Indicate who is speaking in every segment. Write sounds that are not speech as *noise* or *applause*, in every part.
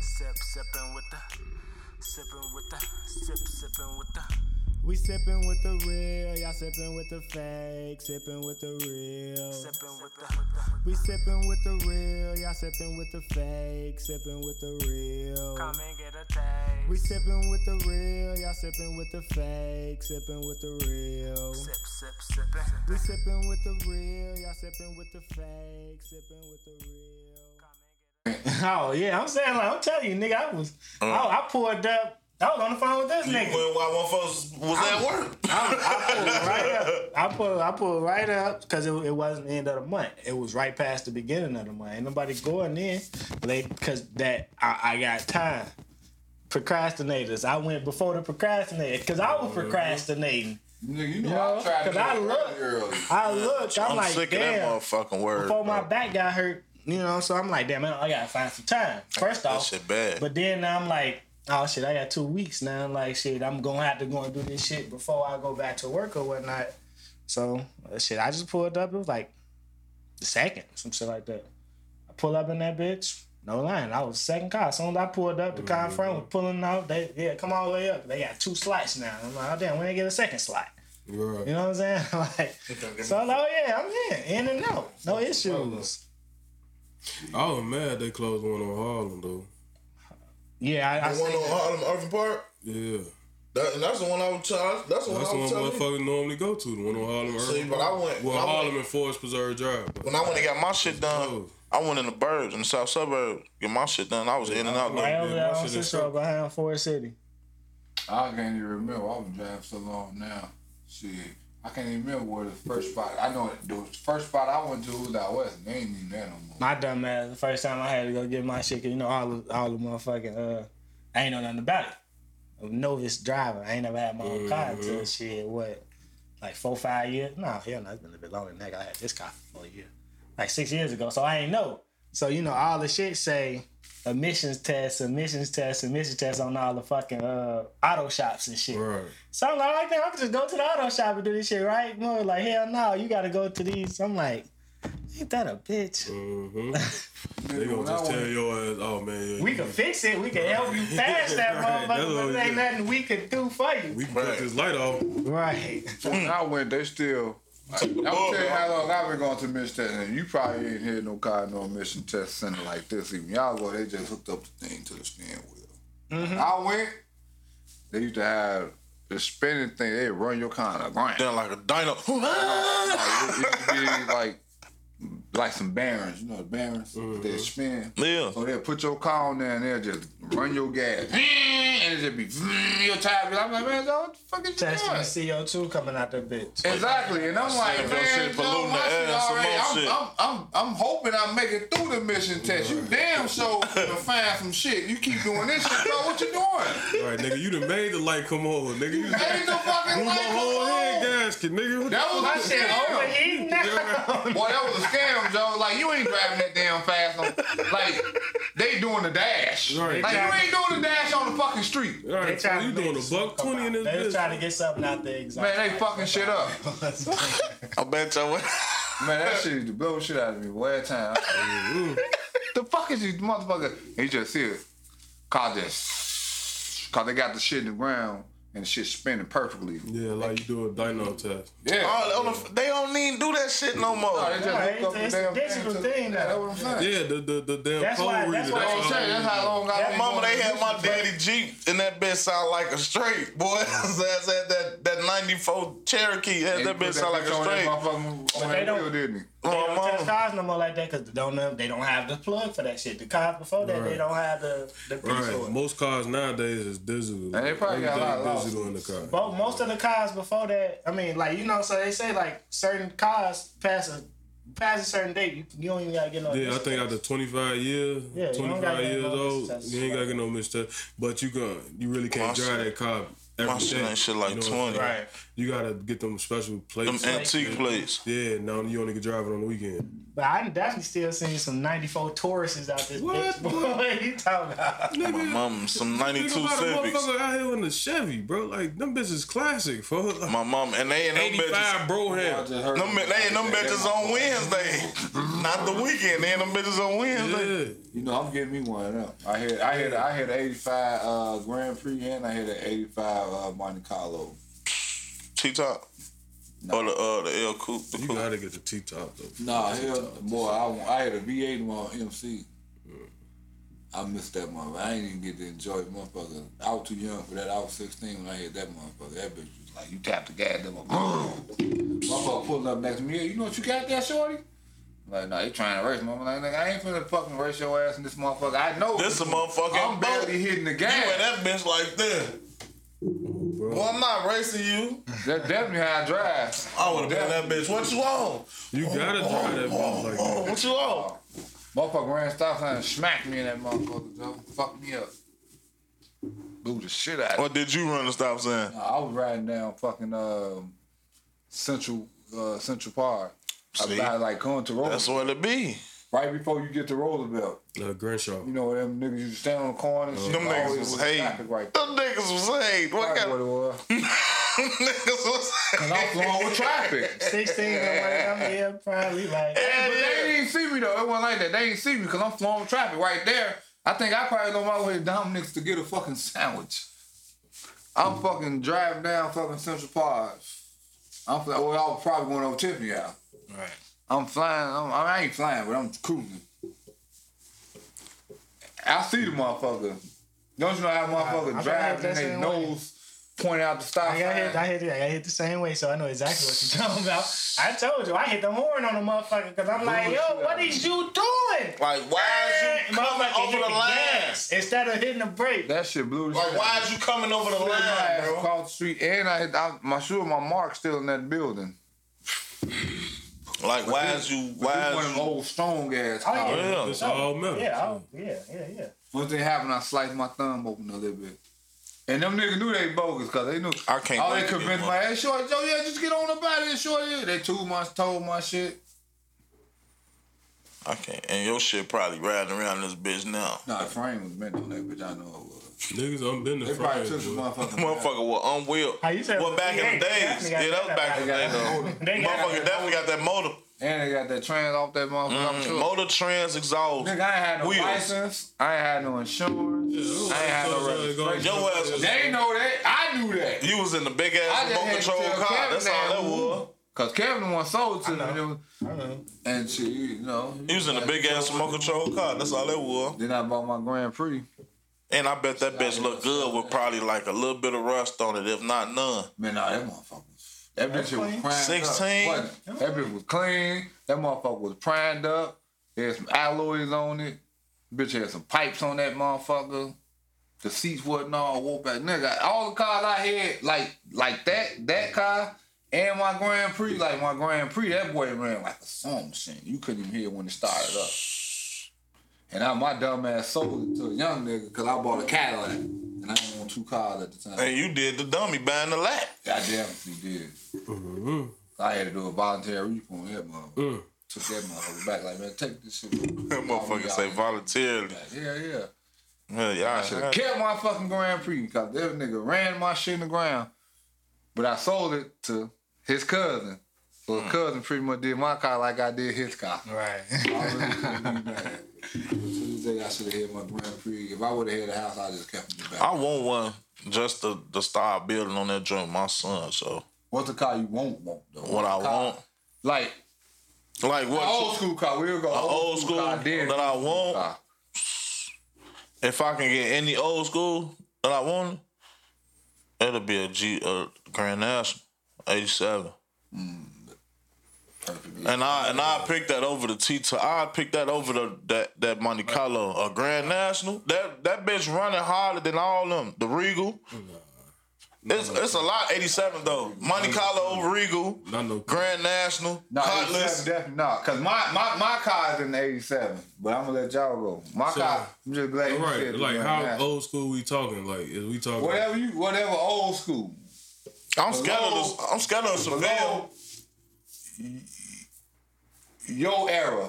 Speaker 1: sip, sipping with the, sipping with the, sip, sipping with the.
Speaker 2: We sipping with the real, y'all sipping with the fake, sipping with the real.
Speaker 1: Sipping with the, with the.
Speaker 2: We sipping with the real, y'all sipping with the fake, sipping with the real.
Speaker 1: Come and get a taste.
Speaker 2: We sipping with the real, y'all sipping with the fake, sipping with the real.
Speaker 1: sip, sip, sipping.
Speaker 2: We sipping with the real, y'all sipping with the fake, sipping with the real. *laughs* Oh yeah, I'm saying like I'm telling you, nigga, I was I, I pulled up. I was on the phone with this
Speaker 3: When
Speaker 2: nigga.
Speaker 3: Y1 folks was at work.
Speaker 2: I pulled right
Speaker 4: *laughs*
Speaker 2: up. I pulled I pulled right up because it, it wasn't the end of the month. It was right past the beginning of the month. Ain't nobody going in late because that I, I got time. Procrastinators. I went before the procrastinator because I was procrastinating.
Speaker 4: Oh, Nigga, you know
Speaker 2: Yeah,
Speaker 4: I tried to
Speaker 2: 'cause I
Speaker 4: get
Speaker 2: look-
Speaker 4: up early.
Speaker 2: I looked. I'm,
Speaker 3: I'm
Speaker 2: like,
Speaker 3: sick
Speaker 2: damn.
Speaker 3: of that motherfucking word.
Speaker 2: before my
Speaker 3: bro.
Speaker 2: back got hurt, you know. So I'm like, damn, man, I gotta find some time. First
Speaker 3: That
Speaker 2: off,
Speaker 3: shit bad.
Speaker 2: but then I'm like, oh shit, I got two weeks now. I'm like, shit, I'm gonna have to go and do this shit before I go back to work or whatnot. So uh, shit, I just pulled up. It was like the second, some shit like that. I pull up in that bitch. No line. I was second car. As soon as I pulled up, the car in front was pulling out. They yeah, come all the way up. They got two slots now. I'm like, oh damn, when they get a second slot.
Speaker 4: Right.
Speaker 2: You know what I'm saying? *laughs* like, so I'm like, oh yeah, I'm in, in and out, no issues.
Speaker 4: I was mad they closed one on Harlem though.
Speaker 2: Yeah, I, I
Speaker 3: the one
Speaker 2: seen
Speaker 3: on
Speaker 2: that.
Speaker 3: Harlem Irving Park.
Speaker 4: Yeah,
Speaker 3: That, and that's the one I was telling. That's the one
Speaker 4: that's the
Speaker 3: I
Speaker 4: one
Speaker 3: was telling. you.
Speaker 4: motherfuckers normally go to. The one on Harlem.
Speaker 3: See,
Speaker 4: Irving
Speaker 3: but I
Speaker 4: Park.
Speaker 3: went- I
Speaker 4: Well,
Speaker 3: went-
Speaker 4: Harlem and Forest Preserve Drive. but-
Speaker 3: When I went and got my shit done,
Speaker 4: Oh.
Speaker 3: I went in the burbs in the south suburb. Get my shit done. I was in and out.
Speaker 2: right
Speaker 3: there.
Speaker 2: over
Speaker 4: Yeah,
Speaker 2: there
Speaker 4: my
Speaker 2: on
Speaker 4: shit is
Speaker 2: Cicero
Speaker 4: sick.
Speaker 2: behind Forest City.
Speaker 4: I
Speaker 5: I can't even remember. I was driving so long now. Shit. I can't even remember where the first spot. I know the first spot I went to was out west. They ain't even there no more.
Speaker 2: My dumb ass, the first time I had to go get my shit, 'cause you know, all the, all the motherfucking, uh, I ain't know nothing about it. I'm a novice driver. I ain't never had my own car until shit, what, like four, five years? No, hell no, it's been a bit longer than that. 'cause I had this car for a year. Like six years ago, so I ain't know. So, you know, all the shit say emissions test, emissions test, emissions test on all the fucking uh, auto shops and shit.
Speaker 4: Right.
Speaker 2: So I'm like, I can just go to the auto shop and do this shit, right? More like, hell no, you gotta go to these. I'm like, ain't that a bitch?
Speaker 4: Mm-hmm. They
Speaker 5: Nigga,
Speaker 4: gonna
Speaker 5: when I
Speaker 4: just tell
Speaker 5: went-
Speaker 4: your ass, oh man, yeah,
Speaker 2: We
Speaker 4: you-
Speaker 2: can fix it. We can help you pass that
Speaker 4: *laughs*
Speaker 2: motherfucker,
Speaker 4: Right, that's
Speaker 2: but
Speaker 4: what
Speaker 2: there ain't
Speaker 4: we do.
Speaker 2: nothing we can do for you.
Speaker 4: we can cut this light off.
Speaker 2: Right.
Speaker 5: when I went, they still. Like, I'm
Speaker 3: ball,
Speaker 5: gonna
Speaker 4: Oh.
Speaker 5: tell you
Speaker 3: bro.
Speaker 5: how long I've been going to mission test, and you probably ain't hear no car, no mission test center like this even. Y'all go, they just hooked up the thing to the steering wheel. I went. They used to have the spinning thing. They run your car on a grind.
Speaker 3: Then like a dino. *laughs*
Speaker 5: Like, it, it be like like some barons, you know, the barons that spin.
Speaker 3: Yeah.
Speaker 5: So they'll put your car on there and they'll just run your gas. *laughs* And it just be *laughs* your tire. be- I'm like, man, dog, what the fuck is
Speaker 2: Testing the
Speaker 5: you doing?
Speaker 2: CO2 coming out the bitch.
Speaker 5: Exactly, and I'm
Speaker 3: Shit,
Speaker 5: like,
Speaker 3: your
Speaker 5: man,
Speaker 3: shit
Speaker 5: yo,
Speaker 3: polluting
Speaker 5: my
Speaker 3: the
Speaker 5: shit
Speaker 3: air, some
Speaker 5: already.
Speaker 3: more
Speaker 5: I'm,
Speaker 3: shit.
Speaker 5: I'm, I'm, I'm hoping I make it through the mission test. You damn *laughs* sure gonna find some shit. You keep doing this shit, bro. What you doing?
Speaker 4: Right, nigga, you done made the light come on, nigga. You just
Speaker 5: Ain't no fucking
Speaker 4: blew my
Speaker 5: light.
Speaker 4: whole head
Speaker 5: Come on.
Speaker 4: gasket, nigga. What the
Speaker 5: That was
Speaker 2: My
Speaker 5: my
Speaker 2: shit overheating now.
Speaker 5: Boy, that was a scam, Joe. Like you ain't driving that damn fast. On, like they doing the dash.
Speaker 4: Right.
Speaker 5: Like you ain't doing the dash on the fucking street.
Speaker 4: All
Speaker 2: They
Speaker 4: right, so
Speaker 2: trying
Speaker 4: you
Speaker 2: to
Speaker 4: doing
Speaker 2: make
Speaker 4: a buck
Speaker 2: something
Speaker 4: twenty in
Speaker 2: They was
Speaker 4: this
Speaker 2: trying to
Speaker 4: bitch?
Speaker 2: get something out there exactly.
Speaker 5: Man, they fucking shit up.
Speaker 2: *laughs*
Speaker 3: I bet your
Speaker 5: Man, that shit used to blow shit out of me one time. the fuck is you motherfucker? He just see it. Cause this. Cause they got the shit in the ground and the shit spinning perfectly.
Speaker 4: Yeah, like you do a dyno test.
Speaker 5: Yeah.
Speaker 3: All on the- They don't even do that shit no more.
Speaker 5: No, they just
Speaker 2: Right,
Speaker 5: hook up
Speaker 2: Oh, it's
Speaker 5: the
Speaker 2: a
Speaker 5: damn
Speaker 2: digital
Speaker 5: to-
Speaker 2: thing
Speaker 5: Yeah,
Speaker 2: now.
Speaker 5: that's what I'm saying.
Speaker 4: Yeah, the the, the damn
Speaker 2: That's
Speaker 4: code
Speaker 2: why- that's
Speaker 4: reader.
Speaker 2: why
Speaker 5: That's what I'm saying. That's how long I been
Speaker 3: Mama,
Speaker 5: going
Speaker 3: they
Speaker 5: to
Speaker 3: had my
Speaker 5: mission test.
Speaker 3: daddy Jeep, and that bitch sound like a straight boy. *laughs* That's that that that '94 Cherokee. That,
Speaker 5: And
Speaker 3: that
Speaker 5: he
Speaker 3: bitch
Speaker 5: put
Speaker 3: sound like a
Speaker 5: bitch on that
Speaker 3: straight.
Speaker 5: motherfucker on
Speaker 2: they
Speaker 5: that
Speaker 2: don't-
Speaker 5: wheel, didn't he?
Speaker 2: They don't test
Speaker 3: Oh,
Speaker 2: cars no more like that because they don't know, they don't have the plug for that shit. The cars before that they
Speaker 4: Right.
Speaker 2: don't have the the piece for
Speaker 4: Right.
Speaker 2: it.
Speaker 4: Most cars nowadays is digital.
Speaker 5: And they probably got a lot
Speaker 4: Everything
Speaker 5: of
Speaker 4: digital in the car.
Speaker 2: But most of the cars before that, I mean, like you know, so they say like certain cars pass a pass a certain date, you, you don't even gotta get no.
Speaker 4: Yeah, I think after 25 years,
Speaker 2: Yeah, you don't gotta
Speaker 4: 25
Speaker 2: get
Speaker 4: years
Speaker 2: no
Speaker 4: old,
Speaker 2: missteps.
Speaker 4: you ain't gotta get no mistake. But you gonna, you really can't
Speaker 3: My
Speaker 4: drive
Speaker 3: shit.
Speaker 4: that car every
Speaker 3: My shit
Speaker 4: day.
Speaker 3: ain't shit like
Speaker 4: You know what I'm
Speaker 3: 20.
Speaker 4: saying?
Speaker 2: Right.
Speaker 4: You gotta get them special
Speaker 3: Them
Speaker 4: plates.
Speaker 3: antique plates.
Speaker 4: yeah, now you only can drive it on the weekend.
Speaker 2: But I definitely still seen some 94 Tauruses out this
Speaker 4: What
Speaker 2: bitch. *laughs*
Speaker 4: the-
Speaker 2: What you talking about?
Speaker 4: Nigga,
Speaker 3: My mom, some
Speaker 4: think
Speaker 3: 92
Speaker 4: about a
Speaker 3: Civics.
Speaker 4: motherfucker out here in the Chevy, bro. Like them bitches classic, for like,
Speaker 3: My mom, and they ain't no bitches.
Speaker 4: 85 bro hair.
Speaker 5: just heard
Speaker 3: Them, bi- they ain't them bitches on Wednesday. Not the weekend. They ain't them bitches on Wednesday.
Speaker 4: Yeah.
Speaker 5: You know, I'm getting me one of them. I had, I had, I had an '85 uh, Grand Prix and I had an '85 uh, Monte Carlo.
Speaker 3: T-top. Or the, uh, the L Coupe. The
Speaker 4: You
Speaker 3: coupe.
Speaker 4: gotta get the T top though.
Speaker 5: Nah, hell, boy, I, want- I had a V8 one MC. I missed that motherfucker. I ain't even get to enjoy it, motherfucker. I was too young for that. I was 16 when I had that motherfucker. That bitch was like, you tapped the gas, that motherfucker. motherfucker pulled up next to me. "Yeah, you know what you got there, shorty? I'm Like, no, they trying to race me. I'm like, nigga, I ain't finna fucking race your ass in this motherfucker. I know
Speaker 3: This a motherfucking
Speaker 5: I'm
Speaker 3: boat.
Speaker 5: barely hitting the
Speaker 3: You and
Speaker 5: gas.
Speaker 3: that bitch like this. Well, I'm not racing you.
Speaker 5: That's definitely how I drive.
Speaker 3: I would have been that bitch. What you on?
Speaker 4: You gotta drive that bitch like
Speaker 3: Oh,
Speaker 4: that.
Speaker 3: what you on?
Speaker 5: Motherfucker ran stop sign and smacked me in that motherfucker, though. Fucked me up. Blew the shit out of
Speaker 3: Or did you run the stop sign?
Speaker 5: I was riding down fucking um, Central uh, Central Park.
Speaker 3: See?
Speaker 5: About like going to
Speaker 3: That's
Speaker 5: Roosevelt.
Speaker 3: what it be.
Speaker 5: Right before you get to Roosevelt.
Speaker 4: Uh, Grinshaw.
Speaker 5: You know them niggas you stand on the corner and shit.
Speaker 3: Them niggas
Speaker 5: always
Speaker 3: was
Speaker 5: traffic
Speaker 3: hating.
Speaker 5: Right there.
Speaker 3: Them niggas was hate. What
Speaker 5: That's what
Speaker 3: kind
Speaker 5: it
Speaker 3: of *laughs*
Speaker 5: was.
Speaker 3: niggas was
Speaker 5: And I'm flowing with
Speaker 3: *laughs*
Speaker 5: traffic.
Speaker 2: 16 or whatever. Yeah, probably like.
Speaker 5: But
Speaker 3: yeah.
Speaker 5: they didn't see me though. It wasn't like that. They didn't see me because I'm flowing with traffic right there. I think I probably know my way to Dominic's to get a fucking sandwich. I'm fucking driving down fucking Central Park. I'm fly- well, I was probably going over Tiffany out.
Speaker 2: Right.
Speaker 5: I'm flying. I'm, I ain't flying, but I'm cruising. I see the motherfucker. Don't you know how
Speaker 2: I- I
Speaker 5: motherfucker
Speaker 2: drive
Speaker 5: drive
Speaker 2: that
Speaker 5: and they
Speaker 2: same way.
Speaker 5: nose point out the stop
Speaker 2: I got hit. I
Speaker 5: sign?
Speaker 2: hit. I got hit the same way, so I know exactly what you're talking about. I told you, I hit the horn on the motherfucker because I'm like, yo, what is you doing?
Speaker 3: Like, why is you coming
Speaker 2: Motherfucker
Speaker 3: over
Speaker 2: hit
Speaker 3: the line?
Speaker 2: gas instead of hitting the brake.
Speaker 5: That shit blew the
Speaker 3: Like,
Speaker 5: shit out
Speaker 3: why is you coming over the
Speaker 5: my
Speaker 3: line,
Speaker 5: ass
Speaker 3: bro?
Speaker 5: across the street, and I, hit- I my shoe and my mark still in that building.
Speaker 3: Like, why is you,
Speaker 5: But
Speaker 3: why
Speaker 5: this one
Speaker 3: is
Speaker 5: of them
Speaker 3: you?
Speaker 5: old strong ass
Speaker 2: Oh,
Speaker 5: cars.
Speaker 2: yeah.
Speaker 3: Yeah.
Speaker 4: It's all metal.
Speaker 2: Yeah, I, yeah, yeah, yeah.
Speaker 5: Once they happened, I sliced my thumb open a little bit. And them niggas knew they bogus because they knew.
Speaker 3: I can't
Speaker 5: All
Speaker 3: wait
Speaker 5: they
Speaker 3: to get
Speaker 5: convinced
Speaker 3: one.
Speaker 5: my ass, short, yo, yeah, just get on about it, short. Yeah. They two months told my shit.
Speaker 3: I can't. And your shit probably riding around this bitch now.
Speaker 5: Nah, the frame was meant on that bitch. I know it was.
Speaker 4: Niggas, I'm been the
Speaker 5: They probably
Speaker 4: frame.
Speaker 5: took some
Speaker 4: boy.
Speaker 5: motherfucking.
Speaker 3: Motherfucker was unwilled.
Speaker 2: How you said
Speaker 3: Well, back in the
Speaker 2: They
Speaker 3: days.
Speaker 2: definitely got
Speaker 3: Yeah, that was
Speaker 2: that
Speaker 3: back in the
Speaker 5: back.
Speaker 3: day, though.
Speaker 2: They got
Speaker 3: Motherfucker
Speaker 2: that.
Speaker 3: definitely got that motor.
Speaker 5: And they got that trans off that motherfucker. I'm
Speaker 3: Mm,
Speaker 5: sure.
Speaker 3: Motor trans exhaust.
Speaker 5: Nigga, I ain't had no
Speaker 3: Wheels.
Speaker 5: license. I ain't had no insurance. I ain't had no registration.
Speaker 3: Your ass was-
Speaker 5: They know that. I knew that.
Speaker 3: You was in the big
Speaker 5: I
Speaker 3: ass
Speaker 5: just
Speaker 3: remote
Speaker 5: had to
Speaker 3: control
Speaker 5: tell
Speaker 3: car.
Speaker 5: Kevin
Speaker 3: That's
Speaker 5: that.
Speaker 3: all that was.
Speaker 5: Cause Kevin one sold to me, you know,
Speaker 2: I know.
Speaker 5: and she, you know,
Speaker 3: You was in the big ass remote control car. That's all that was.
Speaker 5: Then I bought my Grand Prix.
Speaker 3: And I bet that bitch looked good with probably like a little bit of rust on it, if not none.
Speaker 5: Man, nah, that motherfucker. was- That bitch was
Speaker 2: clean.
Speaker 5: primed up.
Speaker 3: 16?
Speaker 5: Wasn't it? That bitch was clean. That motherfucker was primed up. It had some alloys on it. Bitch had some pipes on that motherfucker. The seats wasn't all warped back. Nigga, all the cars I had, like like that, that car, and my Grand Prix, like my Grand Prix, that boy ran like a song machine. You couldn't even hear when it started up. And I, my dumb ass sold it to a young nigga because I bought a Cadillac. And I didn't want two cars at the time.
Speaker 3: And you did the dummy buying the lap. *laughs*
Speaker 5: I definitely did. I had to do a voluntary repo on that motherfucker. Took that motherfucker back like, man, take this shit.
Speaker 3: That motherfucker say voluntarily.
Speaker 5: Yeah, yeah.
Speaker 3: Yeah, yeah.
Speaker 5: I
Speaker 3: I
Speaker 5: should have kept my fucking Grand Prix because that nigga ran my shit in the ground. But I sold it to his cousin. So his cousin pretty much did my car like I did his car. *laughs*
Speaker 2: Right.
Speaker 5: I really couldn't be mad. To this day, I should have had my Grand Prix. If I would have had the house, I just kept it back.
Speaker 3: I want one just to, to start building on that joint, my son. So
Speaker 5: What's the car you won't want, though?
Speaker 3: what I
Speaker 5: What's the car-
Speaker 3: want,
Speaker 5: Like,
Speaker 3: like
Speaker 5: an
Speaker 3: what
Speaker 5: old school car. We'll go
Speaker 3: an old school
Speaker 5: car, then
Speaker 3: that I want.
Speaker 5: car.
Speaker 3: If I can get any old school that I want, it'll be a G uh, Grand National '87.
Speaker 5: Perfect.
Speaker 3: And I and I picked that over the T to I picked that over the that that Monte Carlo, a Grand National. That that bitch running harder than all them. The Regal, It's, it's a lot. 87 though. Monte Carlo, over Regal,
Speaker 4: Not no
Speaker 3: Grand National,
Speaker 5: No,
Speaker 3: Cutlass.
Speaker 5: definitely no, cause my my my car is in '87, but I'm gonna let y'all go. My
Speaker 4: So-
Speaker 5: car, I'm just glad you
Speaker 4: Right,
Speaker 5: said
Speaker 4: like
Speaker 5: that.
Speaker 4: how
Speaker 5: Yeah.
Speaker 4: old school we talking? Like is we talking?
Speaker 5: Whatever you, whatever old school.
Speaker 3: I'm scared of this.
Speaker 5: Below-
Speaker 3: I'm scared of Seville.
Speaker 5: Below your era,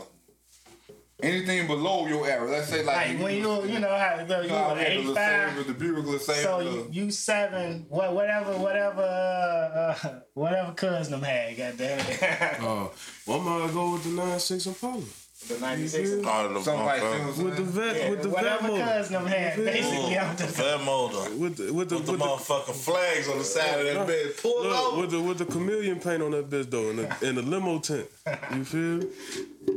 Speaker 5: anything below your era. Let's say like,
Speaker 2: Like when you you know how you
Speaker 5: I
Speaker 2: were
Speaker 5: had the
Speaker 2: eighty
Speaker 5: little
Speaker 2: five.
Speaker 5: same with the bugle the same.
Speaker 2: So
Speaker 5: with
Speaker 2: you,
Speaker 5: the-
Speaker 2: you seven, what, whatever, whatever, uh, *laughs* uh, whatever cousin them had, goddamn it.
Speaker 4: Uh, well, I'm gonna go with the nine six Impala
Speaker 2: the 96
Speaker 4: Yeah.
Speaker 3: Oh, the
Speaker 5: something like
Speaker 3: okay.
Speaker 5: that.
Speaker 4: with the vet with the vet
Speaker 2: whatever
Speaker 4: motor
Speaker 2: cousin them had, basically. I'm
Speaker 3: Ooh,
Speaker 2: just,
Speaker 3: Van Mulder.
Speaker 4: with the with the
Speaker 3: With the
Speaker 4: with the
Speaker 3: motherfucking flags on the side of that bed. Pull it
Speaker 4: Look,
Speaker 3: over.
Speaker 4: with the with the chameleon paint on that bitch though, and the, and the limo tent. You feel?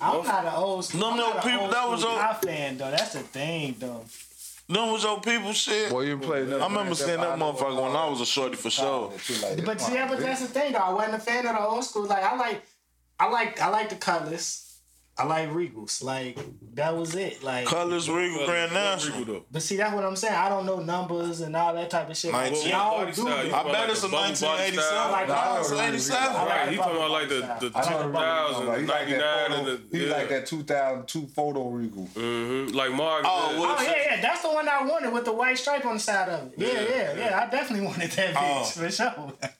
Speaker 2: I'm not an old school.
Speaker 3: No,
Speaker 2: I'm
Speaker 3: no,
Speaker 2: not an
Speaker 3: people,
Speaker 2: old
Speaker 3: that was
Speaker 2: school
Speaker 3: your-
Speaker 2: pop fan though. That's the thing though.
Speaker 3: Them was your people shit.
Speaker 5: Boy, you played that.
Speaker 3: I remember seeing that motherfucker when I was a shorty for sure.
Speaker 2: But see, yeah, but that's the thing though. I wasn't a fan of the old school. Like I like, I like, I like the colors. I like Regals. Like that was it. Like,
Speaker 3: Colors Regal Grand National.
Speaker 2: but see, that's what I'm saying. I don't know numbers and all that type of shit. Like,
Speaker 3: Nineteen-
Speaker 2: y'all do.
Speaker 3: I bet it's a 1987.
Speaker 2: Like,
Speaker 3: Nah,
Speaker 2: I
Speaker 3: it's
Speaker 5: don't really
Speaker 3: 87.
Speaker 2: like-
Speaker 4: Right, he talking about like the the
Speaker 2: I like the
Speaker 4: two thousand,
Speaker 5: He like that,
Speaker 4: ninety-nine, and
Speaker 5: photo,
Speaker 4: the
Speaker 5: he
Speaker 4: yeah.
Speaker 5: like that 2002 photo regal.
Speaker 4: Mhm, Like Mark.
Speaker 3: Oh,
Speaker 4: said.
Speaker 3: what-
Speaker 2: Oh yeah, yeah, that's the one I wanted with the white stripe on the side of it. Yeah, yeah, yeah. I definitely wanted that
Speaker 3: Oh.
Speaker 2: bitch for sure. *laughs*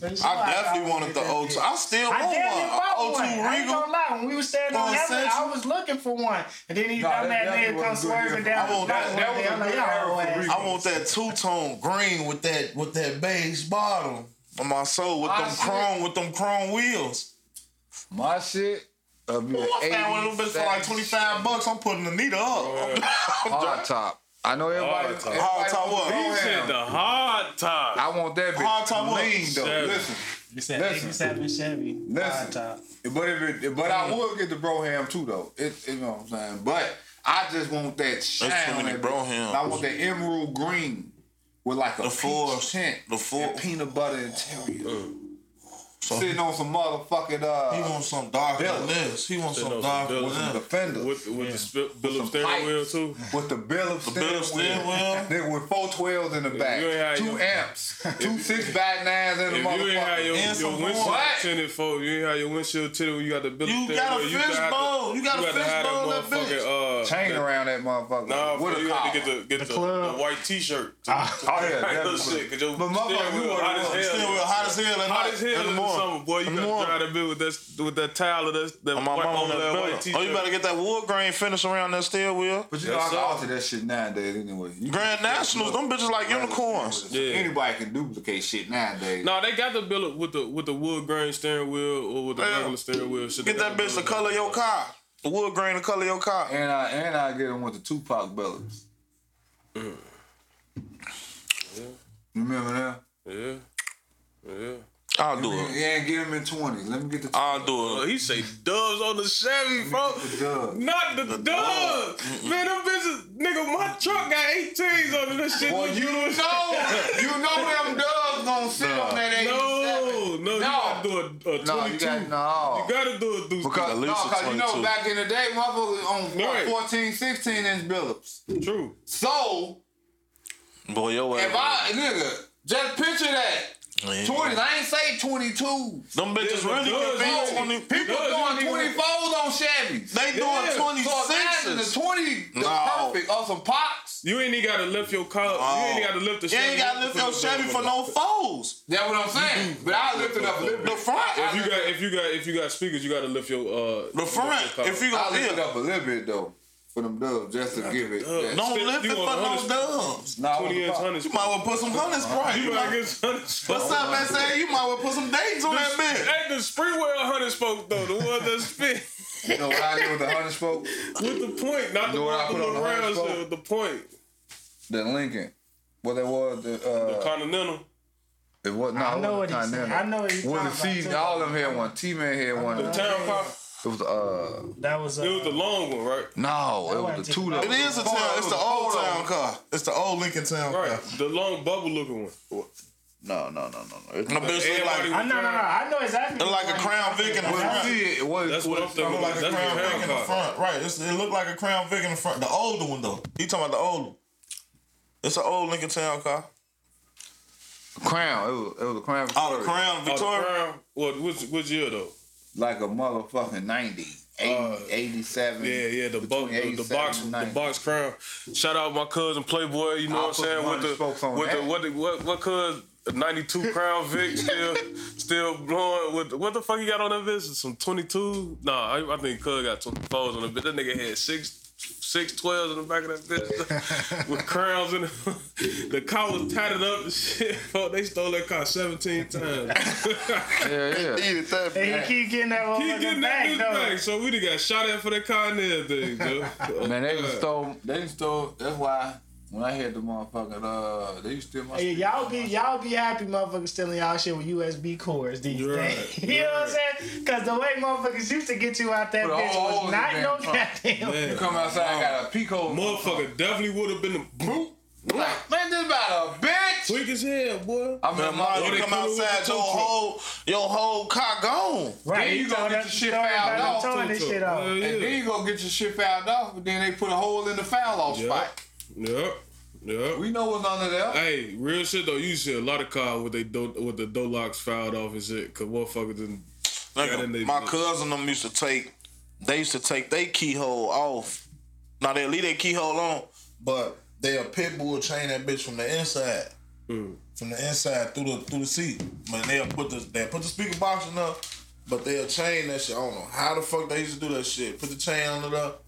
Speaker 2: For sure,
Speaker 3: I definitely wanted the
Speaker 2: that
Speaker 3: old.
Speaker 2: bitch.
Speaker 3: I still want
Speaker 2: I
Speaker 3: one.
Speaker 2: definitely
Speaker 3: A
Speaker 2: bought one. I ain't
Speaker 3: O2
Speaker 2: gonna
Speaker 3: Regal.
Speaker 2: lie. When we was standing
Speaker 3: On
Speaker 2: on Avenue,
Speaker 3: Central?
Speaker 2: I was looking for one, and then he
Speaker 5: Nah,
Speaker 2: got
Speaker 5: that
Speaker 2: that
Speaker 5: definitely
Speaker 2: nigga come
Speaker 5: wasn't good
Speaker 2: swerving
Speaker 5: year.
Speaker 2: down
Speaker 3: I want
Speaker 2: the block.
Speaker 3: that-
Speaker 2: one
Speaker 5: that
Speaker 2: day.
Speaker 5: was a
Speaker 2: I'm like,
Speaker 5: good
Speaker 2: y'all
Speaker 5: era for
Speaker 2: ass.
Speaker 5: Regal.
Speaker 3: I want that two tone green with that with that beige bottom on my soul
Speaker 2: Ah,
Speaker 3: with
Speaker 5: I
Speaker 3: them
Speaker 5: see.
Speaker 3: chrome with them chrome wheels.
Speaker 5: My shit. Uh, be
Speaker 3: Ooh, I found one of them bitches for like twenty five bucks. I'm putting Anita up. *laughs* I'm
Speaker 5: Hard
Speaker 3: done.
Speaker 5: top. I know everybody.
Speaker 4: Hard top.
Speaker 5: everybody
Speaker 3: Hard top
Speaker 5: wants
Speaker 3: what?
Speaker 5: to
Speaker 4: He
Speaker 5: go
Speaker 4: said
Speaker 5: ham.
Speaker 4: the hard time.
Speaker 5: I want that bitch
Speaker 3: Hard top what?
Speaker 5: lean though.
Speaker 4: Seven.
Speaker 5: Listen,
Speaker 2: You said
Speaker 5: Listen.
Speaker 2: 87 Chevy.
Speaker 5: Listen.
Speaker 2: Hardtop.
Speaker 5: But if it, but I will get the broham too though. It, you know what I'm saying. But I just want that shine.
Speaker 3: too
Speaker 5: on
Speaker 3: many
Speaker 5: that bitch.
Speaker 3: Brohams.
Speaker 5: I want that emerald green with like a
Speaker 3: The
Speaker 5: the
Speaker 3: four-
Speaker 5: peach tint,
Speaker 3: the four-
Speaker 5: and peanut butter interior.
Speaker 3: So
Speaker 5: Sitting on some motherfucking uh,
Speaker 3: he wants some dark
Speaker 5: Bill.
Speaker 3: list. He wants
Speaker 4: Said
Speaker 3: some
Speaker 4: no,
Speaker 3: dark
Speaker 4: Bill.
Speaker 5: some
Speaker 3: list.
Speaker 5: defender with,
Speaker 4: With with the sp- Phillips
Speaker 5: some
Speaker 4: steering wheel
Speaker 5: pipes.
Speaker 4: too.
Speaker 5: the bill of
Speaker 3: bill of
Speaker 5: steering
Speaker 3: steering
Speaker 5: wheel. *laughs* Then with four twelves in the back,
Speaker 4: you ain't had
Speaker 5: two
Speaker 4: your- *laughs*
Speaker 5: amps, *laughs* two six back nines in the
Speaker 4: If you ain't have your,
Speaker 5: motherfucker.
Speaker 3: And
Speaker 4: your
Speaker 3: some
Speaker 4: windshield
Speaker 3: what?
Speaker 4: tinted for, you ain't have your windshield tinted when you got the Phillips
Speaker 3: You
Speaker 4: steering
Speaker 3: got a
Speaker 4: wheel. gotta have to-
Speaker 3: fishbowl. You got a
Speaker 4: gotta have
Speaker 3: fishbowl in that bitch.
Speaker 4: motherfucking, uh,
Speaker 5: Chain
Speaker 4: that-
Speaker 5: around that motherfucker.
Speaker 4: Nah,
Speaker 5: with
Speaker 4: for
Speaker 5: a
Speaker 4: you
Speaker 5: collar.
Speaker 4: had to get the get the,
Speaker 2: club.
Speaker 4: the white T-shirt. To,
Speaker 2: Ah.
Speaker 5: Oh, yeah,
Speaker 4: no
Speaker 5: definitely.
Speaker 4: shit, cause your
Speaker 5: But motherfucker,
Speaker 4: steering
Speaker 5: we
Speaker 4: wheel
Speaker 5: would've
Speaker 4: hot as
Speaker 5: won.
Speaker 4: hell.
Speaker 3: Still hot as hell. at
Speaker 4: Hot
Speaker 3: night,
Speaker 4: as hell
Speaker 3: in the
Speaker 4: in the
Speaker 3: morning.
Speaker 4: summer, boy. You
Speaker 3: In the
Speaker 4: gotta
Speaker 3: morning.
Speaker 4: drive that bit with that with that towel of that that
Speaker 3: On my
Speaker 4: white,
Speaker 3: mama
Speaker 4: on
Speaker 3: on
Speaker 4: that white
Speaker 3: that bill.
Speaker 4: T-shirt.
Speaker 3: Oh, you better get that wood grain finish around that steel wheel.
Speaker 5: But you know, I
Speaker 4: Yes,
Speaker 5: can
Speaker 4: sir.
Speaker 5: alter that shit nowadays anyway. You
Speaker 3: Grand
Speaker 5: can-
Speaker 3: Nationals, them bitches like unicorns.
Speaker 5: Yeah.
Speaker 4: Yeah.
Speaker 5: Anybody can duplicate shit nowadays.
Speaker 4: No, they got the bill with the with the wood grain steering wheel or with the
Speaker 3: Yeah.
Speaker 4: regular steering wheel. Shit,
Speaker 3: Get
Speaker 4: they got
Speaker 3: that bitch the
Speaker 4: Billet.
Speaker 3: color of your car. The wood grain the color of your car.
Speaker 5: And I and I get them with the Tupac bellas.
Speaker 4: Mm.
Speaker 5: You Remember that?
Speaker 4: Yeah, yeah.
Speaker 3: I'll do it.
Speaker 5: Yeah, and get them in twenties. Let me get the
Speaker 3: I'll do
Speaker 4: Well,
Speaker 3: it.
Speaker 4: he say doves on the Chevy, folks. *laughs*
Speaker 5: dub.
Speaker 4: Not the dubs, man. Them bitches, nigga. My truck got 18s on it. This shit.
Speaker 5: Well,
Speaker 4: was-
Speaker 5: you know, you know them doves gonna sit on that
Speaker 4: no, no,
Speaker 5: 87.
Speaker 4: You gotta do a, a 22.
Speaker 5: no, you got no.
Speaker 4: You gotta do a do
Speaker 5: because
Speaker 3: At
Speaker 5: no,
Speaker 3: least a
Speaker 5: because you know
Speaker 3: 22.
Speaker 5: back in the day, motherfuckers on
Speaker 4: Right.
Speaker 5: what, 14, 16 inch billups.
Speaker 4: true.
Speaker 5: So
Speaker 3: Boy, your
Speaker 5: if
Speaker 3: ass.
Speaker 5: I nigga, just picture that.
Speaker 3: Yeah.
Speaker 5: Twenties. I ain't say twenty two.
Speaker 3: Them bitches
Speaker 4: Yeah,
Speaker 3: really can
Speaker 4: but does
Speaker 3: be
Speaker 4: it-
Speaker 3: 20.
Speaker 5: People
Speaker 4: Does
Speaker 5: doing
Speaker 4: you
Speaker 5: twenty
Speaker 4: even-
Speaker 5: fours on Chevys.
Speaker 3: They
Speaker 4: Yeah.
Speaker 3: doing
Speaker 5: so imagine the
Speaker 3: 26s.
Speaker 5: twenty, the
Speaker 3: No.
Speaker 5: perfect on some pops.
Speaker 4: You ain't even gotta lift your car.
Speaker 3: Oh.
Speaker 4: You ain't even gotta lift the.
Speaker 3: You ain't got to lift your Chevy for no foes.
Speaker 5: That's what I'm saying. But I lift it up a little bit.
Speaker 3: The front.
Speaker 5: I
Speaker 4: If you
Speaker 5: lift
Speaker 4: got if you got if you got speakers, you gotta lift your uh.
Speaker 3: The front. If you
Speaker 5: I
Speaker 3: gonna
Speaker 5: lift it
Speaker 3: lift,
Speaker 5: up a little bit though for them dubs just to give it.
Speaker 4: dubs.
Speaker 5: that-
Speaker 4: No,
Speaker 3: don't lift
Speaker 4: You
Speaker 3: it for
Speaker 4: want
Speaker 3: no
Speaker 4: hundreds.
Speaker 3: dubs.
Speaker 5: Nah, what
Speaker 4: twenty
Speaker 5: the
Speaker 4: inch
Speaker 5: fuck?
Speaker 4: hundreds,
Speaker 3: You might well put some hundreds right.
Speaker 4: you
Speaker 3: You
Speaker 4: gotta
Speaker 3: might-
Speaker 4: get hundreds.
Speaker 3: What's up, man? Say you might well put some dates on that bitch.
Speaker 4: Hey, the Springwell hunters folk though, the ones that's fit
Speaker 5: You know what I did with the hundred spoke?
Speaker 4: *laughs* with the point, not the
Speaker 5: know
Speaker 4: one
Speaker 5: what I
Speaker 4: with
Speaker 5: put
Speaker 4: the
Speaker 5: on the
Speaker 4: little round
Speaker 5: hunters folk?
Speaker 4: shit, with the point,
Speaker 5: The Lincoln. What that was the uh
Speaker 4: Continental.
Speaker 5: it was no,
Speaker 2: I know what he's saying. I know what he's
Speaker 5: was
Speaker 2: talking
Speaker 5: the
Speaker 2: about.
Speaker 5: season
Speaker 2: too.
Speaker 5: all of them had one. T Man had one.
Speaker 4: The town car.
Speaker 5: It was uh
Speaker 2: That was, uh,
Speaker 4: It was the long one, right?
Speaker 5: no, it was
Speaker 2: wasn't
Speaker 5: the
Speaker 2: too
Speaker 5: two
Speaker 2: bad.
Speaker 5: that
Speaker 3: It is a town. It's the old town car. It's the old Lincoln town car. *laughs*
Speaker 4: Right. The long bubble looking one.
Speaker 5: No, no, no, no, no. It's
Speaker 3: And the bitch look like
Speaker 4: Everybody
Speaker 2: I know, no, no, I know exactly.
Speaker 3: Look like a
Speaker 2: what
Speaker 3: Crown
Speaker 2: you're
Speaker 3: Vic in the
Speaker 2: talking about.
Speaker 3: front.
Speaker 5: See, it was
Speaker 4: That's what I'm
Speaker 5: was-
Speaker 4: thinking.
Speaker 3: look like a
Speaker 4: That's
Speaker 3: Crown
Speaker 4: the
Speaker 3: Vic in
Speaker 4: town
Speaker 3: the
Speaker 4: car.
Speaker 3: front. Right. It's, it looked like a Crown Vic in the front. The older one though. He talking about the old one. It's an old Lincoln town car.
Speaker 5: Crown. It was, it was a crown.
Speaker 3: Oh, the
Speaker 5: Victoria.
Speaker 3: Crown Victoria.
Speaker 4: Crown. uh, What? What's, what's year though?
Speaker 5: Like a motherfucking 90, 80,
Speaker 4: Uh,
Speaker 5: 87.
Speaker 4: Yeah, yeah, the box, the, the box, the box crown. Shout out my cousin Playboy. You know
Speaker 5: I'll
Speaker 4: what I'm
Speaker 5: put
Speaker 4: saying?
Speaker 5: one
Speaker 4: With
Speaker 5: of the spokes
Speaker 4: the
Speaker 5: on
Speaker 4: with the
Speaker 5: that.
Speaker 4: what the, what what cuz. 92 Crown
Speaker 5: *laughs*
Speaker 4: Vic still still blowing. What, the- what the fuck he got on that bitch? Some 22? Nah, I, I think Cuz got 24s on the bitch. That nigga had six six 12s in the back of that bitch *laughs* with crowns in it. The car was tatted up and shit. *laughs* Fuck, they stole that car 17 times.
Speaker 5: Yeah,
Speaker 4: *laughs*
Speaker 5: yeah.
Speaker 3: Eat it, that
Speaker 2: And he keep getting that
Speaker 4: he
Speaker 2: motherfucking
Speaker 4: getting that
Speaker 2: back,
Speaker 4: bitch
Speaker 2: though.
Speaker 4: back. So we done got shot at for that car and everything, dude.
Speaker 5: Man, they
Speaker 4: Yeah.
Speaker 5: just stole. They just stole. That's why when I had the motherfucking, uh, they used to steal my.
Speaker 2: Hey, y'all be y'all be happy motherfuckers stealing y'all shit with USB cords these
Speaker 4: You're right.
Speaker 2: days. *laughs* you know what I'm saying? Cause the way motherfuckers used to get you out that
Speaker 5: Put a
Speaker 2: bitch
Speaker 5: hole
Speaker 2: was
Speaker 5: in the
Speaker 2: not
Speaker 5: damn
Speaker 2: no
Speaker 5: trunk.
Speaker 2: goddamn.
Speaker 5: You come outside, I got a peak hole.
Speaker 4: Motherfucker definitely would have been the boot.
Speaker 5: Like, man, this about a bitch.
Speaker 4: Quick as hell, boy.
Speaker 5: I'm in
Speaker 3: Tomorrow
Speaker 5: my.
Speaker 3: you
Speaker 4: Oh, they
Speaker 3: come
Speaker 4: come over
Speaker 3: outside,
Speaker 4: with the
Speaker 3: your
Speaker 4: tow truck.
Speaker 3: whole your whole car gone.
Speaker 2: Right,
Speaker 5: Then you
Speaker 2: throw
Speaker 5: gonna get
Speaker 2: that-
Speaker 5: your shit
Speaker 2: throw
Speaker 5: fouled
Speaker 2: everybody
Speaker 5: off,
Speaker 2: throwing this shit off.
Speaker 4: Hell yeah.
Speaker 5: And then you go get your shit fouled off, but then they put a hole in the foul off spot.
Speaker 4: Yep. Yep.
Speaker 5: We know what's under there.
Speaker 4: Hey, real shit though. You see a lot of cars with they do- with the door locks fouled off and shit. Cause motherfuckers didn't. Yeah, then they
Speaker 3: Nigga, my
Speaker 4: did.
Speaker 3: cousin them used to take, they used to take their keyhole off. Now they leave their keyhole on, but their pit bull chain that bitch from the inside,
Speaker 4: Hmm.
Speaker 3: from the inside through the through the seat. Man, they'll put the they put the speaker box in there, but they'll chain that shit. I don't know how the fuck they used to do that shit. Put the chain on it up,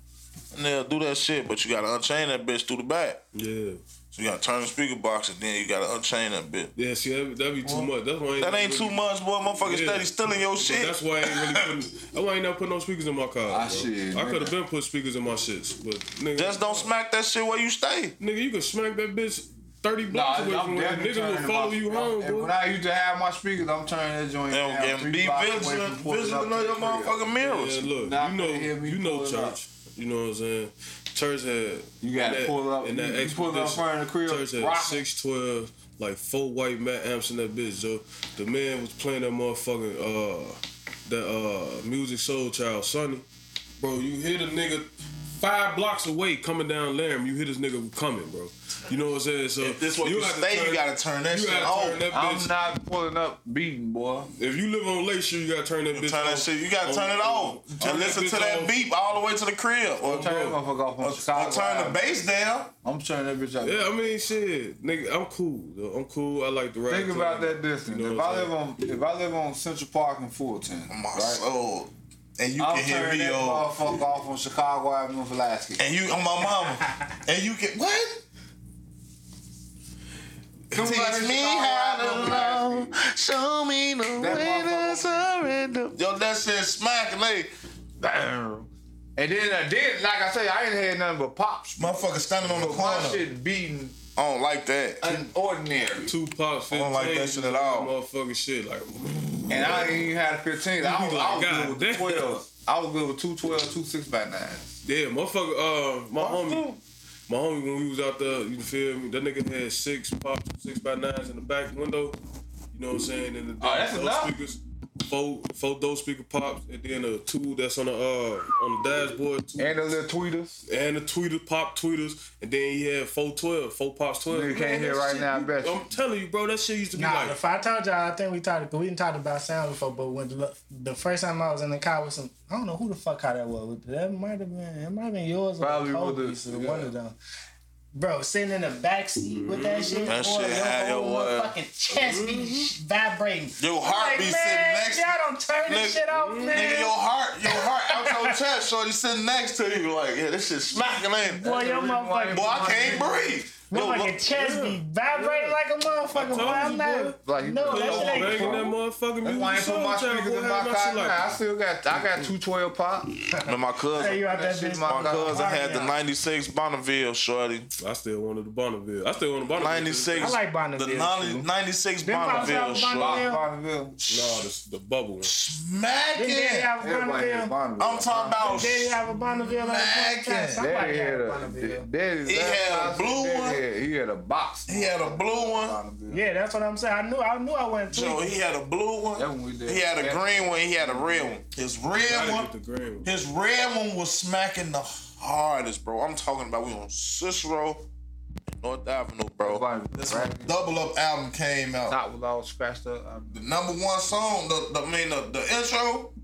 Speaker 3: and they'll do that shit. But you gotta unchain that bitch through the back.
Speaker 4: Yeah.
Speaker 3: So you gotta turn the speaker box, and then you gotta unchain that bitch.
Speaker 4: Yeah. See, that that'd be too much. That's why.
Speaker 3: That ain't too
Speaker 4: really-
Speaker 3: much, boy. Motherfucker
Speaker 4: Yeah.
Speaker 3: steady stealing your shit.
Speaker 4: That's why I ain't
Speaker 3: *laughs*
Speaker 4: really putting. That's why I ain't not putting no speakers in my car.
Speaker 5: Ah,
Speaker 4: bro.
Speaker 5: shit,
Speaker 4: I
Speaker 5: nigga.
Speaker 4: could have been put speakers in my shits, but nigga,
Speaker 3: Just don't smack that shit where you stay.
Speaker 4: Nigga, you can smack that bitch thirty
Speaker 5: Nah,
Speaker 4: blocks away
Speaker 5: I'm
Speaker 4: from where
Speaker 5: definitely
Speaker 4: nigga will
Speaker 5: turning
Speaker 4: follow
Speaker 5: my-
Speaker 4: you home,
Speaker 5: And
Speaker 4: boy.
Speaker 5: when I used to have my speakers, I'm turning that joint
Speaker 3: And,
Speaker 5: down.
Speaker 3: and
Speaker 5: three
Speaker 3: be
Speaker 5: blocks away
Speaker 3: vigilant,
Speaker 5: from pulling
Speaker 3: vigilant
Speaker 5: up
Speaker 3: on
Speaker 5: to
Speaker 3: your
Speaker 5: the crib.
Speaker 3: motherfucking mirrors.
Speaker 4: Man, look,
Speaker 5: Nah,
Speaker 4: you know,
Speaker 5: I can hear me
Speaker 4: you know
Speaker 5: pulling
Speaker 4: church.
Speaker 5: up.
Speaker 4: You know what I'm saying? Church had
Speaker 5: You gotta
Speaker 4: in that-
Speaker 5: pull up.
Speaker 4: in
Speaker 5: You-
Speaker 4: that
Speaker 5: you pull up in front of the crib,
Speaker 4: expedition, Church had
Speaker 5: rock 'em.
Speaker 4: six twelve, like four white Matt amps in that bitch. Joe, the man was playing that motherfucking uh, that uh music soul child Sonny. Bro, you hear the nigga five blocks away coming down Laram. You hear this nigga coming, bro. You know what I'm saying? So
Speaker 3: This what you
Speaker 4: have to
Speaker 3: stay,
Speaker 4: turn-
Speaker 3: you gotta turn that
Speaker 4: you
Speaker 3: shit
Speaker 4: gotta
Speaker 3: off.
Speaker 4: turn that bitch.
Speaker 5: I'm not pulling up beating, boy.
Speaker 4: if you live on Lake Shore, you gotta turn that bitch.
Speaker 3: turn that
Speaker 4: off.
Speaker 3: shit. You gotta
Speaker 4: On-
Speaker 3: turn it off.
Speaker 4: on-
Speaker 3: And
Speaker 4: on
Speaker 3: listen to
Speaker 4: bitch
Speaker 3: that
Speaker 4: off.
Speaker 3: beat all the way to the crib. Or,
Speaker 5: I'm turning that motherfucker off on Chicago.
Speaker 3: or turn the
Speaker 5: Ave.
Speaker 3: bass down.
Speaker 5: I'm turning that bitch out.
Speaker 4: Yeah, I mean, shit, nigga, I'm cool. though. I'm cool. I like the rap.
Speaker 5: Think about that distance.
Speaker 4: You know
Speaker 5: if
Speaker 4: what I'm
Speaker 5: I live
Speaker 4: saying?
Speaker 5: on if I live on Central Park in Fullerton,
Speaker 3: My
Speaker 5: right?
Speaker 3: soul. And you
Speaker 5: I'm
Speaker 3: can hear
Speaker 5: turning
Speaker 3: me
Speaker 5: that
Speaker 3: on.
Speaker 5: motherfucker off on Chicago Avenue, Pulaski.
Speaker 3: And you on my mama. and you can what?
Speaker 5: Somebody
Speaker 3: Teach me
Speaker 5: Chicago
Speaker 3: how
Speaker 5: Avenue,
Speaker 3: to
Speaker 5: Pulaski.
Speaker 3: love. Show me the
Speaker 5: That
Speaker 3: way to
Speaker 5: motherfucker-
Speaker 3: surrender. Yo, that shit smacking, they
Speaker 5: Bam. And then I did, like I say, I ain't had nothing but pops.
Speaker 3: motherfucker standing on the
Speaker 5: My
Speaker 3: corner.
Speaker 5: shit beating
Speaker 3: I don't like that.
Speaker 5: unordinary.
Speaker 4: Tupac, 15,
Speaker 3: don't like that shit at all.
Speaker 4: Motherfucking shit, like
Speaker 5: And I ain't even had a 15. I was, I was
Speaker 4: God
Speaker 5: good with the
Speaker 4: damn.
Speaker 5: 12. I was good with two 12, two 6 by 9
Speaker 4: yeah, motherfucker. Uh, my homie, my homie, when we was out there, you feel me? That nigga had six pops, six by nines in the back window. You know what I'm saying? And the
Speaker 5: Oh, that's
Speaker 4: those
Speaker 5: enough.
Speaker 4: speakers, four four those speaker pops, and then a two that's on the uh on the dashboard, two,
Speaker 5: And the little tweeters.
Speaker 4: and the tweeter pop tweeters, and then he had four twelve, four pops twelve.
Speaker 5: Nigga
Speaker 4: Man,
Speaker 5: can't hear
Speaker 4: that
Speaker 5: right
Speaker 4: shit-
Speaker 5: now, I bet you.
Speaker 4: I'm telling you, bro, that shit used to be
Speaker 2: Nah,
Speaker 4: like
Speaker 2: if I told y'all, I think we talked. We didn't talk about sound before, but when the, the first time I was in the car with some, I don't know who the fuck how that was. but That might have been, it might have been yours or
Speaker 5: Probably
Speaker 2: Probably
Speaker 5: with the-
Speaker 2: Kobe's or one of them. Bro, sitting in the back seat with that shit,
Speaker 3: That
Speaker 2: boy,
Speaker 3: shit
Speaker 2: your
Speaker 3: had your
Speaker 2: whole
Speaker 3: what? Mm-hmm.
Speaker 2: fucking chest be vibrating.
Speaker 3: Your heart be
Speaker 2: like,
Speaker 3: sitting
Speaker 2: man,
Speaker 3: next to
Speaker 2: y'all don't turn this
Speaker 3: Nigga,
Speaker 2: shit off, man.
Speaker 3: Nigga, your heart, your heart out your chest, shorty sitting next to you. Like, yeah, this shit smacking in.
Speaker 2: boy,
Speaker 3: Boy,
Speaker 2: your motherfucking,
Speaker 5: Boy,
Speaker 3: I can't breathe. Yo,
Speaker 2: motherfucking
Speaker 3: look,
Speaker 2: chest be vibrating like a motherfucker. Boy,
Speaker 4: I told
Speaker 2: I'm
Speaker 4: you,
Speaker 2: not.
Speaker 5: boy. Like, you
Speaker 2: no,
Speaker 5: put
Speaker 2: that
Speaker 5: your
Speaker 2: shit
Speaker 5: whole
Speaker 2: ain't
Speaker 5: bag
Speaker 4: banging
Speaker 2: cool.
Speaker 5: in
Speaker 4: that motherfucking
Speaker 5: That's
Speaker 4: music.
Speaker 5: why I ain't put my speakers in my car. Nah, I still got, I got two 12 pop.
Speaker 3: man,
Speaker 2: Hey,
Speaker 3: my
Speaker 2: you
Speaker 3: cousin,
Speaker 2: out that
Speaker 5: That shit
Speaker 2: bitch.
Speaker 5: my
Speaker 3: my cousin had the
Speaker 2: Yeah.
Speaker 3: '96 Bonneville, shorty.
Speaker 4: I still wanted the Bonneville. I still wanted the Bonneville.
Speaker 2: I
Speaker 3: 96,
Speaker 2: like Bonneville.
Speaker 3: the
Speaker 2: too.
Speaker 3: '96
Speaker 2: Them pops out
Speaker 3: Bonneville,
Speaker 2: with
Speaker 3: shorty.
Speaker 2: Bonneville.
Speaker 5: Lock Bonneville.
Speaker 4: No, the, the bubble one.
Speaker 2: Didn't Daddy
Speaker 3: Smacking.
Speaker 2: have a
Speaker 5: Everybody
Speaker 2: Bonneville?
Speaker 5: had Bonneville.
Speaker 3: I'm talking
Speaker 2: Daddy
Speaker 3: about.
Speaker 2: have a Bonneville on the
Speaker 3: Mackin'.
Speaker 2: point time. Somebody
Speaker 5: Daddy
Speaker 2: had
Speaker 5: had
Speaker 2: a
Speaker 5: a,
Speaker 2: Bonneville.
Speaker 5: Daddy,
Speaker 3: He had a blue one.
Speaker 5: He had a box.
Speaker 3: He had a blue one.
Speaker 5: Bonneville.
Speaker 2: Yeah, that's what I'm saying. I knew I knew I went
Speaker 3: Yo,
Speaker 2: to
Speaker 3: he had a blue
Speaker 5: That one we
Speaker 3: one.
Speaker 5: did.
Speaker 3: He had a
Speaker 5: That-
Speaker 3: green one. He had a red one. His
Speaker 4: I
Speaker 3: red
Speaker 4: didn't
Speaker 3: one.
Speaker 4: get the green one.
Speaker 3: His red one was smacking the hardest, bro. I'm talking about we on Cicero North Avenue, bro.
Speaker 5: Like,
Speaker 3: This
Speaker 5: rap-
Speaker 3: double up album came out.
Speaker 5: Not without scratched up. um,
Speaker 3: The number one song, the, the I mean the, the intro,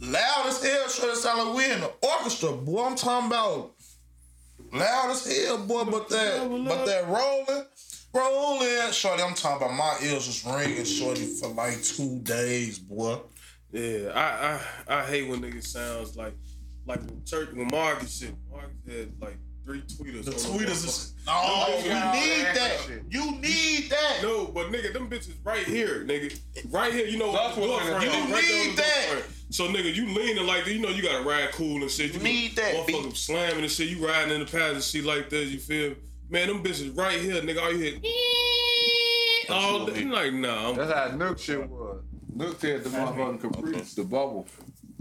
Speaker 3: loud as hell, sure to sound like we in the orchestra, boy. I'm talking about loud as hell, boy. But that but that rolling, rolling, shorty. I'm talking about my ears was ringing, shorty, for like two days, boy.
Speaker 4: Yeah, I, I I hate when niggas sounds like like when Turk when Marcus shit. Marcus had like three tweeters.
Speaker 3: The
Speaker 4: on him.
Speaker 3: tweeters is oh, you need
Speaker 5: yeah, that
Speaker 3: that.
Speaker 5: shit.
Speaker 3: You need that.
Speaker 4: No, but nigga, them bitches right here, nigga, right here. You know
Speaker 5: That's what
Speaker 4: Look,
Speaker 5: nigga
Speaker 4: right
Speaker 5: do.
Speaker 4: there,
Speaker 3: You
Speaker 4: right there on
Speaker 3: need
Speaker 4: the
Speaker 3: that.
Speaker 4: front. So nigga, you leaning like that, you know you gotta ride cool and shit. You
Speaker 3: Need that,
Speaker 4: Motherfucker slamming and shit. You riding in the passenger seat like this. You feel? me? Man, them bitches right here, nigga. All you hear? All day. You like nah. I'm,
Speaker 5: That's how Nook shit was. Nook had the motherfucking Caprice, the bubble,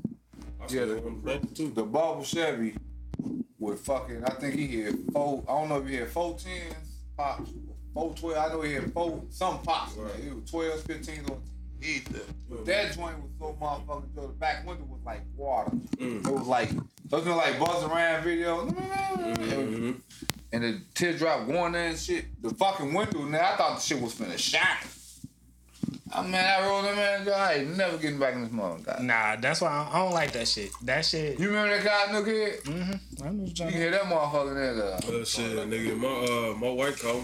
Speaker 4: I
Speaker 5: yeah,
Speaker 4: still
Speaker 5: the-
Speaker 4: want to rap too.
Speaker 5: the bubble Chevy with fucking. I think he had four. I don't know if he had four tens, pops, four twelve. I know he had four some pops. Right. It was 12, 15 or. 10.
Speaker 3: Need that.
Speaker 5: But that joint was so motherfucking dope. The back window was like water. It was like those were like buzzing around video. And the teardrop going there and shit. The fucking window now I thought the shit was finna shine. I mean I rolled in there and go, I ain't never getting back in this motherfucker. guy.
Speaker 2: Nah, that's why I, I don't like that shit. That shit.
Speaker 5: You remember that guy Nook head? You
Speaker 2: I'm just
Speaker 5: can
Speaker 2: trying to,
Speaker 5: hear that motherfucker there though.
Speaker 4: But shit, nigga, my uh, my white car.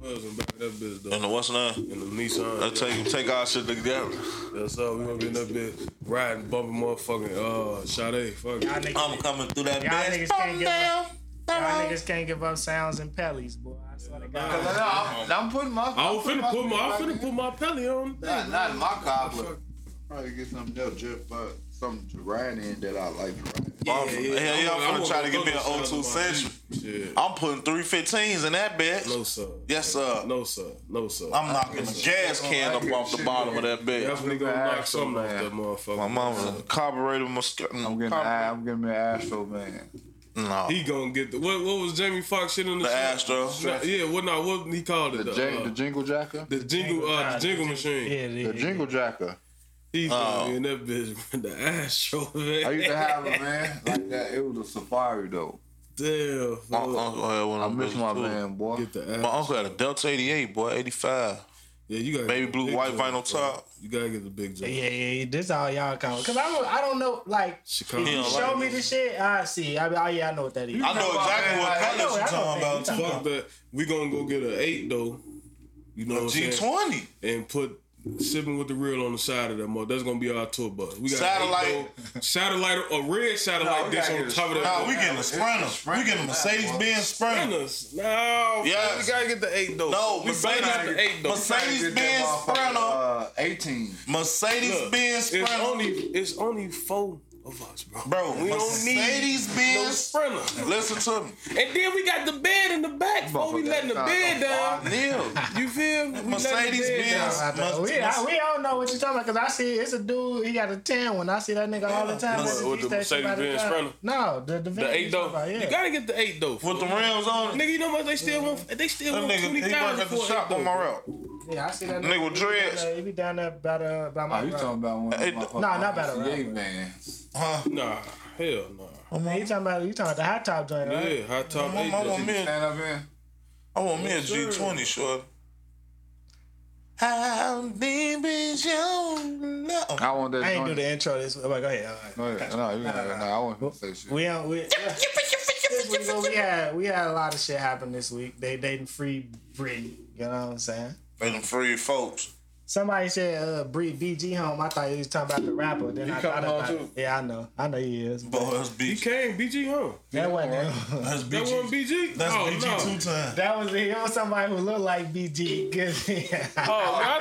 Speaker 4: Was in back of that bitch though.
Speaker 3: And the what's name?
Speaker 4: In the Nissan.
Speaker 3: Let's take take our shit together.
Speaker 4: That's all. We gonna be in that bitch riding, bumping, motherfucking uh, Sade. Fuck
Speaker 2: y'all
Speaker 4: it.
Speaker 2: niggas,
Speaker 3: I'm coming through that
Speaker 2: Y'all
Speaker 3: bitch.
Speaker 2: niggas can't give up. y'all niggas can't give up sounds and pellies, boy. I swear to God.
Speaker 5: No, I'm, I'm putting my
Speaker 4: I was finna put my, I
Speaker 5: back
Speaker 4: finna
Speaker 5: in.
Speaker 4: put my pelly on.
Speaker 5: Nah, not in my car, but
Speaker 4: Fuck.
Speaker 5: probably get something else just but something to ride uh, in that I like to ride in.
Speaker 3: I'm- hell yeah, I'm
Speaker 4: gonna-
Speaker 3: finna try to
Speaker 4: gonna
Speaker 3: get me
Speaker 4: go
Speaker 3: an
Speaker 4: to
Speaker 3: 02
Speaker 4: Sade
Speaker 3: Century.
Speaker 4: tomorrow. Shit.
Speaker 3: I'm putting three fifteens in that bitch.
Speaker 4: No sir.
Speaker 3: Yes, sir.
Speaker 4: No sir. No sir.
Speaker 3: I'm knocking a gas can up off the bottom of that bitch.
Speaker 4: definitely gonna
Speaker 5: I'm
Speaker 4: knock something off
Speaker 5: mad.
Speaker 4: that motherfucker.
Speaker 3: My mama carburetor mosquito.
Speaker 5: I'm getting, I, I'm getting me an Astro man.
Speaker 3: No.
Speaker 4: He gonna get the what? What was Jamie Foxx shit on the,
Speaker 3: The
Speaker 4: shit?
Speaker 3: Astro.
Speaker 4: Nah, yeah, what? Not what he called it.
Speaker 5: The,
Speaker 4: The,
Speaker 5: J,
Speaker 4: uh,
Speaker 5: the Jingle Jacker?
Speaker 4: the jingle, uh, the jingle machine.
Speaker 2: Yeah, yeah,
Speaker 5: The
Speaker 2: yeah.
Speaker 5: Jingle Jacker.
Speaker 4: He's
Speaker 3: Oh.
Speaker 4: gonna be in that bitch. *laughs* The Astro man.
Speaker 5: I used to have a van like that. It was a Safari though.
Speaker 4: Damn.
Speaker 3: My
Speaker 4: fool.
Speaker 3: uncle had one
Speaker 5: I
Speaker 3: of them
Speaker 5: miss
Speaker 3: bitches,
Speaker 5: my
Speaker 3: too.
Speaker 5: van, boy.
Speaker 4: Get the
Speaker 3: Uh, My
Speaker 4: Astro.
Speaker 3: uncle had a Delta 88, boy, 85.
Speaker 4: Yeah, you got
Speaker 3: Baby blue, white vinyl top.
Speaker 4: You gotta get the big joint.
Speaker 2: Yeah, yeah, yeah, this all y'all come because I don't, I don't know. Like,
Speaker 4: Chicago.
Speaker 3: Yeah, like-
Speaker 2: show me the shit. I see. I, I yeah, I know what that is.
Speaker 3: I know exactly what
Speaker 5: I
Speaker 2: know,
Speaker 3: colors
Speaker 2: I
Speaker 3: you're
Speaker 2: know,
Speaker 3: talking
Speaker 2: man.
Speaker 3: about.
Speaker 2: You
Speaker 3: too.
Speaker 4: Fuck that. We gonna go get an eight though. You know what I'm saying?
Speaker 3: G20.
Speaker 4: And put shipping with the reel on the side of that mug. That's gonna be our tour bus. We got an
Speaker 3: Satellite.
Speaker 4: 8 though. satellite, a red
Speaker 5: No,
Speaker 4: satellite
Speaker 5: we
Speaker 4: dish
Speaker 5: gotta
Speaker 4: on
Speaker 5: get a
Speaker 4: top of that.
Speaker 3: Nah,
Speaker 4: Nah,
Speaker 3: we getting a
Speaker 5: It's a
Speaker 3: Sprinter. We getting a
Speaker 5: Sprinter.
Speaker 3: Mercedes Benz Sprinter.
Speaker 4: No,
Speaker 3: Yes.
Speaker 4: man, we gotta get the eight though.
Speaker 3: No,
Speaker 4: we better got the
Speaker 3: Mercedes-
Speaker 4: eight though.
Speaker 3: Mercedes
Speaker 5: Get that
Speaker 3: Benz
Speaker 5: motherfucker,
Speaker 3: Sprinter.
Speaker 5: Uh, 18.
Speaker 3: Mercedes
Speaker 4: Look,
Speaker 3: Benz
Speaker 4: It's
Speaker 3: Sprinter.
Speaker 4: only it's only four of us, bro.
Speaker 3: Bro,
Speaker 4: we don't need
Speaker 3: Mercedes
Speaker 4: no
Speaker 3: Benz.
Speaker 4: sprinter.
Speaker 3: Listen to me.
Speaker 4: And then we got the bed in the back before we letting the bed down.
Speaker 3: Neil.
Speaker 4: You feel? me? We letting the
Speaker 3: Mercedes
Speaker 4: bed down.
Speaker 3: Benz.
Speaker 2: I know. We, I, we don't know what you're talking about because I see it's a dude. He got a ten when I see that nigga all the time.
Speaker 3: With-
Speaker 2: at
Speaker 4: with
Speaker 2: gas
Speaker 4: the
Speaker 2: station by
Speaker 4: Mercedes-Benz
Speaker 2: the
Speaker 4: Sprinter?
Speaker 2: time. No, the the,
Speaker 4: The
Speaker 2: van
Speaker 4: eight
Speaker 2: you talking
Speaker 4: though.
Speaker 2: about,
Speaker 4: You
Speaker 2: yeah.
Speaker 4: gotta get the eight though.
Speaker 3: With the rims on it.
Speaker 4: Nigga, you know what? They still want. They still
Speaker 3: That
Speaker 4: want
Speaker 3: nigga,
Speaker 4: twenty
Speaker 3: he work
Speaker 4: thousand
Speaker 3: at the
Speaker 4: for an
Speaker 3: shop
Speaker 4: eight
Speaker 3: on my
Speaker 4: though.
Speaker 3: route.
Speaker 2: yeah, I see that
Speaker 3: Nigga with
Speaker 2: He be down
Speaker 3: dreads.
Speaker 2: there- He be down there by the by my.
Speaker 5: Oh, you talking about one of
Speaker 3: Hey,
Speaker 5: the motherfuckers?
Speaker 2: nah, not about a
Speaker 5: Yeah,
Speaker 2: rapper.
Speaker 5: man.
Speaker 3: Huh?
Speaker 4: Nah, hell nah.
Speaker 2: about? You talking about? You talking about the hot top joint? Right?
Speaker 4: Yeah, high top
Speaker 3: I
Speaker 4: eight.
Speaker 3: want, I want
Speaker 4: though.
Speaker 3: me a,
Speaker 5: Stand up in.
Speaker 3: I want me a
Speaker 4: sir.
Speaker 3: G20 short. How deep is your love?
Speaker 5: I want that
Speaker 2: I ain't do
Speaker 5: joint.
Speaker 2: the intro. This. Oh, go ahead. All right.
Speaker 5: No, yeah, no, you ain't- no, I want to say shit.
Speaker 2: We don't. We, this week, though, we had we had a lot of shit happen this week. They they done free Britney. You know what I'm saying?
Speaker 3: They them free folks.
Speaker 2: Somebody said uh, Bree BG home. I thought he was talking about the rapper. Then I thought
Speaker 5: coming home,
Speaker 2: about
Speaker 5: too.
Speaker 2: Yeah, I know. I know he is. But
Speaker 3: Boy, that's
Speaker 4: He
Speaker 3: BG.
Speaker 4: came BG home.
Speaker 2: that wasn't him. *laughs*
Speaker 3: That's
Speaker 4: That one
Speaker 3: BG.
Speaker 4: BG.
Speaker 3: That's
Speaker 4: oh
Speaker 3: BG
Speaker 4: no.
Speaker 3: two times.
Speaker 2: That was it. was somebody who looked like
Speaker 4: *laughs*
Speaker 2: BG. Good. *laughs*
Speaker 4: Oh, man, I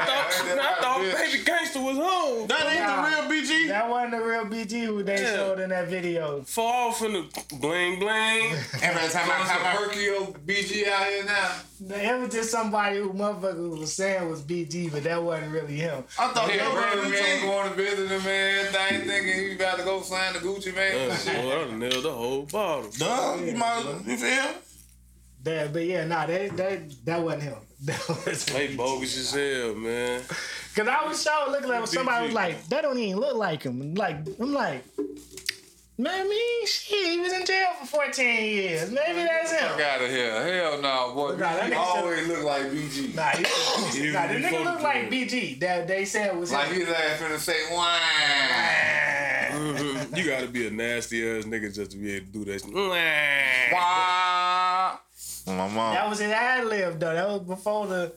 Speaker 4: thought man, I thought baby gangster was home.
Speaker 3: That ain't the real BG.
Speaker 2: that wasn't the real BG who they
Speaker 4: Yeah.
Speaker 2: showed in that video.
Speaker 4: Fall off in the bling bling.
Speaker 5: Every time I come out, Hercule BG out here now.
Speaker 2: It was just somebody who motherfucker was saying was BG, but that wasn't really him.
Speaker 3: I thought
Speaker 5: Yeah,
Speaker 3: that
Speaker 5: bro,
Speaker 3: was
Speaker 5: man,
Speaker 3: BG.
Speaker 5: going to visit him, man. Everything thinking he about to go sign the Gucci man.
Speaker 4: Boy, I done nailed the whole bottle.
Speaker 3: Duh, you might, you feel?
Speaker 2: That, but yeah, nah, that that that wasn't him. *laughs* That was
Speaker 4: They bogus as hell, man.
Speaker 2: Cause I was sure looking like somebody was
Speaker 4: BG.
Speaker 2: like, that don't even look like him. Like I'm like, Man, I mean, shit, he was in jail for 14 years. Maybe that's
Speaker 5: Fuck
Speaker 2: him.
Speaker 5: out of here. Hell no, boy.
Speaker 2: Nah, that
Speaker 5: you
Speaker 2: nigga
Speaker 5: always look like BG.
Speaker 2: Nah, he, nah the nigga look like BG. That they said was
Speaker 5: Like
Speaker 2: him.
Speaker 5: he's ass finna say, wine.
Speaker 4: Mm-hmm. you gotta be a nasty ass nigga just to be able to do that.
Speaker 5: Wah.
Speaker 3: My mom.
Speaker 2: That was his ad lib though. That was before the,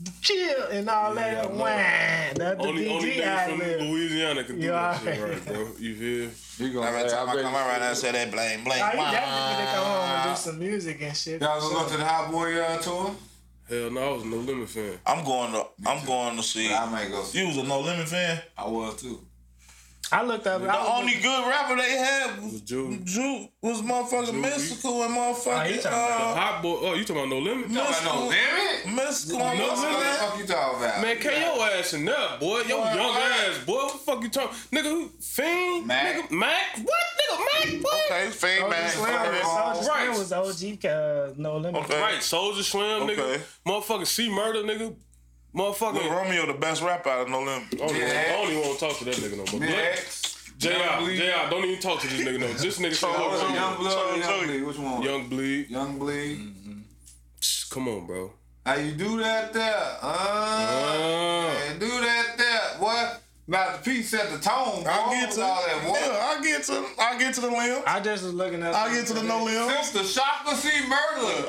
Speaker 2: the chill and all
Speaker 4: Yeah,
Speaker 2: that.
Speaker 4: I know.
Speaker 2: Wine. That's the
Speaker 4: Only, only
Speaker 2: BG
Speaker 4: niggas
Speaker 2: ad
Speaker 4: from
Speaker 2: lib.
Speaker 4: Louisiana can do
Speaker 2: You
Speaker 4: that shit
Speaker 2: alright.
Speaker 4: right, bro. You feel?
Speaker 5: He gonna
Speaker 3: Every
Speaker 5: say,
Speaker 3: time I
Speaker 5: bet
Speaker 3: come
Speaker 5: you-
Speaker 3: around, I say that blame, blame.
Speaker 2: Nah, he definitely
Speaker 3: Wah.
Speaker 2: finna come home and do some music and shit.
Speaker 5: Y'all
Speaker 2: for
Speaker 5: gonna go
Speaker 2: sure.
Speaker 5: to the Hot Boy uh, tour?
Speaker 4: Hell no, I was no limit fan.
Speaker 3: I'm going to. I'm going to see.
Speaker 5: I might go.
Speaker 3: You was a No Limit fan.
Speaker 5: I was too.
Speaker 2: I looked up.
Speaker 3: The
Speaker 2: I was-
Speaker 3: only good rapper they had
Speaker 4: It was
Speaker 3: was
Speaker 4: Jew.
Speaker 3: Ju was motherfucking
Speaker 4: Ju-
Speaker 3: mystical and
Speaker 2: Nah, he talking
Speaker 3: motherfucking
Speaker 2: about
Speaker 3: uh,
Speaker 4: Hot boy. Oh, you talking about no limit?
Speaker 3: No.
Speaker 5: I know, damn it.
Speaker 3: mystical and
Speaker 4: No
Speaker 5: What
Speaker 4: Limit?
Speaker 5: the
Speaker 3: motherfucking.
Speaker 5: fuck you talking about?
Speaker 4: Man, K your ass in there, boy. Yo,
Speaker 3: Boy,
Speaker 4: young
Speaker 3: I-
Speaker 4: ass, boy. What the fuck you talking? Nigga, who? Fiend?
Speaker 5: Mac.
Speaker 4: Nigga, Mac? What? Nigga, Mac? What?
Speaker 3: Okay, fame
Speaker 2: Soulja Slim-
Speaker 3: man.
Speaker 2: Soulja Slim
Speaker 4: Right.
Speaker 2: was OG uh, No Limit.
Speaker 3: Okay.
Speaker 4: Right, Soldier Slim,
Speaker 3: Okay.
Speaker 4: nigga. Motherfucking C Murder, nigga.
Speaker 3: Lil
Speaker 4: Motherfucking.
Speaker 3: Romeo, the best rapper out of No Limit.
Speaker 4: I don't, even- I
Speaker 5: Yeah.
Speaker 4: don't even want to talk to that nigga no more.
Speaker 5: Next.
Speaker 4: JR, JR, don't even talk to this nigga no.
Speaker 5: *laughs*
Speaker 4: This nigga
Speaker 5: Young
Speaker 4: fuck
Speaker 5: Blood, Young
Speaker 4: up.
Speaker 5: Blood,
Speaker 3: Young
Speaker 5: Young
Speaker 3: Joey.
Speaker 5: Bleed. Which one? Young,
Speaker 4: Young Bleed.
Speaker 5: Bleed.
Speaker 4: Psh, Come on, bro.
Speaker 5: How you do that there? Uh,
Speaker 4: Uh,
Speaker 5: and do that there. What? About the piece set the tone. Bro.
Speaker 3: I'll get to
Speaker 5: all that. What?
Speaker 3: yeah, I'll get to I'll get to the limb.
Speaker 2: I just was looking up.
Speaker 3: I'll get to the no limb.
Speaker 5: Since the shocker see murder.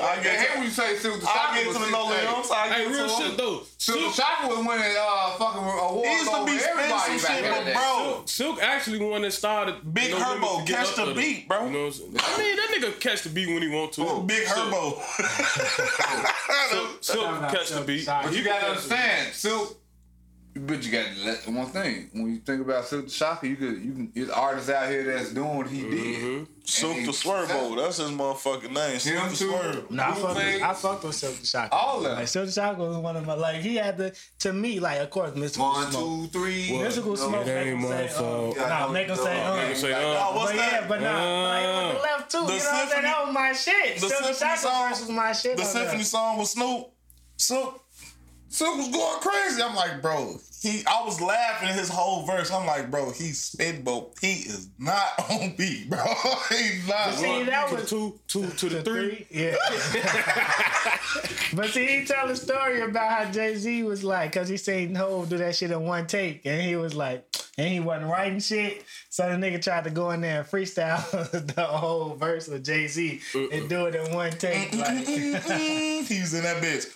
Speaker 3: I
Speaker 5: I
Speaker 3: get
Speaker 5: get
Speaker 3: to-
Speaker 5: here we say since the
Speaker 3: I'll
Speaker 5: shocker
Speaker 3: get to the
Speaker 5: was-
Speaker 3: no
Speaker 5: hey,
Speaker 3: limb. I'll
Speaker 4: hey,
Speaker 3: get
Speaker 4: real
Speaker 3: to
Speaker 4: shit
Speaker 3: him.
Speaker 4: though.
Speaker 5: Since the
Speaker 4: Silk,
Speaker 5: shocker was winning uh, fucking awards
Speaker 3: He used to
Speaker 5: over
Speaker 3: be spinning
Speaker 5: everybody
Speaker 3: some
Speaker 5: back
Speaker 3: shit,
Speaker 5: in the
Speaker 3: but
Speaker 5: day.
Speaker 3: bro,
Speaker 4: Silk actually one that started
Speaker 3: Big
Speaker 4: Limit
Speaker 3: Herbo,
Speaker 4: to get
Speaker 3: catch
Speaker 4: up
Speaker 3: the
Speaker 4: to
Speaker 3: beat, bro. Oh,
Speaker 4: You know what I'm saying? I mean, that nigga catch the beat when he want to.
Speaker 3: Big Herbo.
Speaker 4: Silk, Silk
Speaker 2: No, no,
Speaker 4: catch the
Speaker 2: Silk,
Speaker 4: beat.
Speaker 2: sorry.
Speaker 5: But you gotta understand, Silk. But you gotta let one thing. When you think about Silk the Shocker, you could you can it's artists out here that's doing what he
Speaker 3: Mm-hmm.
Speaker 5: did.
Speaker 3: *laughs* Silk the Swervo. That's his motherfucking name. Silk
Speaker 5: Him
Speaker 3: the
Speaker 5: too.
Speaker 3: Swervo.
Speaker 2: Nah, I fucked,
Speaker 5: Bootleg.
Speaker 2: with, I fucked with Silk the Shocker.
Speaker 3: Oh.
Speaker 5: All of
Speaker 2: Like
Speaker 5: them.
Speaker 2: Silk the Shocker was one of my like he had to to me like of course Mr.
Speaker 5: One,
Speaker 2: Smoke.
Speaker 5: two, three.
Speaker 2: Musical smoke.
Speaker 4: it
Speaker 2: make
Speaker 4: ain't
Speaker 2: him
Speaker 4: my
Speaker 2: say,
Speaker 4: fault.
Speaker 2: Uh, nah, make him say, uh.
Speaker 4: Nigga say, uh,
Speaker 3: Oh, what's
Speaker 2: but yeah,
Speaker 3: that?
Speaker 2: but nah, like, it was the left too. you know what I'm saying?
Speaker 3: symphony-
Speaker 2: That was my shit.
Speaker 3: the
Speaker 2: Silk the
Speaker 3: symphony
Speaker 2: Shocker
Speaker 3: song-
Speaker 2: verse was my shit.
Speaker 3: the
Speaker 2: on there.
Speaker 3: symphony song with Snoop. Silk, Silk was going crazy. I'm like, bro, he. I was laughing at his whole verse. I'm like, bro, he spitball. He is not *laughs* on beat,
Speaker 5: *laughs*
Speaker 3: bro. He's not.
Speaker 2: see,
Speaker 3: on-
Speaker 2: that
Speaker 4: to the
Speaker 2: was-
Speaker 4: two, two to the
Speaker 2: The
Speaker 4: three.
Speaker 2: three,
Speaker 3: *laughs*
Speaker 2: yeah. but see, he tell a story about how Jay Z was like, cause he seen Hov do that shit in one take, and he was like, and he wasn't writing shit, so the nigga tried to go in there and freestyle *laughs* the whole verse with Jay Z
Speaker 3: Uh-uh.
Speaker 2: and do it in one take.
Speaker 3: *laughs*
Speaker 2: Like,
Speaker 3: Mm, he was in that bitch.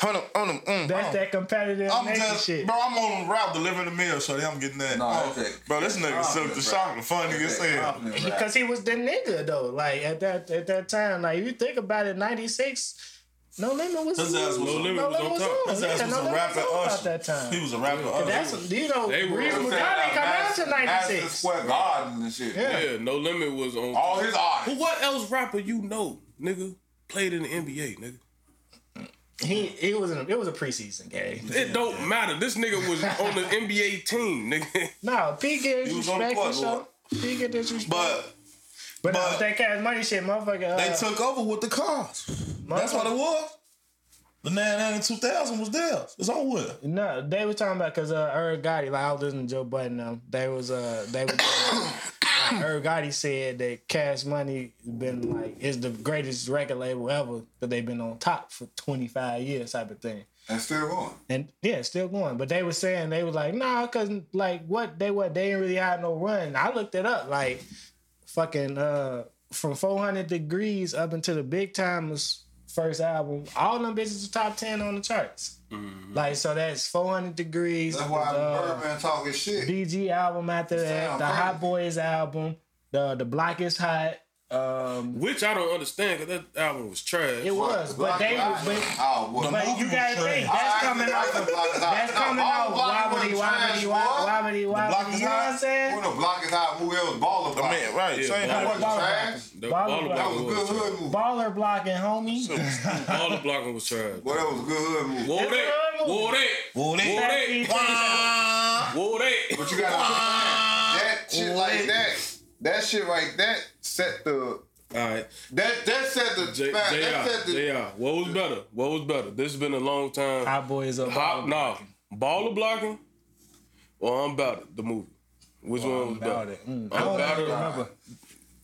Speaker 3: Hold on, hold on. mm,
Speaker 2: that's
Speaker 3: hold on.
Speaker 2: that competitive
Speaker 3: I'm
Speaker 2: nature
Speaker 3: just,
Speaker 2: shit.
Speaker 3: bro. I'm on the route delivering the mail, so I'm getting that.
Speaker 5: Nah,
Speaker 3: Oh,
Speaker 5: that's it.
Speaker 3: bro, this nigga Silk the Shocker, fun nigga said.
Speaker 2: because he was the nigga though. Like at that at that time, like you think about it, '96, No Limit was
Speaker 3: His ass was
Speaker 4: No
Speaker 3: a-
Speaker 4: Limit
Speaker 2: No
Speaker 4: was
Speaker 2: Limit
Speaker 4: on
Speaker 2: was on.
Speaker 4: top.
Speaker 3: His ass
Speaker 2: Yeah,
Speaker 3: was
Speaker 2: No
Speaker 3: a
Speaker 2: Limit
Speaker 3: rapper
Speaker 2: was on about that
Speaker 3: Usher.
Speaker 2: time.
Speaker 3: He was a rapper Usher.
Speaker 2: That's you know,
Speaker 4: They were-
Speaker 2: Reese
Speaker 4: They were
Speaker 2: McGowan come out to '96.
Speaker 5: Square Garden and shit.
Speaker 2: Yeah.
Speaker 4: Yeah, no limit was on.
Speaker 5: All his
Speaker 4: But
Speaker 5: artists.
Speaker 4: what else rapper you know, nigga, played in the NBA, nigga?
Speaker 2: He it was an, it was a preseason game.
Speaker 4: It don't matter. This nigga was
Speaker 2: *laughs*
Speaker 4: on the NBA team, nigga.
Speaker 2: No, P get
Speaker 3: He was on the
Speaker 2: disrespect for
Speaker 3: court,
Speaker 2: sure.
Speaker 3: Lord.
Speaker 2: P get disrespect.
Speaker 3: But
Speaker 2: but, no,
Speaker 3: but-
Speaker 2: with that cash money shit, motherfucker. Uh,
Speaker 3: they took over with the cars. That's what it was. The 99 2000 was theirs. It's over with.
Speaker 2: No, they were talking about because uh, Irv Gotti, like I was listening to Joe Button, um, they was uh, they was like, Irv Gotti said that Cash Money been like is the greatest record label ever that they've been on top for twenty five years type of thing,
Speaker 5: And still going.
Speaker 2: and yeah, it's still going. But they were saying they was like, nah, cause like what they what they ain't really had no run. I looked it up, like fucking uh from four hundred degrees up into the big timers first album, all them bitches were top ten on the charts. Like so that's 400 degrees.
Speaker 5: That's why
Speaker 2: the
Speaker 5: Birdman talking shit.
Speaker 2: BG album after that,
Speaker 5: Sound
Speaker 2: the Hot
Speaker 5: crazy.
Speaker 2: Boys album, the the Block is Hot. Um,
Speaker 4: Which I don't understand because that album was trash.
Speaker 2: it was, but they was, but,
Speaker 5: oh, what?
Speaker 3: The
Speaker 2: but you
Speaker 3: movie
Speaker 2: gotta
Speaker 3: was
Speaker 2: think
Speaker 3: trash.
Speaker 2: that's coming out. That's coming out. Wobbly, wobbly, wobbly, wobbly,
Speaker 3: Block
Speaker 2: wobbly.
Speaker 3: is
Speaker 2: You know what I'm
Speaker 3: Hot.
Speaker 5: Who
Speaker 2: saying?
Speaker 5: the block is out? Who else? Baller
Speaker 3: I
Speaker 5: block.
Speaker 3: mean, right.
Speaker 4: Yeah,
Speaker 3: same
Speaker 5: That
Speaker 3: thing.
Speaker 5: wasn't
Speaker 2: Baller
Speaker 5: trash.
Speaker 4: The
Speaker 2: Baller
Speaker 4: Baller
Speaker 2: Block.
Speaker 5: That was
Speaker 4: Block
Speaker 5: a
Speaker 4: was
Speaker 5: good
Speaker 4: trash.
Speaker 5: hood move.
Speaker 2: Baller blocking, homie.
Speaker 4: Baller Block was trash.
Speaker 5: Boy, that was a good hood move.
Speaker 4: Whoa,
Speaker 2: It's a
Speaker 4: that.
Speaker 2: good movie.
Speaker 4: Whoa, that.
Speaker 3: Whoa, that.
Speaker 2: Exactly.
Speaker 3: Wah.
Speaker 4: Whoa, that.
Speaker 5: But you gotta understand that shit like that. That shit like that set the
Speaker 4: All right.
Speaker 5: that that set the
Speaker 4: J-
Speaker 5: fact- that set
Speaker 4: JR,
Speaker 5: the
Speaker 4: JR. What was better? What was better? This has been a long time.
Speaker 2: Hot Boys up.
Speaker 4: Hop, nah. Baller blocking or I'm about it, the movie. Which one was
Speaker 2: About
Speaker 4: better?
Speaker 2: it. Mm.
Speaker 4: I'm
Speaker 2: I
Speaker 4: about
Speaker 2: don't
Speaker 4: it.
Speaker 2: remember.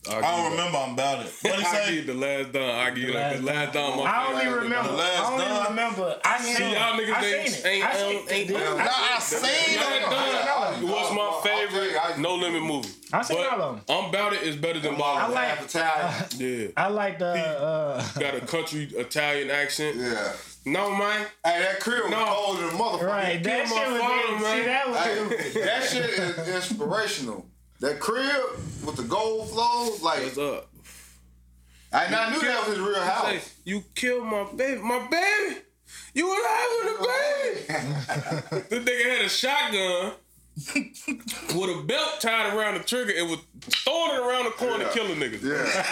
Speaker 3: I don't remember I'm about it. What he
Speaker 4: Aki,
Speaker 3: say?
Speaker 4: the last Don. Aki, like, the last Don. my
Speaker 2: I only
Speaker 4: favorite.
Speaker 2: remember.
Speaker 3: last
Speaker 2: I only
Speaker 3: dime.
Speaker 2: remember. I seen.
Speaker 4: See, y'all niggas
Speaker 2: I
Speaker 4: ain't-
Speaker 2: seen it.
Speaker 4: ain't,
Speaker 2: I seen
Speaker 4: um,
Speaker 2: it.
Speaker 4: ain't-
Speaker 2: Dude,
Speaker 3: Nah,
Speaker 2: I-
Speaker 3: I seen
Speaker 4: Last
Speaker 3: it.
Speaker 4: Don was my
Speaker 5: I'll tell you, I-
Speaker 4: favorite No Limit movie.
Speaker 2: I seen
Speaker 4: But
Speaker 2: all of 'em.
Speaker 4: I'm About It is better than
Speaker 2: I
Speaker 4: Ball.
Speaker 2: like.
Speaker 5: Appetite.
Speaker 4: Yeah.
Speaker 2: I like the. Uh,
Speaker 4: Got a country Italian accent.
Speaker 5: Yeah.
Speaker 4: No, man.
Speaker 5: Hey, that crib was
Speaker 4: No.
Speaker 5: cold as a motherfucker.
Speaker 2: right. That
Speaker 4: killed my
Speaker 2: shit was.
Speaker 4: father,
Speaker 2: See,
Speaker 4: man.
Speaker 2: that was.
Speaker 5: Hey, that shit is inspirational. That crib with the gold flow, like
Speaker 4: What's up?
Speaker 5: I, and I knew that was his real
Speaker 4: Say,
Speaker 5: house.
Speaker 4: you killed my baby. My baby. You were having
Speaker 5: Oh.
Speaker 4: a baby. this nigga had
Speaker 5: *laughs*
Speaker 4: a shotgun with a belt tied around the trigger and was throwing it around the corner
Speaker 5: Yeah.
Speaker 4: killing
Speaker 5: *laughs*
Speaker 4: niggas.
Speaker 5: Yeah,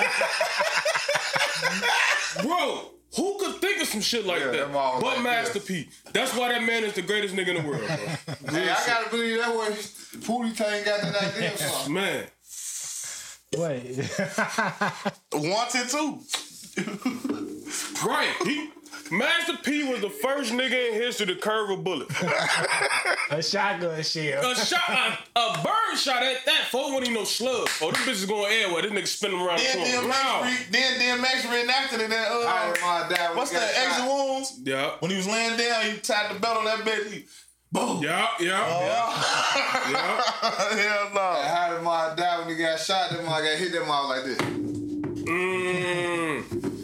Speaker 4: Bro, who could think of some shit like
Speaker 5: Yeah,
Speaker 4: that?
Speaker 5: them all
Speaker 4: But
Speaker 5: like
Speaker 4: Master
Speaker 5: this.
Speaker 4: P. That's why that man is the greatest nigga in the world,
Speaker 5: *laughs*
Speaker 4: bro.
Speaker 5: hey, I gotta believe that way. Pootie Tang got that idea. *laughs* or something.
Speaker 4: Man.
Speaker 2: *laughs* Wait. *laughs*
Speaker 3: Wanted too.
Speaker 4: Right. He, Master P was the first nigga in history to curve a bullet.
Speaker 2: a shotgun shell.
Speaker 4: *laughs* A shot, a, a bird shot at that. Four wouldn't even no slug. Oh, this bitch is going airway. This nigga spinning around the
Speaker 3: Then
Speaker 4: corner.
Speaker 3: DMX,
Speaker 4: Wow.
Speaker 3: re, then DMX reenacted it. That,
Speaker 5: I
Speaker 3: uh,
Speaker 5: remember my dad. when
Speaker 3: what's
Speaker 5: he got
Speaker 3: that?
Speaker 5: shot.
Speaker 3: Extra wounds.
Speaker 4: Yeah.
Speaker 3: When he was laying down, he tied the belt on that bitch. He, boom.
Speaker 4: Yeah, yeah, yeah.
Speaker 3: *laughs* Hell no.
Speaker 5: How did my dad when he got shot? That mother got hit that mom like this.
Speaker 4: Mm.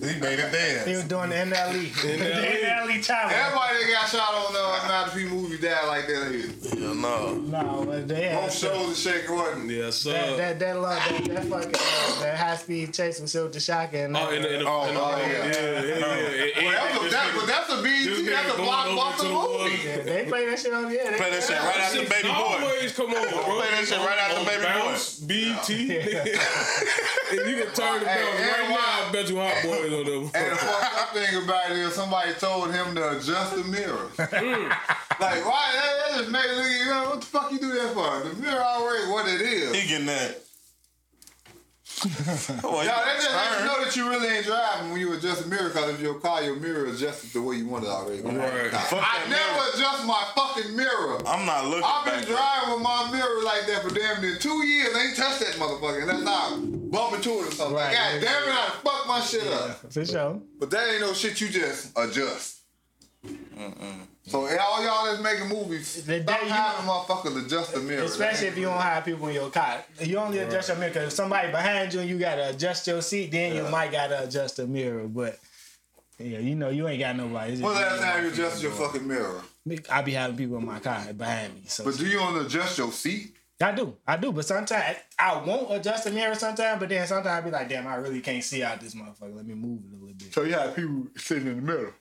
Speaker 3: He made
Speaker 2: He
Speaker 3: it dance.
Speaker 2: was doing the NLE.
Speaker 4: E.
Speaker 2: *laughs* the E NLE chopper.
Speaker 5: Everybody that got shot on the Not P movie died like that. Like,
Speaker 3: Hell no.
Speaker 2: No, but they had
Speaker 5: both shoulders and shake one.
Speaker 4: Yeah, so.
Speaker 2: that that that, love, that, that fucking uh, that high speed chase with Silk the shotgun.
Speaker 4: Oh, in the, in the,
Speaker 5: Oh,
Speaker 4: in the,
Speaker 5: oh, yeah.
Speaker 4: yeah, yeah, yeah. It- it-
Speaker 5: That was a,
Speaker 4: this
Speaker 5: that,
Speaker 4: nigga-
Speaker 5: but that's a
Speaker 4: this
Speaker 5: BET.
Speaker 4: nigga
Speaker 5: That's a
Speaker 4: going over to the
Speaker 5: blockbuster movie.
Speaker 4: woods.
Speaker 2: yeah, they play that shit on yeah. They
Speaker 3: Play that shit right after Baby Boy.
Speaker 4: Always come on, bro.
Speaker 3: Play that shit right after
Speaker 4: On
Speaker 3: Baby Boy.
Speaker 4: bounce, BT. *laughs* if you can turn the
Speaker 5: Hey,
Speaker 4: bells right
Speaker 5: and
Speaker 4: now,
Speaker 5: why-
Speaker 4: I bet you hot boys on them.
Speaker 5: And the fucked up thing about it is somebody told him to adjust the mirror. like, why? That, that just made it look, you know, what the fuck you do that for? The mirror already what it is.
Speaker 3: He getting
Speaker 5: *laughs*
Speaker 3: that. well,
Speaker 5: Yo, that just lets you
Speaker 3: turn.
Speaker 5: know that you really ain't driving when you adjust the mirror because if your car, your mirror adjusted the way you want it already.
Speaker 4: Right.
Speaker 3: Fuck
Speaker 5: I
Speaker 3: that
Speaker 5: never
Speaker 3: mirror.
Speaker 5: adjust my fucking mirror.
Speaker 3: I'm not looking
Speaker 5: I've been
Speaker 3: back.
Speaker 5: driving with my mirror like that for damn near two years. I ain't touched that motherfucker. And that's not bumping to it or something.
Speaker 2: Right.
Speaker 5: God damn it, I fucked my shit up.
Speaker 2: For sure.
Speaker 5: But that ain't no shit you just adjust. So and all y'all that's making movies,
Speaker 2: The
Speaker 5: stop
Speaker 2: day you-
Speaker 5: having motherfuckers adjust the mirror.
Speaker 2: Especially if you don't have people in your car. You only adjust your mirror because if somebody behind you and you gotta adjust your seat, then you might gotta adjust the mirror. But yeah, you know you ain't got nobody. It's just
Speaker 5: When's the
Speaker 2: me
Speaker 5: last
Speaker 2: and my
Speaker 5: time you
Speaker 2: people
Speaker 5: adjusted your
Speaker 2: going.
Speaker 5: fucking mirror?
Speaker 2: I be having people in my car behind me. So
Speaker 5: But do you only adjust your seat?
Speaker 2: I do, I do. But sometimes I won't adjust the mirror. Sometimes, but then sometimes I be like, damn, I really can't see out this motherfucker. Let me move a little bit.
Speaker 5: So you have people sitting in the mirror.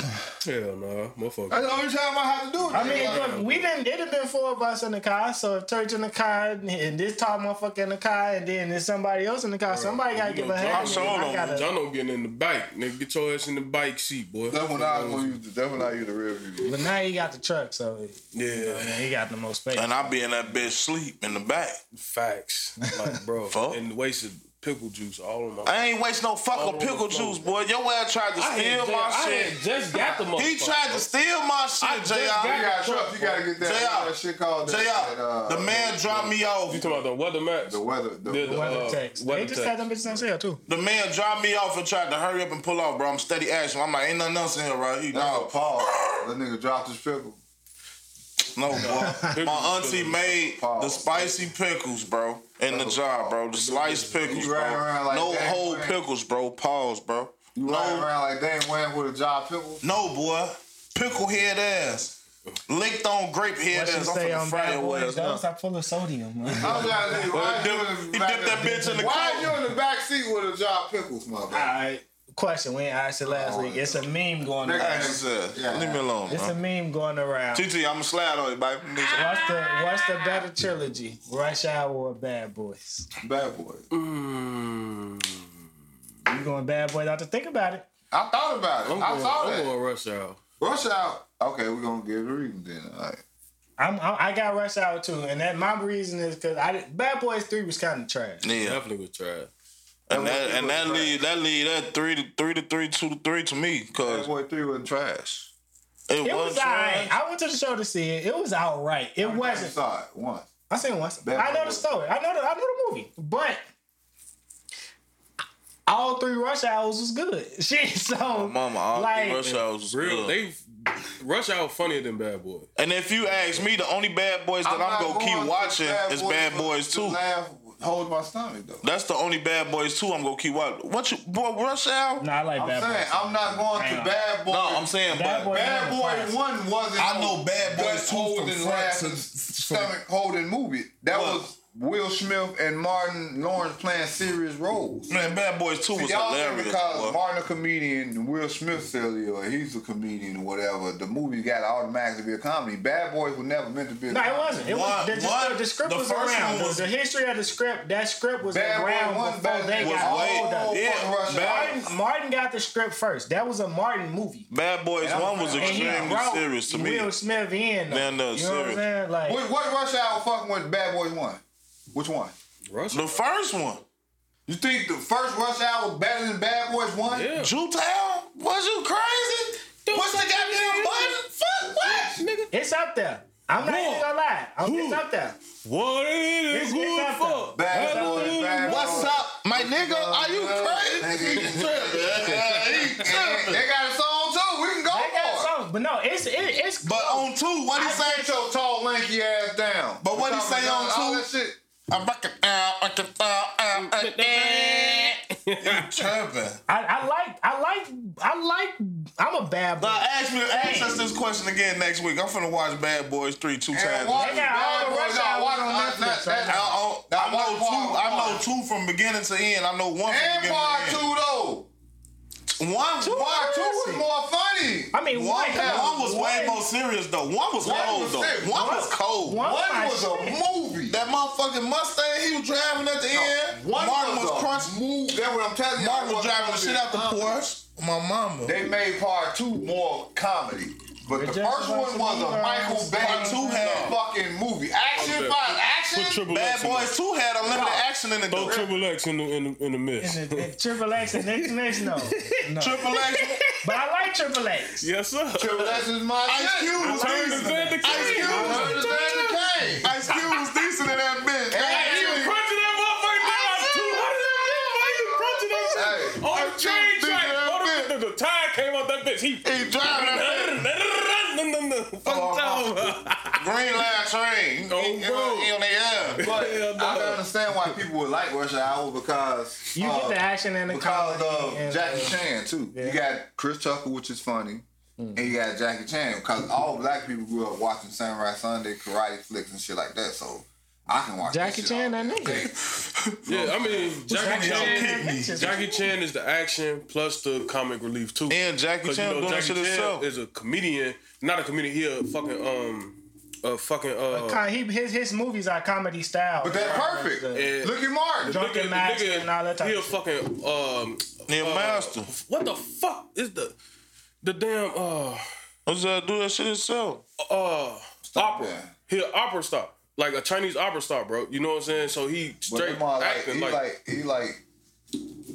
Speaker 4: Hell no,
Speaker 5: That's
Speaker 4: motherfucker.
Speaker 5: the only time I have to do it.
Speaker 2: I mean, look, we didn't. It'd have been four of us in the car. So if Turch in the car, and this tall motherfucker in the car, and then there's somebody else in the car. Somebody gotta
Speaker 4: you
Speaker 2: get
Speaker 4: know,
Speaker 2: behind me.
Speaker 3: Johnson
Speaker 2: I
Speaker 3: don't-
Speaker 2: gotta.
Speaker 4: John don't get in the bike. Nigga, get your ass in the bike seat, boy.
Speaker 5: that's when I gonna use. the- That's when I use the rear view.
Speaker 2: But now he got the truck, so
Speaker 4: Yeah,
Speaker 2: he got the most space.
Speaker 3: And I be in that bitch sleep in the back.
Speaker 4: facts. Like, bro,
Speaker 3: Fuck.
Speaker 4: and wasted pickle juice all on my.
Speaker 3: I ain't waste no
Speaker 4: Oh,
Speaker 3: fucking pickle juice, boy. Your ass tried to steal my shit.
Speaker 4: just got the
Speaker 3: He tried to steal my shit,
Speaker 4: just
Speaker 5: You
Speaker 3: JR.
Speaker 4: got-
Speaker 5: got truck. You gotta get that,
Speaker 3: JR.
Speaker 5: that shit called that, that,
Speaker 3: JR,
Speaker 5: uh,
Speaker 3: the man dropped me
Speaker 4: You
Speaker 3: off.
Speaker 4: talking about the weather match?
Speaker 5: The weather. The,
Speaker 4: The- the-
Speaker 2: Weather
Speaker 4: uh,
Speaker 2: text.
Speaker 4: weather
Speaker 2: they just
Speaker 4: text.
Speaker 2: had them bitches on sale too.
Speaker 3: The man dropped me off and tried to hurry up and pull off, bro. I'm steady action. I'm like, ain't nothing else in here, right? You
Speaker 5: no,
Speaker 3: know,
Speaker 5: Paul. That nigga dropped his pickle. *laughs*
Speaker 3: no, boy. My auntie made the spicy pickles, bro, in the jar, bro. The sliced pickles,
Speaker 5: You
Speaker 3: bro.
Speaker 5: riding around like
Speaker 3: No
Speaker 5: that,
Speaker 3: whole
Speaker 5: man.
Speaker 3: pickles, bro. Pause, bro.
Speaker 5: You riding
Speaker 3: No,
Speaker 5: around like they ain't wearing with a job pickle.
Speaker 3: no, boy. Pickle head ass. Licked on grape head
Speaker 2: What you
Speaker 3: ass. I'm
Speaker 2: say
Speaker 3: finna
Speaker 2: on
Speaker 3: fry
Speaker 2: bad
Speaker 3: your
Speaker 2: boys?
Speaker 3: ass. up.
Speaker 2: Those are full of sodium. man.
Speaker 5: I was trying to think, why
Speaker 3: He
Speaker 5: you
Speaker 3: dipped-
Speaker 5: in
Speaker 3: Uh, he
Speaker 5: the back
Speaker 3: dipped
Speaker 5: of-
Speaker 3: that bitch in the
Speaker 5: Why
Speaker 3: coat.
Speaker 5: you in the back seat with a jar pickles, mother?
Speaker 2: Alright, *laughs* question. We ain't asked it last week. It's a meme going
Speaker 3: I
Speaker 2: around.
Speaker 3: just said,
Speaker 5: Yeah.
Speaker 3: leave me alone,
Speaker 2: It's a
Speaker 3: bro.
Speaker 2: meme going around.
Speaker 3: TT, I'm gonna slide on you,
Speaker 5: *laughs*
Speaker 3: baby.
Speaker 2: What's the what's the better trilogy? Rush Hour or Bad Boys?
Speaker 5: Bad boy.
Speaker 4: Mm.
Speaker 2: You going Bad Boys out to think about it.
Speaker 5: I thought about it.
Speaker 4: I'm
Speaker 5: I
Speaker 4: going,
Speaker 5: saw
Speaker 4: I'm
Speaker 5: that.
Speaker 4: going rush out.
Speaker 5: Rush out. Okay, we're gonna give it a reading then. All right.
Speaker 2: I'm, I I got Rush Hour too, and that my reason is because I did, Bad Boys three was kind of trash.
Speaker 3: Yeah,
Speaker 4: Definitely would try.
Speaker 3: and that and that lead that lead that three to three to three two to three to me
Speaker 5: Bad
Speaker 3: because
Speaker 5: boy three wasn't trash.
Speaker 3: it,
Speaker 2: It
Speaker 3: was
Speaker 2: was alright. I went to the show to see it. It was alright. It
Speaker 5: I
Speaker 2: wasn't.
Speaker 5: saw it once.
Speaker 2: I seen it once.
Speaker 5: Bad
Speaker 2: I know the
Speaker 5: Boys.
Speaker 2: story. I know the I know the movie, but all three rush hours was good. *laughs* Shit, so
Speaker 3: Mama, all
Speaker 2: like,
Speaker 3: rush hours was
Speaker 4: Real,
Speaker 3: good.
Speaker 4: they rush out funnier than Bad Boy.
Speaker 3: and if you ask me, the only bad boys that I'm,
Speaker 5: not
Speaker 3: gonna
Speaker 5: going
Speaker 3: keep
Speaker 5: to
Speaker 3: watching is Bad
Speaker 5: to-
Speaker 3: Boys
Speaker 5: to
Speaker 3: Two.
Speaker 5: Laugh, hold my stomach though.
Speaker 3: That's the only bad boys Two I'm gonna keep watching. What you boy Rush Hour?
Speaker 2: Nah, I like
Speaker 5: I'm
Speaker 2: Bad
Speaker 5: saying
Speaker 2: Boys.
Speaker 5: I'm not going
Speaker 2: Hang on.
Speaker 5: to Bad Boys.
Speaker 3: No, I'm saying,
Speaker 2: Bad
Speaker 3: but
Speaker 2: Boy-
Speaker 5: Bad
Speaker 2: Bad
Speaker 5: Boy One wasn't.
Speaker 3: I know
Speaker 5: no
Speaker 3: Bad Boys
Speaker 5: guts
Speaker 3: Two from
Speaker 5: holding
Speaker 3: front
Speaker 5: laugh
Speaker 3: to-
Speaker 5: and stomach holding movie. That
Speaker 3: What?
Speaker 5: was Will Smith and Martin Lawrence playing serious roles.
Speaker 3: man, Bad Boys Two was
Speaker 5: Y'all think
Speaker 3: hilarious.
Speaker 5: because
Speaker 3: boy.
Speaker 5: Martin a comedian and Will Smith silly or he's a comedian or whatever, the movie got to automatically be a comedy. Bad Boys was never meant to be. A
Speaker 2: No,
Speaker 5: comedy.
Speaker 2: it wasn't. It
Speaker 3: One-
Speaker 2: was the,
Speaker 3: one-
Speaker 2: the, the script
Speaker 3: the
Speaker 2: was
Speaker 3: first
Speaker 2: around.
Speaker 3: one
Speaker 2: The-
Speaker 3: was-
Speaker 2: the history of the script, that script was
Speaker 5: Bad Boy
Speaker 2: around
Speaker 5: One,
Speaker 2: before
Speaker 5: Bad
Speaker 2: they
Speaker 5: Boy
Speaker 2: got
Speaker 5: One.
Speaker 3: way-
Speaker 2: older.
Speaker 3: yeah,
Speaker 5: Rush
Speaker 3: bad,
Speaker 5: Hour.
Speaker 2: Martin, Martin got the script first. That was a Martin movie.
Speaker 3: Bad Boys
Speaker 5: That was
Speaker 3: One was
Speaker 5: bad.
Speaker 2: And he
Speaker 3: extremely
Speaker 2: brought
Speaker 3: serious to me.
Speaker 2: Will Smith in. though.
Speaker 3: Man, no,
Speaker 2: you know what I'm
Speaker 3: serious.
Speaker 2: saying? Like,
Speaker 5: What, what Rush Hour fucking with Bad Boys One? Which one?
Speaker 4: Rush,
Speaker 3: The first one,
Speaker 5: You think the first Rush Hour was better than Bad Boys One?
Speaker 4: yeah,
Speaker 3: Jew Town. Was you crazy? What's the goddamn button? Fuck what?
Speaker 4: nigga.
Speaker 2: it's up there. I'm not even gonna lie. I'm, it's up there.
Speaker 4: What it is
Speaker 2: It's-
Speaker 4: good
Speaker 2: it's
Speaker 4: for?
Speaker 2: not
Speaker 5: Bad Boys, Bad Boys.
Speaker 3: What's up, my nigga? Are you crazy?
Speaker 5: Nigga.
Speaker 3: He tripping. He
Speaker 5: They
Speaker 3: tripping.
Speaker 5: they got a song too. We can go
Speaker 2: They got
Speaker 5: for it.
Speaker 2: songs, but no, it's it, it's.
Speaker 3: *laughs* But on two, what he
Speaker 5: Say
Speaker 3: say?
Speaker 5: Get your tall lanky ass down.
Speaker 3: But what'd he
Speaker 5: Talking
Speaker 3: say
Speaker 5: about
Speaker 3: on
Speaker 5: all
Speaker 3: two?
Speaker 5: that shit.
Speaker 3: I'm rocking out, rocking out, out, out, out. Tripping.
Speaker 2: I, I like I like I like I'm a bad boy.
Speaker 3: Now ask me, ask us this question again next week. I'm finna watch Bad Boys Three two
Speaker 5: And
Speaker 3: times.
Speaker 5: watch
Speaker 2: They got all
Speaker 5: Bad
Speaker 2: the
Speaker 5: Boys.
Speaker 2: Rush
Speaker 5: Y'all
Speaker 2: Hour
Speaker 5: watch on
Speaker 2: on Netflix,
Speaker 5: Netflix.
Speaker 2: right?
Speaker 5: That's-
Speaker 3: I, I, I
Speaker 5: Now,
Speaker 3: know
Speaker 5: watch part
Speaker 3: two. I know
Speaker 5: one.
Speaker 3: two from beginning to end. I know one from
Speaker 5: And
Speaker 3: beginning
Speaker 5: part
Speaker 3: to
Speaker 5: two
Speaker 3: end.
Speaker 5: though.
Speaker 3: One,
Speaker 5: Part two was more funny.
Speaker 2: I mean,
Speaker 3: one,
Speaker 2: one,
Speaker 3: one was way
Speaker 2: one-
Speaker 3: more serious though. One was
Speaker 5: One
Speaker 3: cold
Speaker 5: was
Speaker 3: though.
Speaker 5: serious.
Speaker 3: One was cold.
Speaker 2: one-
Speaker 5: One was a
Speaker 2: shit.
Speaker 5: movie.
Speaker 3: That motherfucking Mustang he was driving at the end.
Speaker 5: One
Speaker 3: Martin was,
Speaker 5: a
Speaker 3: crunched.
Speaker 5: Move. That's what I'm telling you. Uh-huh.
Speaker 3: Martin was
Speaker 5: That
Speaker 3: driving the
Speaker 5: wasn't
Speaker 3: shit out the
Speaker 5: comedy.
Speaker 3: Porsche. My mama.
Speaker 5: They made part two more comedy. But the
Speaker 2: It just
Speaker 5: first one
Speaker 2: wasn't
Speaker 5: was a
Speaker 2: either.
Speaker 5: Michael Bay
Speaker 3: Part two had-
Speaker 5: fucking movie. Action
Speaker 4: Okay.
Speaker 5: by action.
Speaker 4: Triple
Speaker 3: Bad
Speaker 4: X. in there.
Speaker 3: Boys Two had unlimited action in the
Speaker 4: Throw
Speaker 3: door.
Speaker 4: Triple X in the in the, in the mix.
Speaker 2: And- and Triple X and Nick Nash, no. no.
Speaker 3: Triple X,
Speaker 2: But I like Triple X.
Speaker 4: *laughs* Yes, sir.
Speaker 5: Triple X is my
Speaker 3: Ice
Speaker 5: shit.
Speaker 3: Cube was
Speaker 4: Turn to
Speaker 3: decent.
Speaker 4: Van the
Speaker 3: Ice
Speaker 4: King.
Speaker 3: Cube was
Speaker 5: Turn to Van the King.
Speaker 3: Ice Cube was decent in that bitch.
Speaker 5: Hey,
Speaker 4: You
Speaker 5: Hey,
Speaker 4: crunching that motherfucker down too. How the fuck why you crunching that shit?
Speaker 5: Hey,
Speaker 4: On
Speaker 5: I
Speaker 4: the train
Speaker 5: think
Speaker 4: track.
Speaker 5: that
Speaker 4: Oh, the, the, the tire came out that bitch. He.
Speaker 3: He driving that
Speaker 4: Fuck down.
Speaker 3: bitch. Green Line Train.
Speaker 4: Oh,
Speaker 3: He-
Speaker 4: bro.
Speaker 3: He on the
Speaker 4: *laughs*
Speaker 3: air.
Speaker 5: But
Speaker 4: Hell no.
Speaker 5: I can understand why people would like Rush Hour because
Speaker 2: You
Speaker 5: uh,
Speaker 2: get the action and the
Speaker 5: because
Speaker 2: comedy
Speaker 5: of
Speaker 2: and,
Speaker 5: Jackie
Speaker 2: uh,
Speaker 5: Chan too. You got Chris Tucker, which is funny,
Speaker 2: Mm-hmm.
Speaker 5: and you got Jackie Chan because all black people grew up watching Samurai Sunday, karate flicks, and shit like that. So I can watch
Speaker 2: Jackie
Speaker 5: this shit
Speaker 2: Chan,
Speaker 5: all
Speaker 2: that
Speaker 5: day.
Speaker 2: nigga.
Speaker 4: Yeah, I mean Jackie
Speaker 3: y'all
Speaker 4: Chan.
Speaker 3: kick me?
Speaker 4: Jackie Chan is the action plus the comic relief too.
Speaker 3: And Jackie
Speaker 4: 'Cause, you
Speaker 3: Chan
Speaker 4: know,
Speaker 3: doing that
Speaker 4: Jackie
Speaker 3: shit himself.
Speaker 4: Chan is a comedian, not a comedian. He a fucking um, a fucking uh.
Speaker 2: Con- He, his, his movies are comedy style.
Speaker 5: But that's perfect.
Speaker 4: And-
Speaker 5: Look at Martin.
Speaker 2: Drunken
Speaker 4: nigga-
Speaker 2: Master
Speaker 4: nigga,
Speaker 2: and all that type
Speaker 4: He a
Speaker 2: of shit.
Speaker 4: fucking um.
Speaker 3: Neil
Speaker 4: uh,
Speaker 3: Master.
Speaker 4: What the fuck is the the damn uh
Speaker 3: What's that? Do that shit himself.
Speaker 4: uh opera?
Speaker 5: that.
Speaker 4: He an opera star, like a Chinese opera star, bro. You know what I'm saying? So he
Speaker 5: But
Speaker 4: straight
Speaker 5: that mother, like,
Speaker 4: acting
Speaker 5: he
Speaker 4: like,
Speaker 5: like he like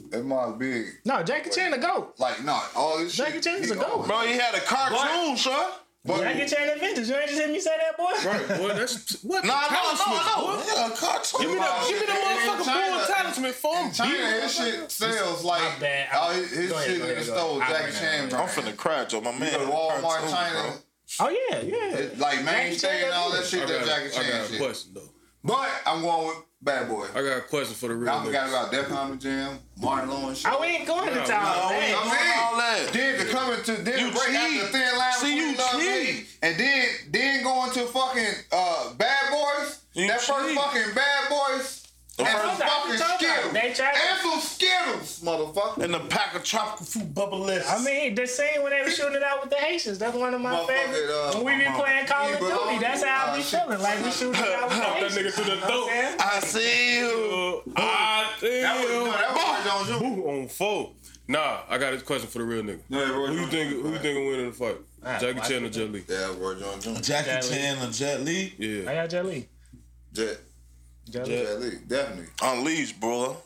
Speaker 5: that mother's big.
Speaker 2: no, Jackie Chan the GOAT.
Speaker 5: Like no, all this shit.
Speaker 2: Jackie Chan's
Speaker 5: he
Speaker 2: a
Speaker 5: gonna-
Speaker 2: goat.
Speaker 3: Bro, he had a cartoon, sir.
Speaker 5: But
Speaker 2: Jackie Chan Adventures. You ain't just hear me say that, boy?
Speaker 4: right, boy. That's what.
Speaker 3: No, I know,
Speaker 4: Talisman,
Speaker 3: I know, I know.
Speaker 4: boy.
Speaker 3: He had a cartoon.
Speaker 4: Give me the, give me the
Speaker 5: In- in
Speaker 4: motherfucking
Speaker 5: China-
Speaker 4: bull talisman for him.
Speaker 5: China,
Speaker 4: beat.
Speaker 5: his shit sells like
Speaker 2: My bad.
Speaker 5: all his, his
Speaker 2: Go ahead,
Speaker 5: shit
Speaker 2: go
Speaker 5: in the
Speaker 2: ahead, go
Speaker 5: store.
Speaker 2: ahead. I
Speaker 5: Jackie Chan.
Speaker 2: remember.
Speaker 3: I'm finna cry, Joe. My man.
Speaker 5: brand.
Speaker 3: had a
Speaker 5: Walmart,
Speaker 3: cartoon,
Speaker 5: China,
Speaker 3: bro.
Speaker 2: Oh, yeah, yeah.
Speaker 5: like
Speaker 2: Chan
Speaker 5: mainstay and all
Speaker 2: got
Speaker 5: that shit.
Speaker 4: I got,
Speaker 5: That
Speaker 4: a-
Speaker 5: Jackie
Speaker 4: I
Speaker 5: Chan
Speaker 4: got a
Speaker 5: shit.
Speaker 4: question though.
Speaker 5: But I'm going with Bad Boy.
Speaker 4: I got a question for the real.
Speaker 5: I forgot
Speaker 4: niggas.
Speaker 5: about Def Comedy Jam, Martin Law and shit.
Speaker 2: Oh, we ain't going to
Speaker 4: Nah,
Speaker 3: nah,
Speaker 2: town.
Speaker 3: we
Speaker 2: man.
Speaker 3: ain't going- doing all that.
Speaker 5: Then the coming to then
Speaker 3: You
Speaker 5: the break out
Speaker 3: cheat.
Speaker 5: the thin line
Speaker 3: See,
Speaker 5: between
Speaker 3: you
Speaker 5: Love
Speaker 3: cheat.
Speaker 5: Hate, and then then going to fucking uh, Bad Boys.
Speaker 3: You
Speaker 5: that first
Speaker 3: cheat.
Speaker 5: fucking Bad Boys.
Speaker 3: The
Speaker 5: And some
Speaker 3: first-
Speaker 5: fucking
Speaker 2: I told you,
Speaker 5: Skittles.
Speaker 2: they tried to-
Speaker 5: And some Skittles, motherfucker.
Speaker 3: And the pack of tropical fruit bubble lists.
Speaker 2: I mean, the scene when they were shooting it out with the Haitians, that's one of my
Speaker 5: Motherfucker,
Speaker 2: favorite.
Speaker 5: uh,
Speaker 2: when we be
Speaker 5: my
Speaker 2: playing Call of
Speaker 5: mama.
Speaker 2: Duty, that's how I be
Speaker 5: Uh, shit.
Speaker 2: feeling. Like, we shooting it out with the
Speaker 4: Pop *laughs* that
Speaker 2: Haitians.
Speaker 4: nigga through the
Speaker 2: You know what I'm
Speaker 4: throat.
Speaker 2: saying?
Speaker 3: I see you.
Speaker 4: Uh, I
Speaker 5: That was, no,
Speaker 4: feel-
Speaker 5: that was on you.
Speaker 4: Who on four? Nah, I got a question for the real nigga.
Speaker 5: No, that Roy
Speaker 4: who you
Speaker 5: Jones
Speaker 4: think?
Speaker 5: Jr.
Speaker 4: Who you think will win in the fight? Jackie
Speaker 2: why
Speaker 4: Chan or Jet Li?
Speaker 5: Yeah, Roy John Jones.
Speaker 3: Jackie
Speaker 2: Jet Li.
Speaker 3: Chan and Jet Li.
Speaker 4: Yeah.
Speaker 2: I got Jelly.
Speaker 5: Jet,
Speaker 2: Jelly.
Speaker 5: Jet Li, definitely.
Speaker 3: Unleashed, bro.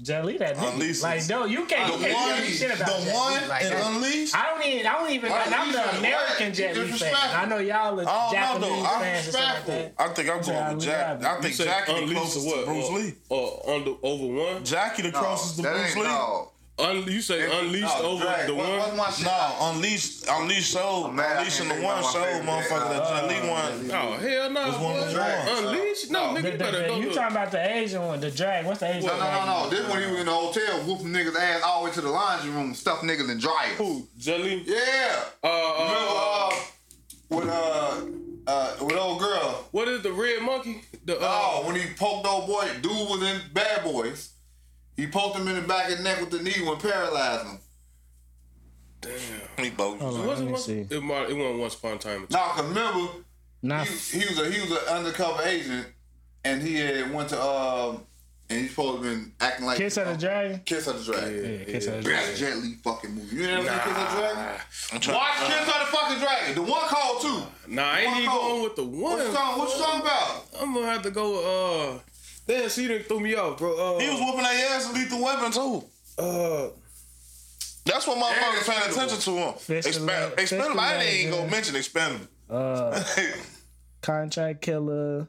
Speaker 2: Jelly that nigga.
Speaker 3: Unleashed.
Speaker 2: Like, no, you can't, you
Speaker 3: The
Speaker 2: can't do
Speaker 3: one,
Speaker 2: any shit about
Speaker 3: the
Speaker 2: Jet Li
Speaker 3: one
Speaker 2: like
Speaker 3: in
Speaker 2: that.
Speaker 3: Unleashed.
Speaker 2: I don't even. I don't even.
Speaker 3: Why
Speaker 2: and I'm
Speaker 3: Unleashed
Speaker 2: the
Speaker 3: is
Speaker 2: American
Speaker 3: what?
Speaker 2: Jet Li fan.
Speaker 3: Disrespectful.
Speaker 2: I know y'all are
Speaker 3: I don't know
Speaker 2: Japanese
Speaker 3: though. I'm
Speaker 2: fans and stuff like
Speaker 3: respectful.
Speaker 2: that.
Speaker 3: I think I'm going with
Speaker 2: Lee
Speaker 3: Jack.
Speaker 2: Rabbit.
Speaker 3: I think
Speaker 4: You say
Speaker 3: Jackie the
Speaker 4: unleashed
Speaker 3: closest
Speaker 4: or
Speaker 3: to
Speaker 4: what?
Speaker 3: Bruce
Speaker 4: or,
Speaker 3: Lee.
Speaker 4: Or under, over one?
Speaker 3: Jackie the closest to
Speaker 5: that ain't-
Speaker 3: Bruce Lee.
Speaker 5: No.
Speaker 4: Un, you say
Speaker 5: It-
Speaker 4: unleashed
Speaker 5: no,
Speaker 4: over
Speaker 5: oh, Drake,
Speaker 4: the
Speaker 5: what-
Speaker 4: one? uh,
Speaker 5: what's my shit?
Speaker 3: No, unleashed, unleashed soul,
Speaker 5: mad I
Speaker 3: unleashing
Speaker 5: can't
Speaker 3: the
Speaker 5: think
Speaker 3: one
Speaker 5: about my
Speaker 3: soul,
Speaker 5: favorite
Speaker 3: motherfucker.
Speaker 5: nigga.
Speaker 3: That Jet Lee
Speaker 5: Uh,
Speaker 3: one.
Speaker 4: Oh, hell no.
Speaker 3: one
Speaker 4: boy.
Speaker 3: was wrong?
Speaker 4: Unleashed? No,
Speaker 5: No.
Speaker 4: nigga,
Speaker 2: The,
Speaker 4: you
Speaker 2: the,
Speaker 4: better
Speaker 2: the,
Speaker 4: go
Speaker 2: you
Speaker 4: look.
Speaker 2: talking about the Asian one, the drag? What's the Asian?
Speaker 5: No, no, no, no. This when he was in the hotel, whooping niggas' ass all the way to the laundry room, stuff niggas in dryers.
Speaker 4: Who? Jelly?
Speaker 5: Yeah.
Speaker 4: Uh, uh,
Speaker 5: Remember, uh, with uh, uh, with old girl.
Speaker 4: what is the red monkey? The, uh,
Speaker 5: Oh, when he poked old boy, dude was in Bad Boys. He poked him in the back of the neck with the knee one, paralyzed him.
Speaker 3: He bogus.
Speaker 5: Oh.
Speaker 4: was it,
Speaker 2: Let me
Speaker 4: once,
Speaker 2: see.
Speaker 4: it, might- it wasn't once upon a time.
Speaker 5: Now, 'cause remember,
Speaker 2: Nah,
Speaker 5: he, he was a he was an undercover agent, and he had went to um, and he's supposed to been acting like
Speaker 2: Kiss of the Dragon.
Speaker 5: Kiss of the Dragon.
Speaker 2: Yeah, Kiss of the Dragon.
Speaker 5: Best Jet Li fucking movie. You never seen Kiss of the Dragon?
Speaker 3: I'm trying-
Speaker 5: Watch Kiss of the fucking Dragon. The one called too.
Speaker 4: Nah, I ain't
Speaker 5: One
Speaker 4: even
Speaker 5: call.
Speaker 4: going with the one.
Speaker 5: What you talking? What you talking about?
Speaker 4: I'm gonna have to go. Uh, damn, see, you done threw me off, bro. Uh,
Speaker 3: He was whooping their ass in Lethal Weapon too.
Speaker 4: uh,
Speaker 3: That's what motherfuckers
Speaker 5: Yeah,
Speaker 3: paying attention to him.
Speaker 2: Fist
Speaker 3: Expand,
Speaker 2: and-
Speaker 3: expand
Speaker 2: fist
Speaker 3: I
Speaker 2: and
Speaker 3: ain't
Speaker 2: legs,
Speaker 3: gonna
Speaker 2: yeah.
Speaker 3: mention
Speaker 2: *laughs*
Speaker 3: expand
Speaker 2: Uh, contract killer.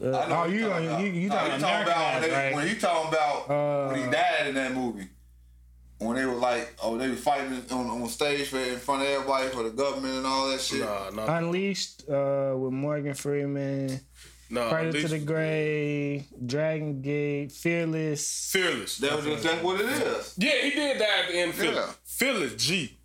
Speaker 2: Uh,
Speaker 5: I know
Speaker 2: oh,
Speaker 5: what
Speaker 2: you
Speaker 5: you're
Speaker 2: gonna- you you
Speaker 5: Nah,
Speaker 2: talking
Speaker 5: you talking about when,
Speaker 2: Americanized,
Speaker 5: they,
Speaker 2: right?
Speaker 5: when you talking about
Speaker 2: Uh,
Speaker 5: when he died in that movie. When they were like, oh, they were fighting on, on stage for, in front of everybody for the government and all that shit.
Speaker 4: nah, nah,
Speaker 2: Unleashed uh, with Morgan Freeman,
Speaker 4: nah.
Speaker 2: Credit
Speaker 4: at
Speaker 2: to
Speaker 4: least-
Speaker 2: the Gray, Dragon Gate, Fearless.
Speaker 4: Fearless.
Speaker 5: That was just that's what it is.
Speaker 4: Yeah, he did die at the end. Fearless.
Speaker 5: Yeah.
Speaker 4: Fearless. G.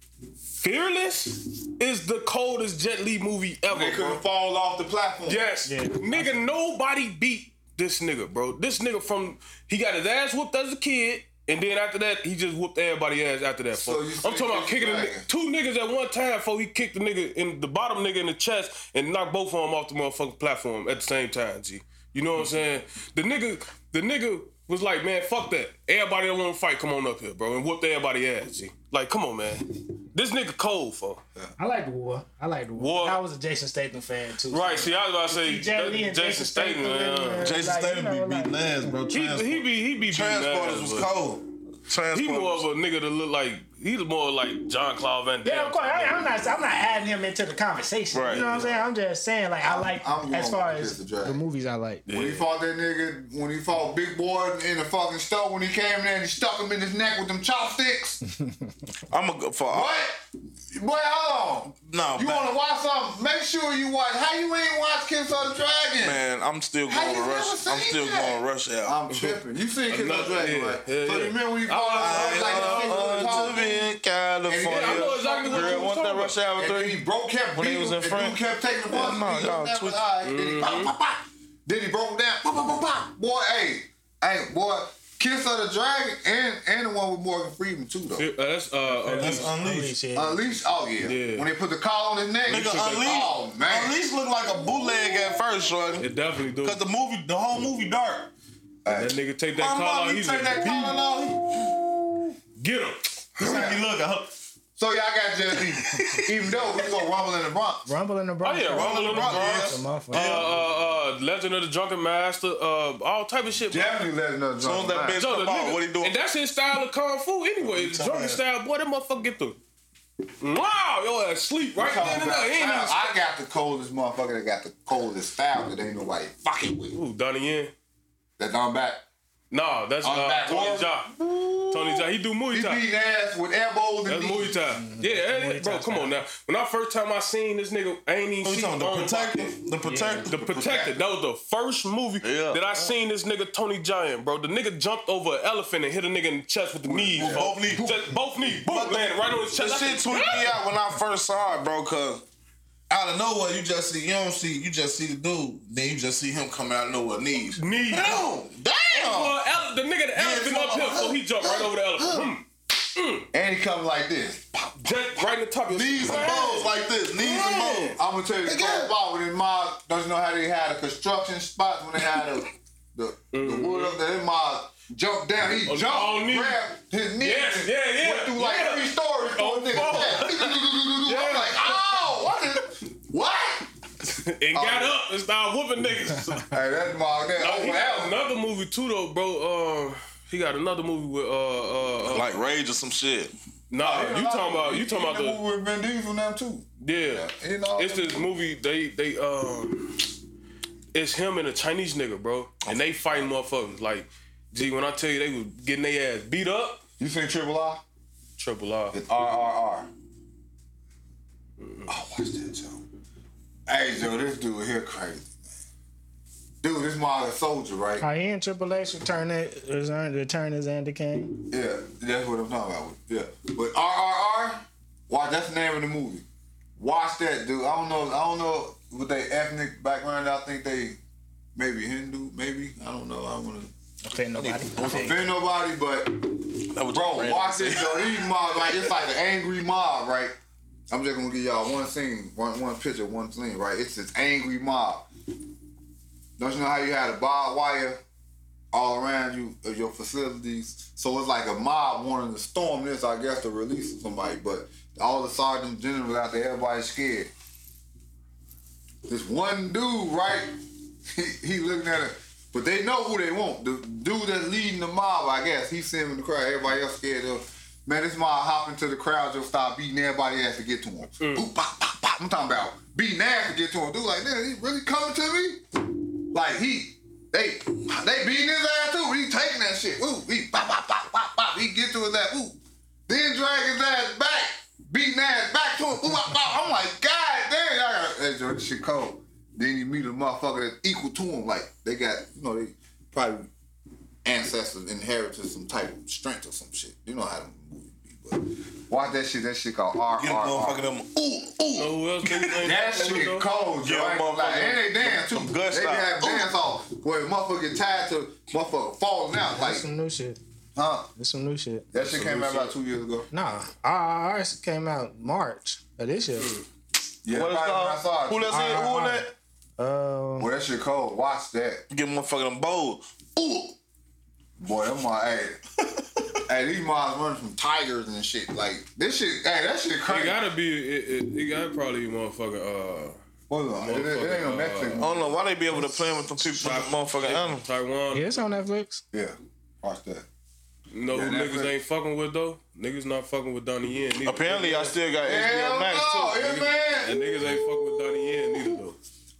Speaker 4: Fearless is the coldest Jet Li movie
Speaker 5: They
Speaker 4: ever, bro.
Speaker 5: couldn't fall off the platform.
Speaker 4: Yes,
Speaker 2: Yeah.
Speaker 4: nigga. Nobody beat this nigga, bro. This nigga from he got his ass whooped as a kid, and then after that he just whooped everybody ass after that.
Speaker 5: So
Speaker 4: fuck.
Speaker 5: you
Speaker 4: I'm talking about
Speaker 5: say
Speaker 4: kicking the,
Speaker 5: Dragon.
Speaker 4: ni- two niggas at one time before he kicked the nigga in the bottom nigga in the chest and knocked both of them off the motherfucking platform at the same time. G, you know
Speaker 5: Mm-hmm.
Speaker 4: what I'm saying? The nigga, the nigga was like, man, fuck that. Everybody that want to fight, come on up here, bro, and whoop everybody ass. G, like, come on, man. This nigga cold for
Speaker 2: I like the war. I like the war.
Speaker 4: War.
Speaker 2: I was a Jason Statham fan too.
Speaker 4: right. See, I was about to say
Speaker 2: Jet Li and
Speaker 4: Jason Statham. man.
Speaker 2: and,
Speaker 3: Jason
Speaker 2: like, you
Speaker 3: Statham
Speaker 2: know,
Speaker 3: be beating
Speaker 2: like-
Speaker 3: ass, bro.
Speaker 4: He, he
Speaker 3: Transporters
Speaker 4: be he be
Speaker 3: Transporters
Speaker 4: beating
Speaker 3: was
Speaker 4: ass, but
Speaker 3: cold.
Speaker 4: He more of
Speaker 3: Transporters.
Speaker 4: a nigga that look like he's more like John Claude Van Damme.
Speaker 2: Yeah, of course. I, I'm not. I'm not adding him into the conversation.
Speaker 4: Right.
Speaker 2: You know what I'm saying? I'm just saying, like, I like
Speaker 5: I'm going
Speaker 2: as far
Speaker 5: with
Speaker 2: as
Speaker 5: Kiss the Dragon.
Speaker 2: the movies I like.
Speaker 5: When he fought that nigga, when he fought Big Boy in the fucking store, when he came in there and he stuck him in his neck with
Speaker 3: *laughs*
Speaker 5: them chopsticks.
Speaker 3: I'm a go- for all-
Speaker 5: what? Boy, hold on.
Speaker 3: no
Speaker 5: You
Speaker 3: man,
Speaker 5: want to watch something? Make sure you watch. How you ain't watch Kiss of the Dragon?
Speaker 3: man. I'm still
Speaker 5: How
Speaker 3: going
Speaker 5: you
Speaker 3: to rush.
Speaker 5: never
Speaker 3: I'm
Speaker 5: seen
Speaker 3: still
Speaker 5: that?
Speaker 3: going to rush out.
Speaker 5: I'm tripping. You seen Kiss of the
Speaker 4: Another-
Speaker 5: Dragon,
Speaker 4: yeah,
Speaker 5: right? so
Speaker 4: yeah,
Speaker 5: you
Speaker 4: yeah.
Speaker 5: remember when you
Speaker 4: I-
Speaker 5: called
Speaker 4: I-
Speaker 5: out like
Speaker 4: I-
Speaker 5: the people
Speaker 3: I
Speaker 5: was
Speaker 3: want uh, to
Speaker 5: talking?
Speaker 3: be in California.
Speaker 5: Yeah, I know
Speaker 4: exactly what you
Speaker 3: Girl,
Speaker 4: was
Speaker 3: want that
Speaker 4: talking
Speaker 3: rush hour
Speaker 5: And then he
Speaker 3: three?
Speaker 5: broke kept
Speaker 3: When he
Speaker 5: people,
Speaker 3: was in
Speaker 5: and
Speaker 3: front.
Speaker 5: dude kept taking the bus.
Speaker 3: Yeah, no,
Speaker 5: he
Speaker 3: y'all Mm-hmm.
Speaker 5: was
Speaker 3: tweak-
Speaker 5: alright, Then he pop, pop, pop. Then he broke down. Pop, pop, pop, pop. Boy, hey, hey, boy, Kiss of the Dragon and and the one with Morgan Freeman too though.
Speaker 4: Uh, that's uh,
Speaker 3: That's unleashed.
Speaker 2: Unleashed, yeah.
Speaker 5: Unleashed, oh yeah.
Speaker 4: Yeah.
Speaker 5: When they put the collar on his neck,
Speaker 3: Nigga,
Speaker 5: oh
Speaker 3: Unleashed.
Speaker 5: man.
Speaker 3: Unleashed looked like a bootleg at first, Jordan.
Speaker 4: it definitely do.
Speaker 3: Cause the movie, the whole movie, dark.
Speaker 4: that nigga take that
Speaker 3: My
Speaker 4: call
Speaker 3: mom,
Speaker 4: out,
Speaker 3: he
Speaker 4: he's
Speaker 3: take
Speaker 4: like,
Speaker 3: that collar off.
Speaker 4: get him.
Speaker 3: He look uh, up.
Speaker 5: So y'all got Jet
Speaker 3: *laughs*
Speaker 5: Li, even though we gonna rumble in the Bronx.
Speaker 2: Rumble in the Bronx.
Speaker 4: Oh, yeah, Rumble in the Bronx.
Speaker 2: That's a motherfucker.
Speaker 4: Uh, uh, uh, Legend of the Drunken Master, uh, all type of shit. bro.
Speaker 5: Definitely letting us
Speaker 3: Soon as
Speaker 5: drunk.
Speaker 3: that bitch
Speaker 4: Yo, the
Speaker 3: come out,
Speaker 4: nigga-
Speaker 3: what he doing?
Speaker 4: And that's his style of kung fu anyway. The drunken style, boy, that motherfucker get the wow, yo, ass sleep right then and there. He ain't even
Speaker 5: I got the coldest motherfucker that got the coldest style that ain't nobody fucking with.
Speaker 4: Ooh, Donnie Yen.
Speaker 5: That's on back.
Speaker 4: No, that's
Speaker 5: On
Speaker 4: uh,
Speaker 5: that
Speaker 4: Tony
Speaker 5: one.
Speaker 4: Ja. Tony Ja, he do Muay
Speaker 5: He
Speaker 4: Thai.
Speaker 5: beat ass with elbows and
Speaker 4: That's Muay
Speaker 5: knees.
Speaker 4: Thai.
Speaker 3: Mm-hmm.
Speaker 4: Yeah, eh, eh, bro, come on now. When I first time I seen this nigga, I ain't even
Speaker 3: Who Oh, you talking? The
Speaker 4: seen Bone
Speaker 3: protector.
Speaker 4: Box.
Speaker 3: The protector.
Speaker 4: The Protector. That was the first movie
Speaker 3: Yeah.
Speaker 4: that I seen this nigga Tony Giant, bro. The nigga jumped over an elephant and hit a nigga in the chest with the knees.
Speaker 3: with
Speaker 4: bro.
Speaker 3: both knees.
Speaker 4: Just both knees. Boom, landed right on his
Speaker 3: The
Speaker 4: chest. I
Speaker 3: shit
Speaker 4: said,
Speaker 3: tweaked me out when I first saw it, bro. Cause out of nowhere, you just see you don't see you just see the dude, then you just see him come out of nowhere knees.
Speaker 4: Knees.
Speaker 3: Damn, damn.
Speaker 4: Well, ele- the nigga, the elephant up here, so he jumped right over the elephant. Hmm.
Speaker 5: And he come like this.
Speaker 4: Just right in the top of your
Speaker 3: Knees and bones like this. Knees and bones.
Speaker 5: I'm gonna tell you the
Speaker 3: Again.
Speaker 5: cold spot when his mom doesn't know how they had the construction spots when they had the the, the wood up there. His mom jumped down. He
Speaker 4: Oh, Mm-hmm. all
Speaker 5: jumped,
Speaker 4: knees.
Speaker 5: grabbed his knee,
Speaker 4: Yes,
Speaker 5: and
Speaker 4: yeah, yeah,
Speaker 5: went through like
Speaker 4: yeah.
Speaker 5: three stories for
Speaker 4: Oh,
Speaker 5: a nigga.
Speaker 4: fuck.
Speaker 5: I'm like, oh, what? Is, what?
Speaker 4: and got
Speaker 3: uh,
Speaker 4: up
Speaker 3: *laughs*
Speaker 4: and started whooping niggas.
Speaker 5: Hey, that's my that
Speaker 4: Oh, he
Speaker 5: over
Speaker 4: got
Speaker 5: there.
Speaker 4: another movie too though, bro. Um, He got another movie with uh uh, uh
Speaker 3: Like Rage or some shit.
Speaker 5: oh,
Speaker 4: nah you talking about you talking about the
Speaker 5: movie with Vin Diesel now too?
Speaker 4: Yeah,
Speaker 5: You know,
Speaker 4: it's this movie. They they um, it's him and a Chinese nigga, bro, and they fighting motherfuckers. Like, gee, when I tell you they was getting their ass beat up,
Speaker 5: You seen Triple R?
Speaker 4: triple R.
Speaker 5: It's R R R. Oh, watch that, Joe. Hey, Joe, this dude here crazy, man. Dude, this modern soldier, right?
Speaker 2: Are he in Triple H return it return return as Andy King?
Speaker 5: Yeah, that's what I'm talking about. Yeah, but RRR, watch. That's the name of the movie. Watch that, dude. I don't know. I don't know what they ethnic background. I think they maybe Hindu, maybe I don't know. I don't want
Speaker 2: Okay, nobody.
Speaker 5: to offend nobody, but
Speaker 3: That was
Speaker 5: bro,
Speaker 3: random.
Speaker 5: watch this, yo. These mob, like it's like an angry mob, right? I'm just gonna give y'all one scene, one one picture, one scene, right? It's this angry mob. Don't you know how you had a barbed wire all around you of your facilities? So it's like a mob wanting to storm this, I guess, to release somebody. But all the sergeant generals out there, everybody's scared. This one dude, right? He, he looking at it, but they know who they want. The dude that's leading the mob, I guess, he's sitting in the crowd. Everybody else scared of. Man, this mob hop into the crowd, just start beating everybody ass to get to him. Boop, bop, bop, bop. I'm talking about beating ass to get to him. Dude, like, man, he really coming to me? Like he, they, they beating his ass too. He taking that shit. Ooh, he bop, bop, bop, bop, bop. He get to his ass. Ooh, then drag his ass back, beating ass back to him. Ooh, bop, bop. I'm like, God damn, y'all got hey, Joe, this shit cold. Then you meet a motherfucker that's equal to him. Like they got, you know, they probably ancestors inherited some type of strength or some shit. You know how the movie be, but watch that shit. That shit called R
Speaker 3: Get a
Speaker 5: R
Speaker 3: motherfucker
Speaker 5: R.
Speaker 3: them. Ooh, ooh.
Speaker 4: Know who else? they was in
Speaker 5: That
Speaker 4: with, though?
Speaker 5: shit cold, yo.
Speaker 3: Yeah,
Speaker 5: Yeah,
Speaker 3: motherfucker.
Speaker 5: like, and they dance too.
Speaker 3: Some
Speaker 5: They
Speaker 3: good
Speaker 5: can
Speaker 3: stuff.
Speaker 5: have dance off where the motherfucker get tied to motherfucker falling out. Like,
Speaker 2: That's some new shit.
Speaker 5: huh?
Speaker 2: That's some new shit.
Speaker 5: That shit came out about two years ago.
Speaker 2: Nah, RRR came out March of this year.
Speaker 5: Yeah,
Speaker 3: What is
Speaker 5: probably when I saw
Speaker 3: called?
Speaker 5: it.
Speaker 3: Who that's in? Who in that?
Speaker 2: Um,
Speaker 5: Boy, that shit cold. Watch that.
Speaker 3: Get a motherfucker them bold. Ooh.
Speaker 5: Boy, them my hey. hey, these mods running from tigers and shit. Like this shit, hey, that shit
Speaker 4: It
Speaker 5: crazy.
Speaker 4: gotta be. It, it, it gotta probably be motherfucker. Uh,
Speaker 5: Hold on, it, it ain't no Netflix.
Speaker 3: I
Speaker 5: movie.
Speaker 3: don't know why they be able to play with them people,
Speaker 4: Shot-
Speaker 3: motherfucking animals.
Speaker 4: Taiwan.
Speaker 2: yeah, it's on Netflix.
Speaker 5: Yeah, watch that.
Speaker 4: You know who
Speaker 5: Yeah,
Speaker 4: niggas
Speaker 5: that-
Speaker 4: ain't fucking with though? Niggas not fucking with Donnie Yen. Neither.
Speaker 3: Apparently, I still got
Speaker 5: Hell
Speaker 3: HBO Max
Speaker 5: no,
Speaker 3: too.
Speaker 5: it man.
Speaker 4: and niggas ain't fucking with Donnie Yen neither though.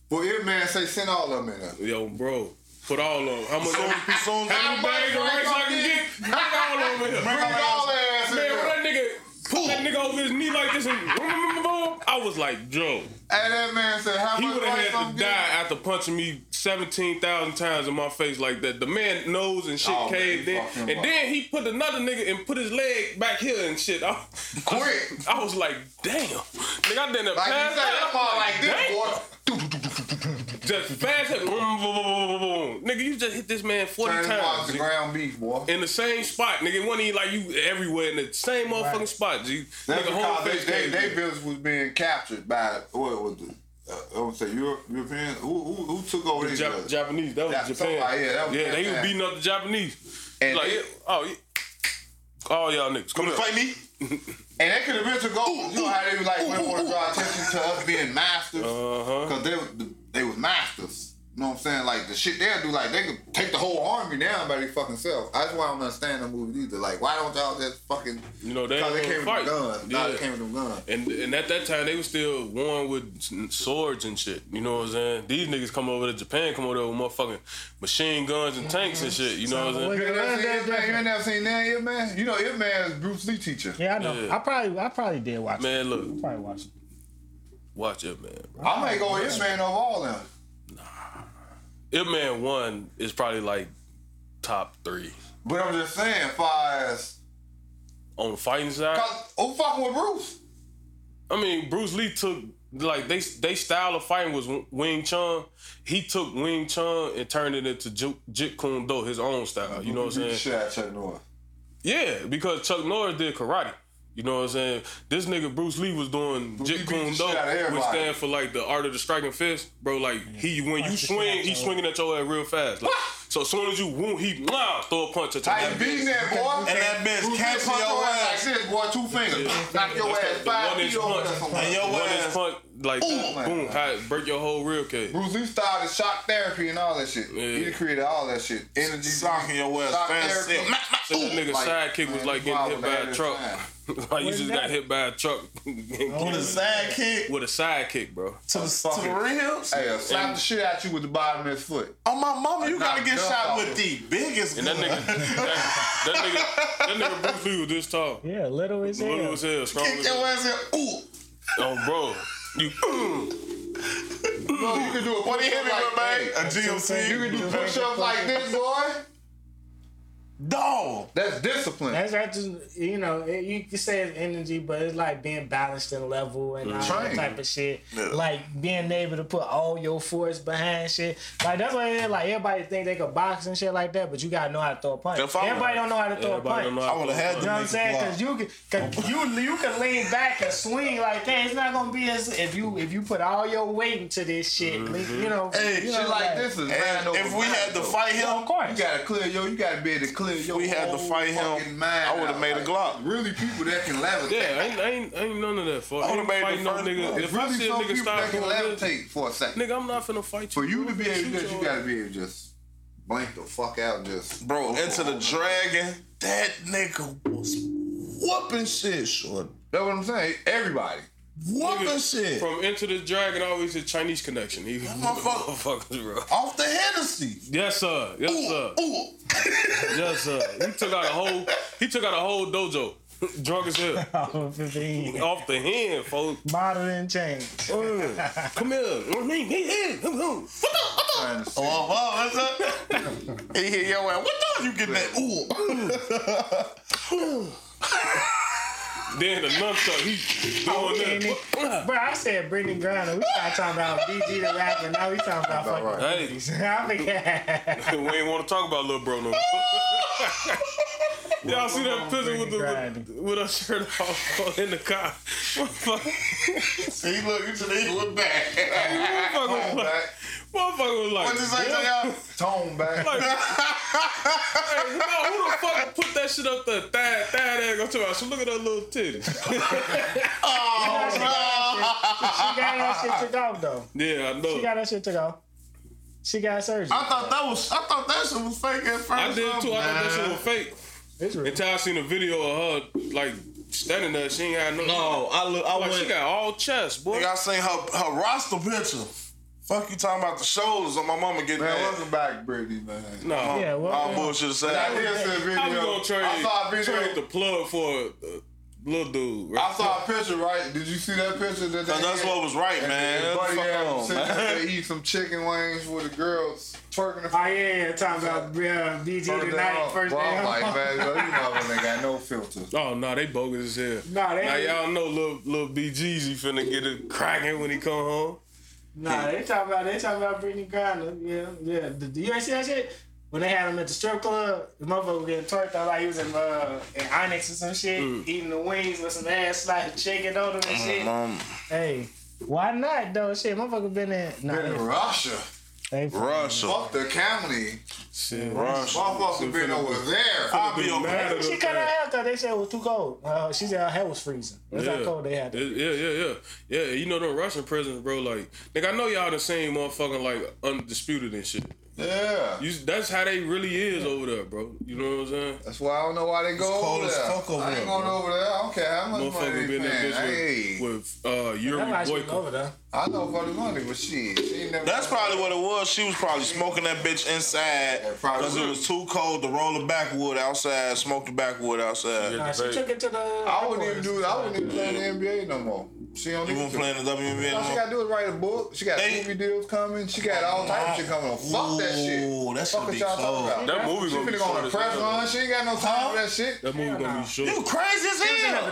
Speaker 5: Boy, it man say send all of them in there.
Speaker 4: Yo, bro, put all on. How much?
Speaker 3: Soon-
Speaker 4: *laughs*
Speaker 3: soon-
Speaker 4: How many bags of rice I can get? Put all over here.
Speaker 5: Bring all their ass in
Speaker 4: Man,
Speaker 5: there.
Speaker 4: when that nigga put that nigga over his knee like this and I was like, Joe,
Speaker 5: Hey, that man said how
Speaker 4: he
Speaker 5: much
Speaker 4: would have
Speaker 5: rice I'm
Speaker 4: had to die
Speaker 5: getting?
Speaker 4: after punching me 17,000 times in my face like that. The man knows and shit
Speaker 5: Oh, man,
Speaker 4: caved
Speaker 5: he
Speaker 4: in.
Speaker 5: fucked him
Speaker 4: And
Speaker 5: up.
Speaker 4: then he put another nigga and put his leg back here and shit. I, *laughs*
Speaker 5: Quick.
Speaker 4: I was like, damn. Nigga, I done
Speaker 5: Like you said,
Speaker 4: passed
Speaker 5: that
Speaker 4: out.
Speaker 5: ball like
Speaker 4: Damn.
Speaker 5: this, boy.
Speaker 4: Just fast. hit, Boom, boom, boom, boom, boom, boom. Nigga, you just hit this man 40
Speaker 5: Turn him off
Speaker 4: times.
Speaker 5: the
Speaker 4: G.
Speaker 5: ground beef, boy.
Speaker 4: In the same spot, nigga. It wasn't even like you everywhere in the same motherfucking spot, G.
Speaker 5: That's
Speaker 4: nigga, whole
Speaker 5: because
Speaker 4: face
Speaker 5: they, they,
Speaker 4: caved in.
Speaker 5: they village was being captured by what was it? Uh, I would say Europe, European. Who, who, who took over this?
Speaker 4: Jap-
Speaker 5: village?
Speaker 4: Japanese. That was
Speaker 5: Yeah,
Speaker 4: Japan.
Speaker 5: somebody, yeah, that was
Speaker 4: yeah, they was
Speaker 5: Japan.
Speaker 4: beating up the Japanese.
Speaker 5: And
Speaker 4: like,
Speaker 5: they-
Speaker 4: yeah, oh, yeah. all y'all niggas, come here. *laughs*
Speaker 3: Fight me?
Speaker 5: And they could have been took over. You know how they was like went want to draw attention to us being masters
Speaker 4: Uh-huh.
Speaker 5: because they they was masters. You know what I'm saying? Like the shit they'll do, like they could take the whole army down by their fucking self. That's why I don't understand the movie either. Like why don't y'all just fucking?
Speaker 4: You know, they
Speaker 5: because they
Speaker 4: don't
Speaker 5: came
Speaker 4: Uh, fight.
Speaker 5: with them guns. Nah,
Speaker 4: Yeah.
Speaker 5: they came with them guns.
Speaker 4: And and at that time they was still worn with s- swords and shit. You know what I'm saying? These niggas come over to Japan, come over there with motherfucking machine guns and tanks and shit. You know what I'm saying?
Speaker 5: You ain't never seen Ip Man? You ain't never seen that Ip Man? You know Ip Man is Bruce Lee teacher.
Speaker 2: Yeah, I know.
Speaker 4: Yeah.
Speaker 2: I probably, I probably did watch. it.
Speaker 4: Man, look,
Speaker 2: Probably watched. it.
Speaker 4: watch it, man.
Speaker 5: I might go Ip Man over all them.
Speaker 4: It Man One is probably like top three
Speaker 5: But I'm just saying, far as
Speaker 4: on the fighting side.
Speaker 5: cause who fucking with Bruce?
Speaker 4: I mean, Bruce Lee took like they they style of fighting was Wing Chun. He took Wing Chun and turned it into Ju- Jit Kune Do, his own style. You know what I'm saying?
Speaker 5: Shit, out Chuck Norris.
Speaker 4: Yeah, because Chuck Norris did karate. You know what I'm saying? This nigga Bruce Lee was doing
Speaker 5: Lee
Speaker 4: Jit
Speaker 5: beat
Speaker 4: Kune
Speaker 5: the
Speaker 4: Do,
Speaker 5: shit out of
Speaker 4: which
Speaker 5: everybody.
Speaker 4: stand for like the art of the striking fist, bro. Like he when you
Speaker 2: the shit
Speaker 4: swing,
Speaker 2: out
Speaker 4: he
Speaker 2: your-
Speaker 4: swinging at your ass real fast.
Speaker 5: *laughs*
Speaker 4: Like, so as soon as you wound, he wow, throw a punch at your
Speaker 5: I ain't
Speaker 4: ass.
Speaker 5: beating that boy.
Speaker 3: And that bitch
Speaker 5: Bruce Lee
Speaker 3: catching
Speaker 5: punched
Speaker 3: your
Speaker 5: your
Speaker 3: ass.
Speaker 5: ass like this, boy. Two fingers, knock your
Speaker 4: That's
Speaker 5: ass
Speaker 4: the- the
Speaker 5: five
Speaker 4: one-inch
Speaker 5: feet over.
Speaker 4: punch.
Speaker 5: or something.
Speaker 3: And your
Speaker 4: One is
Speaker 3: ass.
Speaker 4: punch, like boom, how, break your whole rib cage.
Speaker 5: Bruce Lee started shock therapy and all that shit. He created all that shit. Energy.
Speaker 3: Socking your ass
Speaker 5: Shock
Speaker 3: fast
Speaker 5: therapy.
Speaker 4: So that nigga
Speaker 5: Like,
Speaker 4: sidekick was
Speaker 5: man,
Speaker 4: like getting
Speaker 5: wild
Speaker 4: hit by
Speaker 5: when
Speaker 4: a
Speaker 5: they
Speaker 4: truck.
Speaker 5: had
Speaker 4: *laughs* like you
Speaker 2: What is
Speaker 4: just got
Speaker 2: that?
Speaker 4: hit by a truck *laughs*
Speaker 3: On the sidekick
Speaker 4: with a sidekick, bro.
Speaker 3: to the, to the ribs.
Speaker 5: Hey, uh, slap the shit at you with the bottom of his foot.
Speaker 3: On my mama, you gotta get
Speaker 5: Nah,
Speaker 3: shot
Speaker 5: dog.
Speaker 3: with the biggest
Speaker 4: And that
Speaker 3: gun.
Speaker 4: nigga, that, that nigga, that nigga Bruce Lee was this tall,
Speaker 2: Yeah, little as hell.
Speaker 4: little as hell, strong
Speaker 3: Kick
Speaker 4: as
Speaker 3: your
Speaker 4: hell.
Speaker 3: ass in. Ooh.
Speaker 4: Oh, bro, you
Speaker 5: Bro, you can do a
Speaker 3: What he
Speaker 5: push
Speaker 3: hit
Speaker 5: up
Speaker 3: me with, man?
Speaker 5: like
Speaker 3: A GMC.
Speaker 5: You can do push ups like this, boy.
Speaker 3: Dog.
Speaker 5: That's discipline.
Speaker 2: That's right. Just you know, it, you can say it's energy, but it's like being balanced and level and all that
Speaker 5: Train.
Speaker 2: type of shit.
Speaker 3: Yeah.
Speaker 2: Like being able to put all your force behind shit. Like that's why it is, like everybody think they could box and shit like that, but you gotta know how to throw a punch.
Speaker 3: If I-
Speaker 2: Everybody don't know how to throw a
Speaker 4: everybody
Speaker 2: punch.
Speaker 4: don't know.
Speaker 3: I would've had
Speaker 2: You know what I'm
Speaker 3: Niggas
Speaker 2: saying?
Speaker 3: block.
Speaker 2: Because you can, cause you you can lean back and swing like that. It's not gonna be as if you if you put all your weight into this shit.
Speaker 4: Mm-hmm.
Speaker 2: You know,
Speaker 3: Hey,
Speaker 2: you know,
Speaker 5: Shit like this is man
Speaker 3: And
Speaker 5: over
Speaker 3: if we
Speaker 5: mind,
Speaker 3: had to
Speaker 5: though.
Speaker 3: fight him,
Speaker 2: Of course.
Speaker 5: You
Speaker 2: *laughs*
Speaker 5: gotta clear yo. You gotta be able to clear yo.
Speaker 3: we had to fight him, I would've made a Glock.
Speaker 5: Really, people that can levitate.
Speaker 4: yeah, ain't, ain't ain't none of that. Fuck,
Speaker 3: I would've
Speaker 4: ain't
Speaker 3: made the
Speaker 4: fighting no
Speaker 3: first
Speaker 4: nigga.
Speaker 3: blow.
Speaker 5: It's
Speaker 4: If I
Speaker 5: really
Speaker 4: see a
Speaker 5: some
Speaker 4: nigga
Speaker 5: people
Speaker 4: stop
Speaker 5: that can
Speaker 4: doing this,
Speaker 5: levitate for a second.
Speaker 4: nigga, I'm not finna fight you.
Speaker 5: For you to be able to,
Speaker 4: Shoot
Speaker 5: do that,
Speaker 4: your
Speaker 5: you gotta be able to just blank the fuck out. Just
Speaker 3: bro, into the dragon. That nigga was whooping shit, short.
Speaker 5: That's what I'm saying. Everybody.
Speaker 3: Whooping
Speaker 4: Nigga,
Speaker 3: shit.
Speaker 4: From Enter the Dragon, always his Chinese connection. He
Speaker 3: motherfucker.
Speaker 4: *laughs* motherfuckers, bro.
Speaker 3: Off the Hennessy.
Speaker 4: Yes sir, yes sir,
Speaker 3: Ooh, ooh.
Speaker 4: yes sir. He took out a whole, he took out a whole dojo, *laughs* drunk as hell, off the hand, folks.
Speaker 2: Oh, Modern and change.
Speaker 4: Come here, Come here. Come here.
Speaker 5: Trying to see.
Speaker 3: Oh, oh,
Speaker 4: *laughs*
Speaker 3: what's up? he hit your ass. What the hell you getting that? Ooh.
Speaker 4: Then the nunchuck, he doing
Speaker 2: Brittany-
Speaker 4: that.
Speaker 2: Bro, I said Brittany Griner. We started talking
Speaker 5: *laughs*
Speaker 2: about BG the rapper. Now we talking about fucking.
Speaker 5: right.
Speaker 4: Hey,
Speaker 2: I think
Speaker 4: *laughs* we ain't want to talk about little bro no. more. *laughs* Y'all see that picture with the with, with her shirt off in the car? *laughs* Motherfucker
Speaker 3: See, look, you today look back. *laughs*
Speaker 4: motherfucker was like,
Speaker 5: Back.
Speaker 4: motherfucker was like,
Speaker 3: What you say to y'all?
Speaker 5: Tone back.
Speaker 4: Like, hey, you know, who the fuck put that shit up there? Thad, thad ass gonna tell So look at her little titties.
Speaker 3: Oh,
Speaker 4: *laughs*
Speaker 2: she got that shit took off though.
Speaker 4: yeah, I know.
Speaker 2: She got that shit took off. She got surgery.
Speaker 3: I thought that was I thought that shit was fake at first.
Speaker 4: I did too. I thought that shit
Speaker 3: man.
Speaker 4: was fake.
Speaker 2: It's
Speaker 5: *laughs*
Speaker 2: real.
Speaker 4: Until I seen a video of her like standing there, she ain't had no.
Speaker 3: No, I look. I
Speaker 4: Like,
Speaker 3: went.
Speaker 4: she got all chest, boy.
Speaker 3: Nigga, I seen her her roster picture. Fuck you talking about the shoulders on my mama getting
Speaker 5: Man,
Speaker 3: that.
Speaker 5: welcome back, Brittany, man.
Speaker 4: No,
Speaker 2: Yeah, well,
Speaker 3: All bullshit
Speaker 5: I
Speaker 3: aside.
Speaker 5: did see a video.
Speaker 4: how we gonna trade,
Speaker 5: I saw a
Speaker 4: trade the
Speaker 5: video.
Speaker 4: plug for a uh, little dude? Right?
Speaker 5: I saw a picture, right? Did you see that picture? That they
Speaker 3: And that's
Speaker 5: had?
Speaker 3: what was right, man.
Speaker 5: Buddy
Speaker 3: Fuck
Speaker 5: had him
Speaker 3: on,
Speaker 5: sitting
Speaker 3: man.
Speaker 5: there eat some chicken wings with the girls twerking the
Speaker 2: Oh yeah, yeah, talking about uh, BG
Speaker 5: First day
Speaker 2: tonight.
Speaker 5: off.
Speaker 2: First
Speaker 5: Bro,
Speaker 2: day.
Speaker 5: I'm
Speaker 2: off.
Speaker 5: like, man, yo, you know when they got no filter.
Speaker 4: *laughs* Oh no, they bogus as hell.
Speaker 2: Nah, they-
Speaker 4: now y'all know little little BG's he finna get it cracking when he come home.
Speaker 2: *laughs* Nah, they talking about they talking about Brittany Griner. Yeah, yeah. The, the, you ain't see that shit? When they had him at the strip club, the motherfucker was getting twerked out like he was in, uh, in Onyx or some shit,
Speaker 5: Mm.
Speaker 2: eating the wings with some ass slapping chicken on him and
Speaker 5: Mm-hmm.
Speaker 2: shit.
Speaker 3: Um,
Speaker 2: Hey, why not though? Shit, motherfucker been in. Nah,
Speaker 5: Been in Russia.
Speaker 2: they, they,
Speaker 3: Russia,
Speaker 5: Fuck the comedy.
Speaker 4: Shit,
Speaker 3: Russia.
Speaker 5: Motherfucker been over there.
Speaker 3: I'll be over
Speaker 4: mad
Speaker 3: there.
Speaker 4: at
Speaker 2: she
Speaker 4: her
Speaker 2: cut her
Speaker 4: ass.
Speaker 2: hair because they said it was too cold. Uh, she said her hair was freezing. That's
Speaker 4: Yeah.
Speaker 2: how cold they had
Speaker 4: Yeah,
Speaker 2: it.
Speaker 4: yeah, yeah, yeah. Yeah, you know them Russian prisons, bro. Like, nigga, I know y'all the same motherfucking like undisputed and shit.
Speaker 5: Yeah.
Speaker 4: You, that's how they really is over there, bro. You know what I'm saying?
Speaker 5: That's why I don't know why they go
Speaker 3: cold
Speaker 5: over
Speaker 3: as
Speaker 5: there.
Speaker 3: fuck over
Speaker 5: I ain't
Speaker 3: there,
Speaker 5: going
Speaker 3: bro.
Speaker 5: over there. I don't care how much money
Speaker 4: Motherfucker
Speaker 5: they
Speaker 4: been in
Speaker 5: paying.
Speaker 4: this
Speaker 5: Hey,
Speaker 4: with, with uh, Yuri
Speaker 2: That might be
Speaker 4: Boyko.
Speaker 2: over though.
Speaker 5: I know for the money, but shit, she ain't never.
Speaker 3: That's probably what it was. She was probably smoking that bitch inside
Speaker 5: probably
Speaker 3: because it was too cold to roll the backwood outside. Smoke the backwood outside.
Speaker 4: Yeah.
Speaker 2: Nah, she
Speaker 4: Right.
Speaker 2: took it to the.
Speaker 5: I wouldn't even do. I wouldn't even play in the NBA no more. She don't.
Speaker 3: You
Speaker 5: need
Speaker 3: won't
Speaker 5: to.
Speaker 3: play in the WNBA.
Speaker 5: All she
Speaker 3: no more?
Speaker 5: gotta do is write a book. She got
Speaker 3: They-
Speaker 5: movie deals coming. She got all types of shit coming. Fuck that
Speaker 3: Ooh,
Speaker 5: shit.
Speaker 3: that
Speaker 5: Fuck
Speaker 3: should
Speaker 5: what
Speaker 3: be
Speaker 5: y'all talking
Speaker 3: cold.
Speaker 5: about.
Speaker 4: That movie
Speaker 5: She
Speaker 4: gonna be
Speaker 5: finna go
Speaker 4: short
Speaker 5: on a
Speaker 4: as
Speaker 5: press
Speaker 4: hell.
Speaker 5: run. She ain't got no time for that shit.
Speaker 4: That movie gonna be short.
Speaker 3: You crazy as
Speaker 2: She was in there
Speaker 3: hell.
Speaker 2: for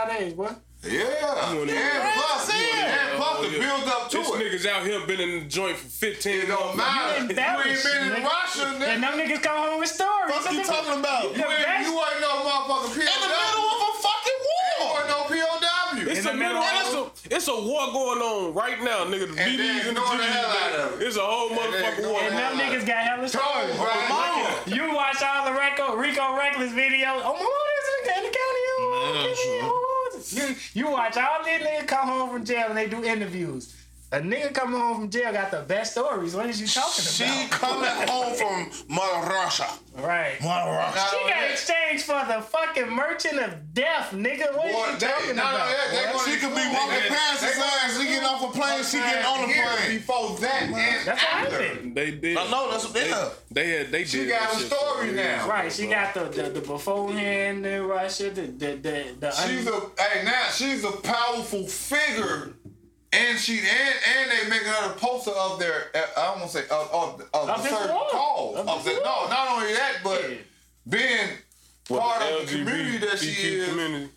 Speaker 2: 265 days, boy.
Speaker 5: Yeah.
Speaker 4: You
Speaker 5: And
Speaker 4: wanna hear
Speaker 5: plus,
Speaker 3: that?
Speaker 5: and plus
Speaker 4: Oh,
Speaker 5: the
Speaker 4: yeah.
Speaker 5: build up to
Speaker 4: This
Speaker 5: it.
Speaker 4: niggas out here been in the joint for 15
Speaker 5: It don't
Speaker 4: months.
Speaker 5: matter. You ain't
Speaker 2: embarrassed,
Speaker 5: been in
Speaker 2: nigga.
Speaker 5: Russia,
Speaker 2: And
Speaker 5: nigga.
Speaker 2: them niggas come home with stories.
Speaker 3: What you talking about? In
Speaker 5: You ain't, you ain't no motherfucking POW.
Speaker 3: the middle of a fucking war.
Speaker 5: You ain't no POW.
Speaker 4: It's a,
Speaker 2: the middle
Speaker 4: middle, it's, a, it's a war going on right now,
Speaker 5: And
Speaker 4: nigga. The
Speaker 5: they
Speaker 4: BDs and the
Speaker 5: ignore the hell out of
Speaker 4: GDs.
Speaker 5: it.
Speaker 4: It's a whole
Speaker 5: they
Speaker 4: motherfucking
Speaker 5: ignore
Speaker 4: war.
Speaker 5: the
Speaker 2: And them
Speaker 5: Yeah.
Speaker 2: niggas got hella stories.
Speaker 5: Charles, bro.
Speaker 2: You watch all the Rico, Rico Reckless videos. Oh, my God, this nigga in the county. Oh,
Speaker 3: Yeah,
Speaker 2: oh,
Speaker 3: sure.
Speaker 2: oh, oh.
Speaker 5: You
Speaker 2: see, you watch all these niggas come home from jail and they do interviews. A nigga coming home from jail got the best stories. What is you talking
Speaker 3: She
Speaker 2: about?
Speaker 3: coming home from Mother Russia.
Speaker 2: right.
Speaker 3: Mother Russia.
Speaker 2: She got exchanged for the fucking merchant of death, nigga. What
Speaker 5: Boy,
Speaker 2: are you
Speaker 5: they-
Speaker 2: talking
Speaker 5: not
Speaker 2: about?
Speaker 5: only that, they gonna-
Speaker 3: She could be walking past his ass. She getting off a plane. She getting on the
Speaker 5: Here
Speaker 3: plane.
Speaker 5: Before that, and
Speaker 2: That's what
Speaker 5: after.
Speaker 2: happened.
Speaker 4: They did.
Speaker 3: I know that's what they
Speaker 4: They,
Speaker 3: have.
Speaker 4: they had. They
Speaker 5: She
Speaker 4: did
Speaker 5: got
Speaker 4: that
Speaker 5: a
Speaker 4: shit
Speaker 5: story
Speaker 4: for
Speaker 5: now.
Speaker 4: real.
Speaker 2: Right, she got the the, the beforehand in Russia, the the the, the
Speaker 5: She's
Speaker 2: un-
Speaker 5: a hey now she's a powerful figure, and she and and they making her a poster of their I won't say of of, of,
Speaker 2: Of
Speaker 5: the
Speaker 2: his
Speaker 5: certain
Speaker 2: war.
Speaker 5: cause
Speaker 2: Of
Speaker 5: of,
Speaker 2: his
Speaker 5: the, no
Speaker 2: war.
Speaker 5: not only that but
Speaker 2: Yeah.
Speaker 5: being
Speaker 4: With
Speaker 5: part
Speaker 4: the
Speaker 5: of the community that she
Speaker 4: LGBTQ
Speaker 5: is.
Speaker 4: community.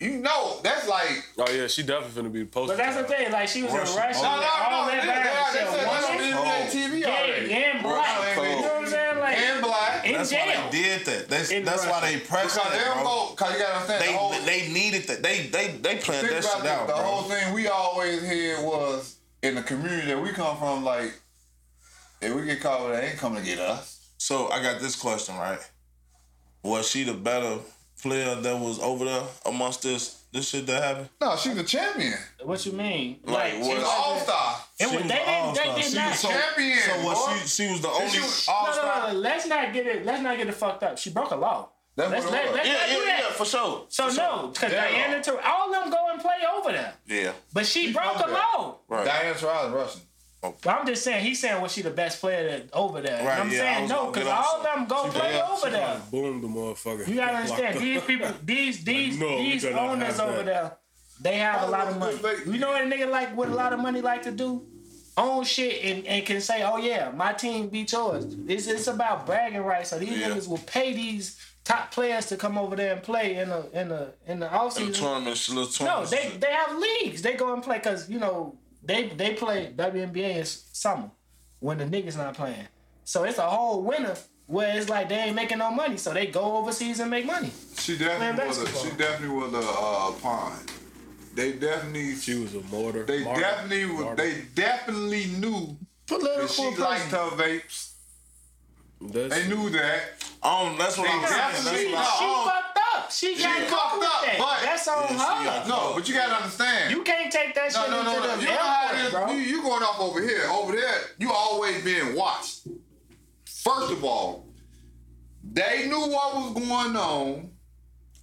Speaker 5: You know that's like
Speaker 4: Oh yeah, she definitely finna be posted.
Speaker 2: But that's the thing, like she was in
Speaker 3: Russian.
Speaker 2: Russia,
Speaker 5: no no
Speaker 2: with Oh, all
Speaker 5: no they, they,
Speaker 2: that
Speaker 5: they said
Speaker 2: bad
Speaker 5: that's on
Speaker 2: shit.
Speaker 5: the
Speaker 2: Woman,
Speaker 5: NBA TV already
Speaker 2: gay, and black.
Speaker 5: Russian
Speaker 2: You know what I'm saying? Like
Speaker 5: and black
Speaker 2: in
Speaker 3: That's why
Speaker 2: jail.
Speaker 3: they did that. That's,
Speaker 2: In
Speaker 3: that's why
Speaker 2: Russia.
Speaker 3: they pressed
Speaker 5: because they
Speaker 3: that,
Speaker 5: don't
Speaker 3: bro.
Speaker 5: go because you gotta understand the whole
Speaker 3: They, they needed that. They they they planned
Speaker 5: Think
Speaker 3: that shit
Speaker 5: about
Speaker 3: out,
Speaker 5: this. The
Speaker 3: bro.
Speaker 5: whole thing we always hear was in the community that we come from, like, if we get caught with it, they ain't coming to get us.
Speaker 3: So I got this question right. Was she the better player that was over there amongst this this shit that happened?
Speaker 5: No, she's a champion.
Speaker 2: What you mean?
Speaker 3: Like,
Speaker 2: she
Speaker 3: what-
Speaker 5: She's an
Speaker 2: was-
Speaker 5: all star.
Speaker 2: it was- they
Speaker 3: She was
Speaker 2: didn't.
Speaker 3: all-star.
Speaker 2: They did
Speaker 3: She
Speaker 2: not.
Speaker 3: was so-
Speaker 5: champion.
Speaker 3: So
Speaker 5: boy.
Speaker 3: was she? She was the only Oh,
Speaker 5: she was-
Speaker 3: all
Speaker 2: no,
Speaker 3: star.
Speaker 2: no, no. Let's not get it. Let's not get it fucked up. She broke a law.
Speaker 5: That's
Speaker 2: Let's,
Speaker 5: what it
Speaker 2: let,
Speaker 5: was.
Speaker 2: let's
Speaker 3: Yeah,
Speaker 2: not
Speaker 3: yeah,
Speaker 2: do that.
Speaker 3: yeah, for sure.
Speaker 2: so no, because
Speaker 5: Yeah.
Speaker 2: Diana, Ter- all of them go and play over there,
Speaker 3: Yeah,
Speaker 2: but she, broke
Speaker 5: broke
Speaker 2: a
Speaker 5: it.
Speaker 2: law.
Speaker 3: right.
Speaker 5: Diane Taurasi Russian.
Speaker 2: But I'm just saying, he's saying was she the best player that, over there?
Speaker 3: Right,
Speaker 2: I'm
Speaker 3: yeah, I
Speaker 2: saying
Speaker 3: was
Speaker 2: no,
Speaker 3: gonna get
Speaker 2: because
Speaker 3: on
Speaker 2: all of them go play
Speaker 3: yeah,
Speaker 2: over there.
Speaker 4: Boom, the motherfucker.
Speaker 2: You gotta understand
Speaker 4: Locked
Speaker 2: these
Speaker 3: *laughs*
Speaker 4: up.
Speaker 2: people, these these
Speaker 4: no, we
Speaker 2: these
Speaker 4: cannot have
Speaker 2: owners
Speaker 4: that.
Speaker 2: over there, they have a lot of money. You know what a nigga like with a lot of money like to do? Own shit and, and can say, oh yeah, my team beat yours. It's it's about bragging rights. So these
Speaker 3: Yeah.
Speaker 2: niggas will pay these top players to come over there and play in the in the in the off
Speaker 3: The
Speaker 2: season.
Speaker 3: tournament, she little
Speaker 2: No,
Speaker 3: tournament.
Speaker 2: they they have leagues. They go and play because you know they they play WNBA in summer when the niggas not playing. So it's a whole winter where it's like they ain't making no money. So they go overseas and make money.
Speaker 5: She
Speaker 2: Playing
Speaker 5: definitely was a
Speaker 2: basketball.
Speaker 5: she definitely was a uh, pawn. They definitely
Speaker 4: She was a mortar.
Speaker 5: they
Speaker 4: martyr,
Speaker 5: definitely was-
Speaker 4: martyr.
Speaker 5: they definitely knew that she
Speaker 2: Political
Speaker 5: liked her vapes.
Speaker 4: That's-
Speaker 5: They knew that.
Speaker 3: Um, that's what I'm
Speaker 5: They
Speaker 3: saying.
Speaker 5: definitely-
Speaker 3: That's
Speaker 2: She
Speaker 3: what I'm-
Speaker 2: fucked up. She, got
Speaker 5: Oh. fucked
Speaker 2: caught with
Speaker 5: up,
Speaker 2: That.
Speaker 5: but-
Speaker 2: That's on
Speaker 3: Yeah, she
Speaker 2: her.
Speaker 3: got-
Speaker 5: No, but you gotta understand.
Speaker 2: You can't take that
Speaker 5: No,
Speaker 2: shit
Speaker 5: no, no,
Speaker 2: into
Speaker 5: no.
Speaker 2: the
Speaker 5: You know how it is.
Speaker 2: airport, bro.
Speaker 5: You, you going off over here. Over there, you always being watched. First of all, they knew what was going on.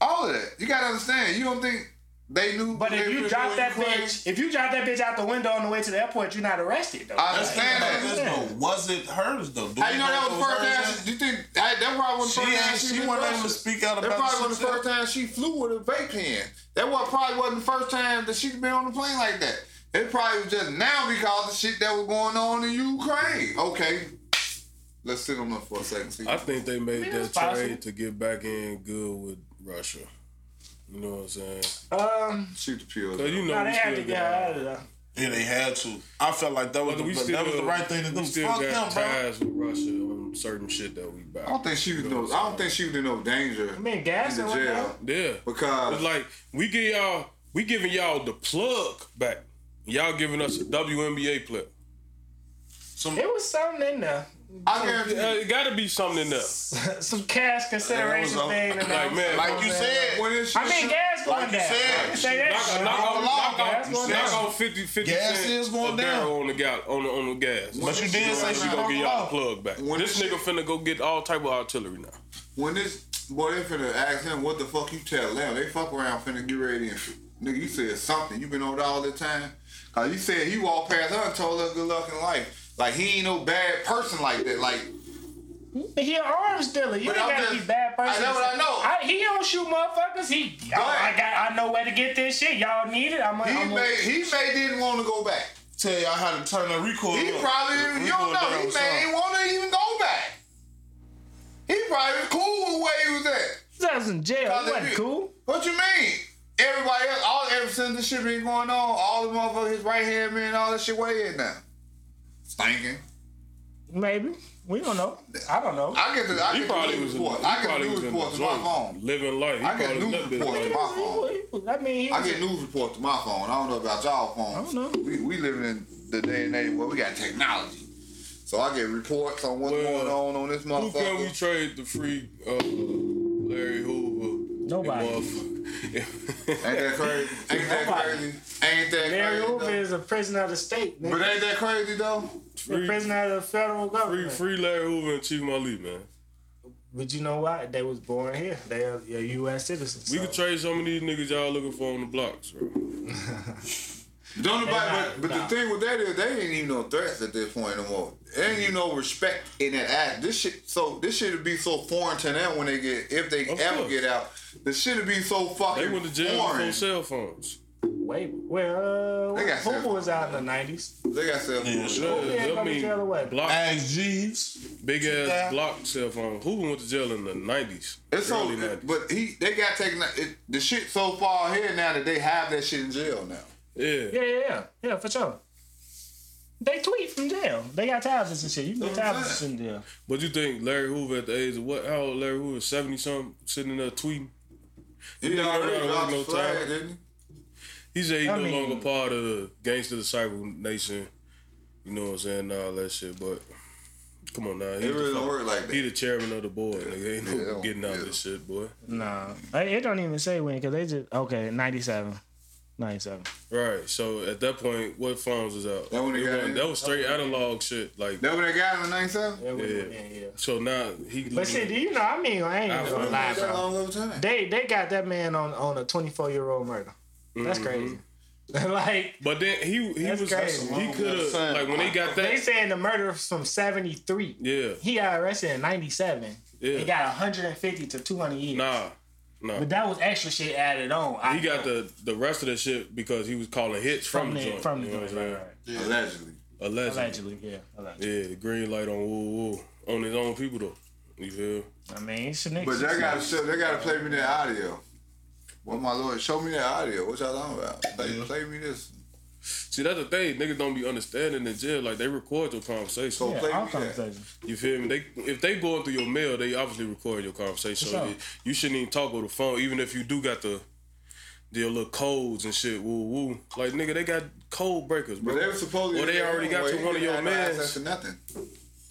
Speaker 5: All of that. You gotta understand. You don't think they knew.
Speaker 2: But if
Speaker 5: they
Speaker 2: you
Speaker 5: knew
Speaker 2: drop
Speaker 5: what
Speaker 2: that
Speaker 5: you claimed?
Speaker 2: bitch, if you drop that bitch out the window on the way to the airport, you're not arrested though.
Speaker 5: I
Speaker 3: Let's think
Speaker 5: understand
Speaker 3: about
Speaker 5: that.
Speaker 3: this though. Was it hers though? Do
Speaker 5: How
Speaker 3: we
Speaker 5: you know that
Speaker 3: if
Speaker 5: was
Speaker 3: it
Speaker 5: the first
Speaker 3: hers?
Speaker 5: time? She, you think that, that probably wasn't the
Speaker 3: She
Speaker 5: first
Speaker 3: ain't-
Speaker 5: time
Speaker 3: she
Speaker 5: did
Speaker 3: wasn't
Speaker 5: that
Speaker 3: able to
Speaker 5: shit.
Speaker 3: speak out
Speaker 5: That
Speaker 3: about
Speaker 5: probably
Speaker 3: the
Speaker 5: wasn't the
Speaker 3: shit
Speaker 5: first time she flew with a vape pen. That was probably wasn't the first time that she'd been on a plane like that. It probably was just now because of the shit that was going on in Ukraine. Okay, let's sit on that for a second. See.
Speaker 4: I think they made
Speaker 2: mean,
Speaker 4: that
Speaker 2: it's possible.
Speaker 4: trade to get back in good with Russia. You know what I'm saying?
Speaker 2: um,
Speaker 5: Shoot the pills.
Speaker 4: So you know
Speaker 2: nah,
Speaker 4: we
Speaker 2: they have to
Speaker 4: still
Speaker 2: get her out
Speaker 4: got.
Speaker 2: of there.
Speaker 3: Yeah, they had to. I felt like that was
Speaker 4: But
Speaker 3: the,
Speaker 4: we still,
Speaker 3: that was the right thing to
Speaker 4: we
Speaker 3: do.
Speaker 4: still
Speaker 3: Fuck
Speaker 4: got
Speaker 3: them, bro.
Speaker 4: ties with Russia on certain shit that we buy.
Speaker 5: I don't think she was. No, I don't think she was in no danger.
Speaker 2: I mean, gas
Speaker 5: in
Speaker 2: and
Speaker 5: the
Speaker 2: whatnot.
Speaker 5: jail
Speaker 4: Yeah,
Speaker 5: because
Speaker 4: It's like we give y'all, we giving y'all the plug back. Y'all giving us a WNBA player.
Speaker 2: It was something in there. *laughs*
Speaker 5: I
Speaker 4: Uh,
Speaker 5: guarantee.
Speaker 4: it got to be something in there.
Speaker 2: Some cash consideration
Speaker 3: That was a-
Speaker 2: thing. and
Speaker 4: Like
Speaker 2: all.
Speaker 4: man,
Speaker 3: Like you said,
Speaker 5: When is she
Speaker 2: oh, I mean, gas going
Speaker 3: like you
Speaker 2: down.
Speaker 3: said,
Speaker 2: I can say that
Speaker 4: knock,
Speaker 2: shit.
Speaker 4: knock,
Speaker 2: Knock
Speaker 4: on,
Speaker 2: a
Speaker 4: knock,
Speaker 2: lot,
Speaker 4: on,
Speaker 2: gas going
Speaker 4: knock
Speaker 2: down.
Speaker 4: on 50, 50
Speaker 3: Gas
Speaker 4: cent
Speaker 3: is going
Speaker 4: a barrel
Speaker 3: down.
Speaker 4: on the gas on the, on the gas.
Speaker 3: but you did say she
Speaker 4: we gonna
Speaker 3: broke
Speaker 4: get
Speaker 3: the
Speaker 4: y'all
Speaker 3: law.
Speaker 4: the plug back.
Speaker 5: When
Speaker 4: this
Speaker 5: she-
Speaker 4: nigga finna go get all type of artillery now.
Speaker 5: When this boy, they finna ask him what the fuck you tell them. They fuck around finna get ready and nigga, you said something. You been on it all the time. Cause you said he walked past her and told her good luck in life. Like he ain't no bad person like that. Like
Speaker 2: He an arms dealer. You
Speaker 5: But
Speaker 2: ain't
Speaker 5: I'm
Speaker 2: gotta be
Speaker 5: just-
Speaker 2: bad person.
Speaker 5: I know what I know.
Speaker 2: I- he don't shoot motherfuckers. He, oh, I
Speaker 5: Right.
Speaker 2: got, I know where to get this shit. Y'all need it. I'm, a,
Speaker 5: he
Speaker 2: I'm
Speaker 5: may he may didn't want to go back.
Speaker 3: tell y'all how to turn the recoil.
Speaker 5: He
Speaker 3: up.
Speaker 5: probably didn't, you don't
Speaker 3: Recoil
Speaker 5: know.
Speaker 3: down
Speaker 5: He
Speaker 3: was
Speaker 5: may
Speaker 3: up.
Speaker 5: didn't want to even go back. He probably was cool with where he was at.
Speaker 2: I was in jail.
Speaker 5: Cause
Speaker 2: It
Speaker 5: if
Speaker 2: wasn't
Speaker 5: you-
Speaker 2: cool.
Speaker 5: What you mean? Everybody else, all ever since this shit been going on, all the motherfuckers, his right hand man, all that shit, where he at now? Stinking.
Speaker 2: Maybe we don't know. I don't know.
Speaker 5: I get the I
Speaker 4: He
Speaker 5: get
Speaker 4: probably
Speaker 5: the
Speaker 4: was
Speaker 5: news
Speaker 4: in. He
Speaker 5: reports. I get
Speaker 4: probably
Speaker 5: news
Speaker 4: was in
Speaker 5: reports
Speaker 4: the
Speaker 5: to my
Speaker 4: joint,
Speaker 5: phone.
Speaker 4: living life. He
Speaker 5: I get
Speaker 4: probably
Speaker 5: news
Speaker 4: left this
Speaker 5: reports.
Speaker 4: life.
Speaker 2: He was- he was- he was- I mean, he
Speaker 5: I
Speaker 2: was-
Speaker 5: get news reports to my phone. I don't know about y'all phones.
Speaker 2: I don't know.
Speaker 5: We we living in the day and age where we got technology, so I get reports on what's
Speaker 4: Well,
Speaker 5: going on on this
Speaker 4: Who can we
Speaker 5: motherfucker.
Speaker 4: trade the free uh, Larry Hoover?
Speaker 2: Nobody.
Speaker 4: Motherfucker. *laughs*
Speaker 5: Ain't that crazy? Ain't that crazy? Ain't that
Speaker 2: Larry
Speaker 5: crazy?
Speaker 2: Hoover
Speaker 5: though?
Speaker 2: is a prisoner of the state,
Speaker 5: But
Speaker 2: nigga.
Speaker 5: ain't that crazy though?
Speaker 2: He's a prisoner of the federal
Speaker 4: Free,
Speaker 2: government.
Speaker 4: free Larry Hoover and Chief Malik, man.
Speaker 2: But you know what? They was born here. They are, they are U.S. citizens.
Speaker 4: We
Speaker 2: so-
Speaker 4: could trade some of these niggas y'all looking for on the blocks, bro.
Speaker 5: Don't nobody.
Speaker 2: not-
Speaker 5: But, but
Speaker 2: nah.
Speaker 5: the thing with that is, they ain't even no threats at this point no more. They ain't even no respect in that act. This shit. So this shit would be so foreign to them when they get, if they
Speaker 4: Of
Speaker 5: ever
Speaker 4: course.
Speaker 5: get out. The shit would be so fucking
Speaker 4: They went to jail
Speaker 5: foreign.
Speaker 4: for cell phones.
Speaker 2: Wait, well,
Speaker 5: They
Speaker 2: uh,
Speaker 5: got
Speaker 2: Hoover
Speaker 5: some-
Speaker 2: was out in the 90s.
Speaker 5: They got cell
Speaker 3: Yeah,
Speaker 5: phones.
Speaker 4: No,
Speaker 2: yeah,
Speaker 4: I
Speaker 2: go to
Speaker 4: mean,
Speaker 2: jail or what?
Speaker 4: block,
Speaker 3: Ask Jeeves.
Speaker 4: big ass
Speaker 3: Yeah.
Speaker 4: block cell phone. Hoover went to jail in the nineties,
Speaker 5: It's so,
Speaker 4: early nineties.
Speaker 5: but he they got taken. It, the shit so far ahead now that they have that shit in jail now.
Speaker 4: Yeah,
Speaker 2: Yeah, yeah, yeah. Yeah, for sure. They tweet from jail. They got tablets and shit. You can get
Speaker 5: That's
Speaker 2: tablets in jail.
Speaker 4: but you think Larry Hoover at the age of what? How old Larry Hoover? Seventy something, sitting there tweeting.
Speaker 5: He
Speaker 4: nigga
Speaker 5: already
Speaker 4: don't
Speaker 5: dropped
Speaker 4: know
Speaker 5: the flag,
Speaker 4: time.
Speaker 5: didn't he?
Speaker 4: He said he
Speaker 2: I
Speaker 4: no
Speaker 2: mean-
Speaker 4: longer part of the Gangster Disciple Nation. You know what I'm saying? Nah, all that shit. But come on now, he,
Speaker 5: It really
Speaker 4: the,
Speaker 5: don't
Speaker 4: fuck-
Speaker 5: work like
Speaker 4: he
Speaker 5: that.
Speaker 4: the chairman of the board. Nigga. Ain't
Speaker 5: Yeah,
Speaker 4: no
Speaker 5: don't-
Speaker 4: getting out
Speaker 5: yeah.
Speaker 4: this shit, boy.
Speaker 2: Nah. Hey, It don't even say when, because they just, okay, 97. 97.
Speaker 4: Right. So at that point, what phones was out?
Speaker 5: That when they
Speaker 4: It
Speaker 5: got
Speaker 4: wasn't-
Speaker 5: in?
Speaker 4: that was straight analog shit. Like
Speaker 5: That when they got him in '97.
Speaker 2: Yeah.
Speaker 4: would've
Speaker 2: yeah.
Speaker 4: been, so now he.
Speaker 2: But see, do you know, I mean, I ain't
Speaker 4: I
Speaker 2: even gonna
Speaker 4: feel
Speaker 2: lie,
Speaker 5: That
Speaker 2: bro.
Speaker 5: long of a time.
Speaker 2: They, they got that man on, on a 24 year old murder. That's
Speaker 4: Mm-hmm.
Speaker 2: crazy. *laughs* like,
Speaker 4: But then he he
Speaker 2: That's
Speaker 4: was
Speaker 2: crazy.
Speaker 4: he could have like when they got
Speaker 2: they
Speaker 4: that
Speaker 2: saying the murder was from 73.
Speaker 4: yeah
Speaker 2: He got arrested in 97.
Speaker 4: yeah
Speaker 2: He got 150 to 200 years.
Speaker 4: nah nah
Speaker 2: But that was extra shit added on. I
Speaker 4: he got the the rest of the shit because he was calling hits from,
Speaker 2: from
Speaker 4: the
Speaker 2: the
Speaker 4: joint
Speaker 2: from the
Speaker 4: you know what
Speaker 2: joint.
Speaker 4: I'm
Speaker 2: Right,
Speaker 4: saying?
Speaker 2: right.
Speaker 5: Allegedly.
Speaker 4: allegedly.
Speaker 2: Allegedly, yeah. Allegedly.
Speaker 4: yeah the green light on woo woo on his own people though you feel
Speaker 2: I mean, it's an
Speaker 5: But they gotta show, they gotta play me that audio. Well, my lord, show me that audio. What y'all talking about? Like, play me this.
Speaker 4: see that's the thing niggas don't be understanding in jail like they record your conversation
Speaker 5: So- play
Speaker 2: yeah, all
Speaker 5: me that.
Speaker 2: conversation.
Speaker 4: you feel me they if they going through your mail they obviously record your conversation
Speaker 2: For sure.
Speaker 4: So you shouldn't even talk over the phone even if you do got the their little codes and shit woo woo like nigga they got code breakers bro
Speaker 5: But they were supposed.
Speaker 4: Well,
Speaker 5: to
Speaker 4: they already got
Speaker 5: anyway.
Speaker 4: to
Speaker 5: He
Speaker 4: one of
Speaker 5: didn't
Speaker 4: your
Speaker 5: have
Speaker 4: mans.
Speaker 5: access to nothing.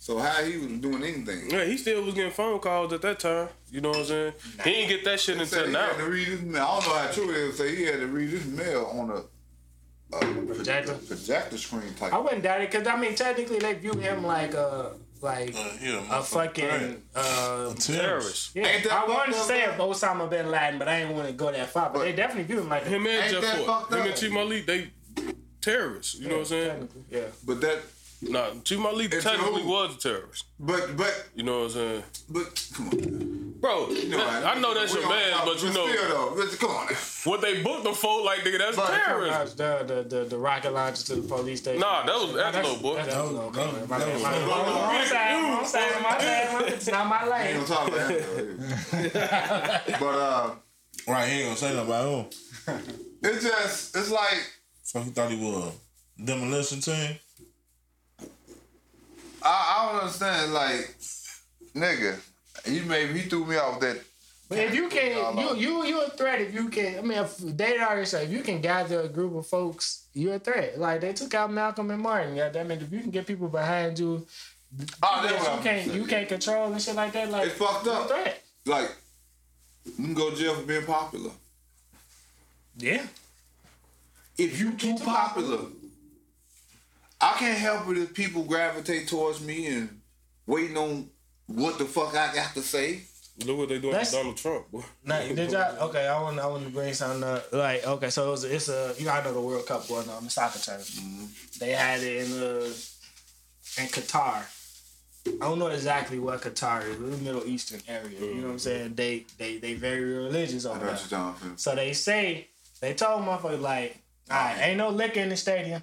Speaker 5: So how he was doing anything?
Speaker 4: Yeah, he still was getting phone calls at that time. You know what I'm saying? He didn't get that shit
Speaker 5: He said
Speaker 4: until
Speaker 5: he
Speaker 4: now.
Speaker 5: had to read his mail. I don't know how true it is. Say he had to read his mail on a, a
Speaker 2: Projector.
Speaker 5: projector screen type.
Speaker 2: I wouldn't doubt it because I mean, technically, they view him like a like
Speaker 3: Uh, he
Speaker 2: a fucking. Uh,
Speaker 4: Terrorist.
Speaker 2: yeah.
Speaker 5: Ain't that
Speaker 2: I wanted to
Speaker 5: fucked up,
Speaker 2: say
Speaker 5: though?
Speaker 2: Osama bin Laden, but I ain't want to go that far. But,
Speaker 5: But-
Speaker 2: they definitely view him like
Speaker 4: Him and
Speaker 5: Ain't
Speaker 4: Jeff
Speaker 5: that
Speaker 4: Ford.
Speaker 5: fucked
Speaker 4: Him
Speaker 5: up?
Speaker 4: and Chief Malik, they terrorists. You know what I'm saying?
Speaker 2: Technically, Yeah.
Speaker 5: But that,
Speaker 4: Nah, Chief Malik
Speaker 5: It's
Speaker 4: technically
Speaker 5: who?
Speaker 4: was a terrorist.
Speaker 5: but but
Speaker 4: You know what I'm saying?
Speaker 5: but come on.
Speaker 4: Bro, that- I know that's
Speaker 5: We
Speaker 4: your
Speaker 5: don't
Speaker 4: man,
Speaker 5: talk-
Speaker 4: but you know
Speaker 5: still though, but come on. now.
Speaker 4: what they booked them for, like, nigga, that's
Speaker 5: But-
Speaker 4: terrorism.
Speaker 2: The, the, the, the rocket launcher to the police station.
Speaker 4: Nah, that was Angelo, boy.
Speaker 2: That's Angelo.
Speaker 3: That was-
Speaker 2: Okay,
Speaker 3: that
Speaker 2: my bad,
Speaker 3: was-
Speaker 2: my bad.
Speaker 5: that was-
Speaker 2: Wrong side, wrong side, my bad, my- It's not my
Speaker 3: *laughs*
Speaker 5: We
Speaker 2: lane.
Speaker 5: don't talk about that. though.
Speaker 4: *laughs*
Speaker 5: but uh,
Speaker 3: Right, he ain't gonna say nothing about him.
Speaker 5: it's just it's like
Speaker 3: So he thought he was a demolition team.
Speaker 5: I, I don't understand. Like, nigga, he made he threw me off that.
Speaker 2: But if you can, you you you a threat. If you can, I mean, if they already said if you can gather a group of folks, you're a threat. Like they took out Malcolm and Martin. Yeah, that mean if you can get people behind you,
Speaker 5: Oh,
Speaker 2: that
Speaker 5: that's what
Speaker 2: you
Speaker 5: I'm
Speaker 2: can't you
Speaker 5: saying.
Speaker 2: can't control and shit like that. Like
Speaker 5: It's fucked
Speaker 2: you're a
Speaker 5: up.
Speaker 2: Threat.
Speaker 5: Like, you can go to jail for being popular.
Speaker 2: Yeah.
Speaker 5: If you too popular, I can't help it if people gravitate towards me and waiting on what the fuck I got to say.
Speaker 4: Look what they doing to
Speaker 2: That's-
Speaker 4: Donald Trump, boy.
Speaker 2: Now, did y'all, okay, I want I want to bring something up. Like okay, so it was, it's a you know I know the World Cup going on the soccer tournament. They had it in uh, in Qatar. I don't know exactly what Qatar is. It's a Middle Eastern area. You know what I'm saying? They they they very religious over there.
Speaker 5: Jonathan.
Speaker 2: So they say they told motherfuckers like, all right, ain't no liquor in the stadium.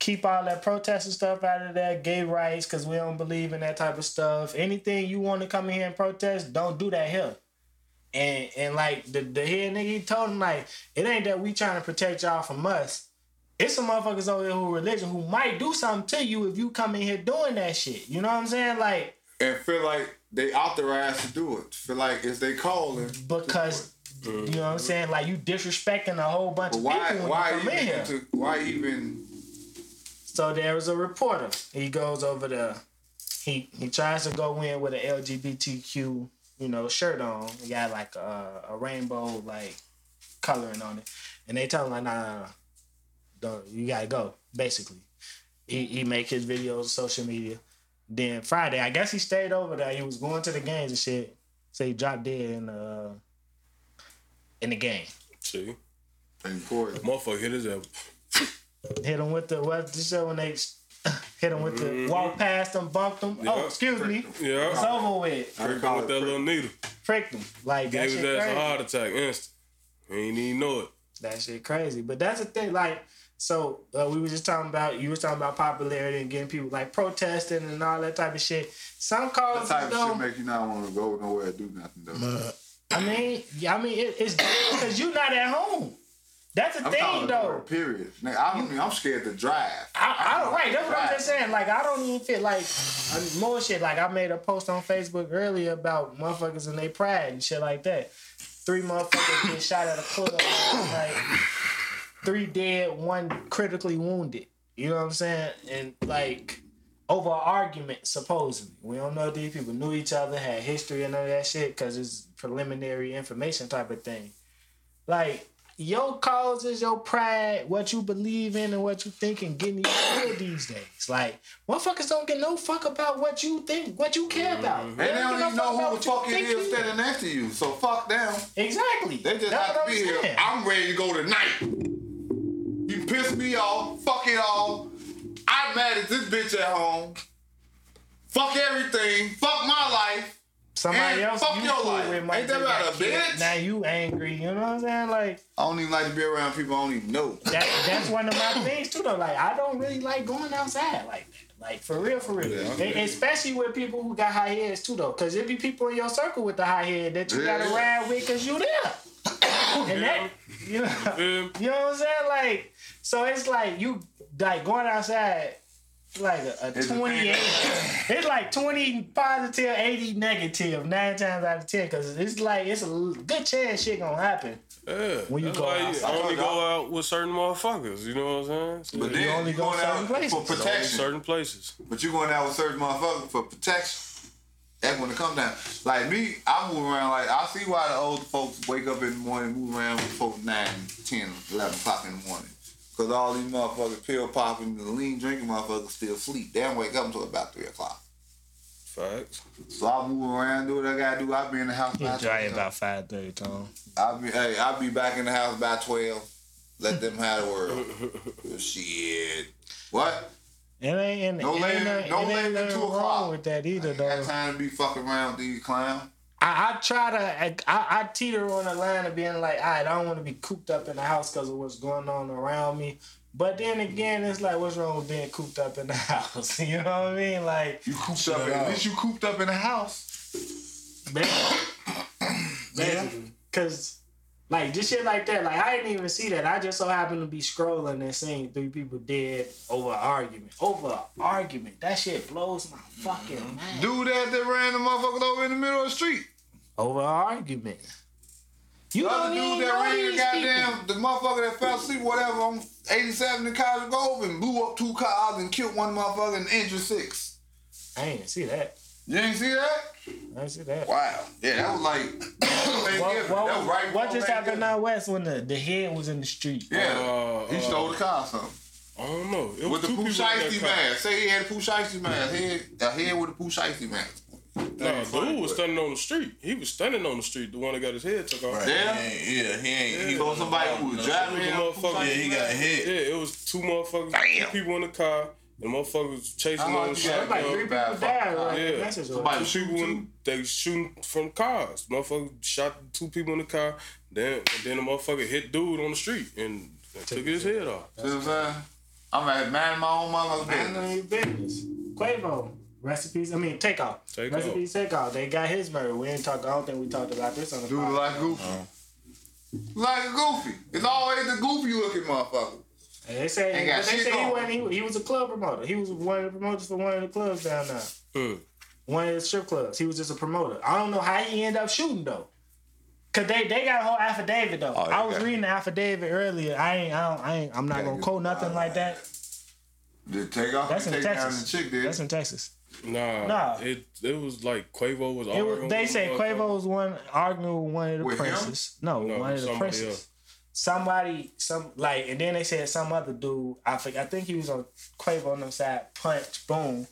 Speaker 2: Keep all that protest and stuff out of there. Gay rights, cause we don't believe in that type of stuff. Anything you want to come in here and protest, don't do that here. And and like the the head nigga, he told him like, it ain't that we trying to protect y'all from us. It's some motherfuckers over here who religion who might do something to you if you come in here doing that shit. You know what I'm saying? Like
Speaker 5: And feel like they authorized to do it. Feel like it's they calling.
Speaker 2: because you know what I'm saying? Like you disrespecting a whole bunch
Speaker 5: But
Speaker 2: of
Speaker 5: why?
Speaker 2: people when
Speaker 5: Why
Speaker 2: you come in
Speaker 5: even?
Speaker 2: here.
Speaker 5: To, why even?
Speaker 2: So there was a reporter. He goes over there. He he tries to go in with an LGBTQ, you know, shirt on. He got like a, a rainbow like coloring on it, and they tell him like, nah, nah, nah, nah. don't you gotta go. Basically, he he make his videos, social media. Then Friday, I guess he stayed over there. He was going to the games and shit. So he dropped dead in the in the game.
Speaker 4: See,
Speaker 5: Important.
Speaker 4: motherfucker hit his ass.
Speaker 2: Hit him with the what the show when they *coughs* hit him with the walk past him, bumped him. Oh,
Speaker 4: Mm-hmm. Yeah.
Speaker 2: excuse me. It's
Speaker 4: Yeah,
Speaker 2: over with.
Speaker 4: pricked him with that little needle.
Speaker 2: Pricked him. Like that
Speaker 4: Gave his
Speaker 2: shit
Speaker 4: ass a
Speaker 2: crazy.
Speaker 4: heart attack instant. He ain't even know it.
Speaker 2: That shit crazy. But that's the thing, like, so uh, we were just talking about you was talking about popularity and getting people like protesting and all that type of shit. Some
Speaker 5: That
Speaker 2: causes
Speaker 5: type of shit
Speaker 2: don't.
Speaker 5: make you not want to go nowhere and do nothing though.
Speaker 2: I mean, yeah, I mean, it, it's because you're not at home. That's the
Speaker 5: I'm
Speaker 2: thing,
Speaker 5: talking though.
Speaker 2: though.
Speaker 5: Period. Nigga, I don't mean, I'm scared to drive.
Speaker 2: I, I don't right. That's what I'm
Speaker 5: Right.
Speaker 2: just saying. Like I don't even feel like I'm more shit. Like I made a post on Facebook earlier about motherfuckers and they pride and shit like that. Three motherfuckers get shot at a club. Like three dead, one critically wounded. You know what I'm saying? And like over an argument, supposedly. We don't know if these people knew each other, had history and all that shit, because it's preliminary information type of thing. Like your cause is your pride, what you believe in and what you think and getting killed these days. Like motherfuckers don't get no fuck about what you think, what you care about.
Speaker 5: And Mm-hmm. they don't
Speaker 2: give no
Speaker 5: even
Speaker 2: about
Speaker 5: know who the
Speaker 2: what you
Speaker 5: fuck it
Speaker 2: think
Speaker 5: is
Speaker 2: either.
Speaker 5: standing next to you. So fuck them.
Speaker 2: Exactly.
Speaker 5: They just
Speaker 2: That's
Speaker 5: have
Speaker 2: what
Speaker 5: to be
Speaker 2: I'm
Speaker 5: here.
Speaker 2: saying.
Speaker 5: I'm ready to go tonight. You piss me off. Fuck it all. I'm mad at this bitch at home. Fuck everything. Fuck my life.
Speaker 2: Somebody
Speaker 5: Man,
Speaker 2: else
Speaker 5: fuck
Speaker 2: you
Speaker 5: your
Speaker 2: cool
Speaker 5: life.
Speaker 2: with might
Speaker 5: Ain't that
Speaker 2: just got
Speaker 5: about a
Speaker 2: killed.
Speaker 5: bitch?
Speaker 2: Now you angry. You know what I'm saying? Like
Speaker 5: I don't even like to be around people I don't even know.
Speaker 2: that, that's one of my things too though. Like I don't really like going outside like that. Like for real, for real.
Speaker 5: Yeah, I
Speaker 2: And- Especially with people who got high heads too though. Cause it be people in your circle with the high head that you gotta
Speaker 5: Yeah.
Speaker 2: ride with cause you
Speaker 5: *coughs*
Speaker 2: there. and that you know,
Speaker 4: Feel me?
Speaker 2: you know what I'm saying? Like so it's like you like going outside like a, a
Speaker 5: It's a
Speaker 2: 28 it's like 20 positive 80 negative nine times out of 10 because it's like it's a l- good chance shit gonna happen
Speaker 4: Yeah.
Speaker 2: When you
Speaker 4: that's
Speaker 2: go
Speaker 4: why
Speaker 2: outside.
Speaker 4: only go out with certain motherfuckers. You know what I'm saying?
Speaker 5: But
Speaker 4: Yeah.
Speaker 5: then you
Speaker 2: only
Speaker 5: only
Speaker 2: go
Speaker 5: going
Speaker 2: certain
Speaker 5: out
Speaker 2: places.
Speaker 5: for
Speaker 4: Only
Speaker 5: protection.
Speaker 4: certain places.
Speaker 5: But you going out with certain motherfuckers for protection. That's when it comes down. Like me, I move around like I see why the old folks wake up in the morning, move around before 9, 10, 11 o'clock in the morning. Cause all these motherfuckers pill popping and lean drinking motherfuckers still sleep. They don't wake up until about three o'clock.
Speaker 4: Facts.
Speaker 5: So I move around, do what I gotta do. I be in the house by
Speaker 2: dry
Speaker 5: 12.
Speaker 2: about 5.30 tom
Speaker 5: I be hey, I be back in the house by twelve. Let them have the world. Shit. What?
Speaker 2: It ain't, and
Speaker 5: No
Speaker 2: it
Speaker 5: later-
Speaker 2: ain't, no,
Speaker 5: no
Speaker 2: it
Speaker 5: later
Speaker 2: ain't
Speaker 5: than
Speaker 2: nothing
Speaker 5: two
Speaker 2: wrong
Speaker 5: o'clock.
Speaker 2: with that either,
Speaker 5: Ain't got
Speaker 2: though.
Speaker 5: time to be fucking around with these clowns.
Speaker 2: I, I try to, I, I teeter on the line of being like, all right, I don't want to be cooped up in the house because of what's going on around me. But then again, it's like, what's wrong with being cooped up in the *laughs* house? You know what I mean? Like,
Speaker 5: You cooped up. At least you cooped up in the house.
Speaker 2: because, like, just shit like that. Like, I didn't even see that. I just so happened to be scrolling and seeing three people dead over an argument. Over an argument. That shit blows my
Speaker 5: Mm-hmm.
Speaker 2: fucking mind.
Speaker 5: Dude that that ran the motherfuckers over in the middle of the street.
Speaker 2: Over an argument. You
Speaker 5: The other
Speaker 2: don't
Speaker 5: dude
Speaker 2: even
Speaker 5: that
Speaker 2: know
Speaker 5: ran the
Speaker 2: these people.
Speaker 5: goddamn the motherfucker that fell asleep, whatever, on 87 in College Grove and blew up two cars and killed one motherfucker and injured six.
Speaker 2: I ain't see that.
Speaker 5: You ain't see that?
Speaker 2: I ain't see that.
Speaker 5: Wow. Yeah, that was *coughs* like Thanksgiving.
Speaker 2: What, what,
Speaker 5: that was right
Speaker 2: what
Speaker 5: before
Speaker 2: just
Speaker 5: Thanksgiving.
Speaker 2: happened out west when the, the head was in the street?
Speaker 5: Yeah.
Speaker 4: Uh,
Speaker 5: he
Speaker 4: uh,
Speaker 5: stole the car or something.
Speaker 4: I don't know. It was
Speaker 5: With the
Speaker 4: two
Speaker 5: Pooh
Speaker 4: people in
Speaker 5: Shiesty
Speaker 4: that car.
Speaker 5: mask. Say he had a Pooh Shiesty mask. Head, a head with a Pooh Shiesty mask.
Speaker 4: Nah,
Speaker 5: funny,
Speaker 4: dude was
Speaker 5: but-
Speaker 4: standing on the street. He was standing on the street. The one that got his head took off.
Speaker 5: Yeah.
Speaker 3: He ain't, yeah, he ain't. He
Speaker 5: He was somebody who was driving
Speaker 4: It
Speaker 5: him.
Speaker 4: was a motherfucker.
Speaker 3: Yeah, he got hit.
Speaker 4: Yeah, it was two motherfuckers, two people in the car, and motherfuckers chasing
Speaker 5: How
Speaker 4: on the
Speaker 5: hard you got
Speaker 4: shotgun.
Speaker 5: it? Like
Speaker 2: Three people
Speaker 5: Bad
Speaker 2: died.
Speaker 5: fuck.
Speaker 2: Like,
Speaker 4: Yeah.
Speaker 2: that's just
Speaker 5: Somebody
Speaker 4: Two
Speaker 5: shoot
Speaker 4: people
Speaker 5: you.
Speaker 4: in, they shooting from cars. Motherfucker shot two people in the car. Then and then the motherfucker hit dude on the street and took his head off.
Speaker 5: See what I'm saying? I'm at man my own mother's
Speaker 2: I know
Speaker 5: business.
Speaker 2: your business. Quavo recipes. I mean, takeoff.
Speaker 4: Takeoff.
Speaker 2: recipes. Takeoff. They got his murder. We ain't talk. I don't think we talked about this on the
Speaker 5: Dude
Speaker 2: podcast.
Speaker 5: like goofy. Like a goofy. It's always the goofy looking motherfucker.
Speaker 2: And They say
Speaker 5: Ain't got
Speaker 2: but they
Speaker 5: shit
Speaker 2: say he
Speaker 5: going.
Speaker 2: wasn't. He, he was a club promoter. He was one of the promoters for one of the clubs down there.
Speaker 4: Mm.
Speaker 2: One of the strip clubs. He was just a promoter. I don't know how he ended up shooting though. Cause they, they got a whole affidavit though.
Speaker 5: Oh, they
Speaker 2: I was
Speaker 5: got-
Speaker 2: reading the affidavit earlier. I ain't I don't I ain't I'm not
Speaker 5: Gotta
Speaker 2: gonna
Speaker 5: get-
Speaker 2: quote nothing like that.
Speaker 5: Did take off
Speaker 2: That's
Speaker 5: and
Speaker 2: in
Speaker 5: take down the
Speaker 2: Texas.
Speaker 5: chick did.
Speaker 2: That's in Texas.
Speaker 4: Nah,
Speaker 2: Nah.
Speaker 4: It it was like Quavo was.
Speaker 2: It
Speaker 4: arguing
Speaker 2: was, they
Speaker 4: with
Speaker 2: say
Speaker 4: the motherfucker.
Speaker 2: Quavo was one arguing with one of the
Speaker 5: With him?
Speaker 2: princes. No,
Speaker 4: No,
Speaker 2: one of the
Speaker 4: somebody
Speaker 2: princes.
Speaker 4: else.
Speaker 2: somebody some like and then they said some other dude I think I think he was on Quavo on them side punch boom.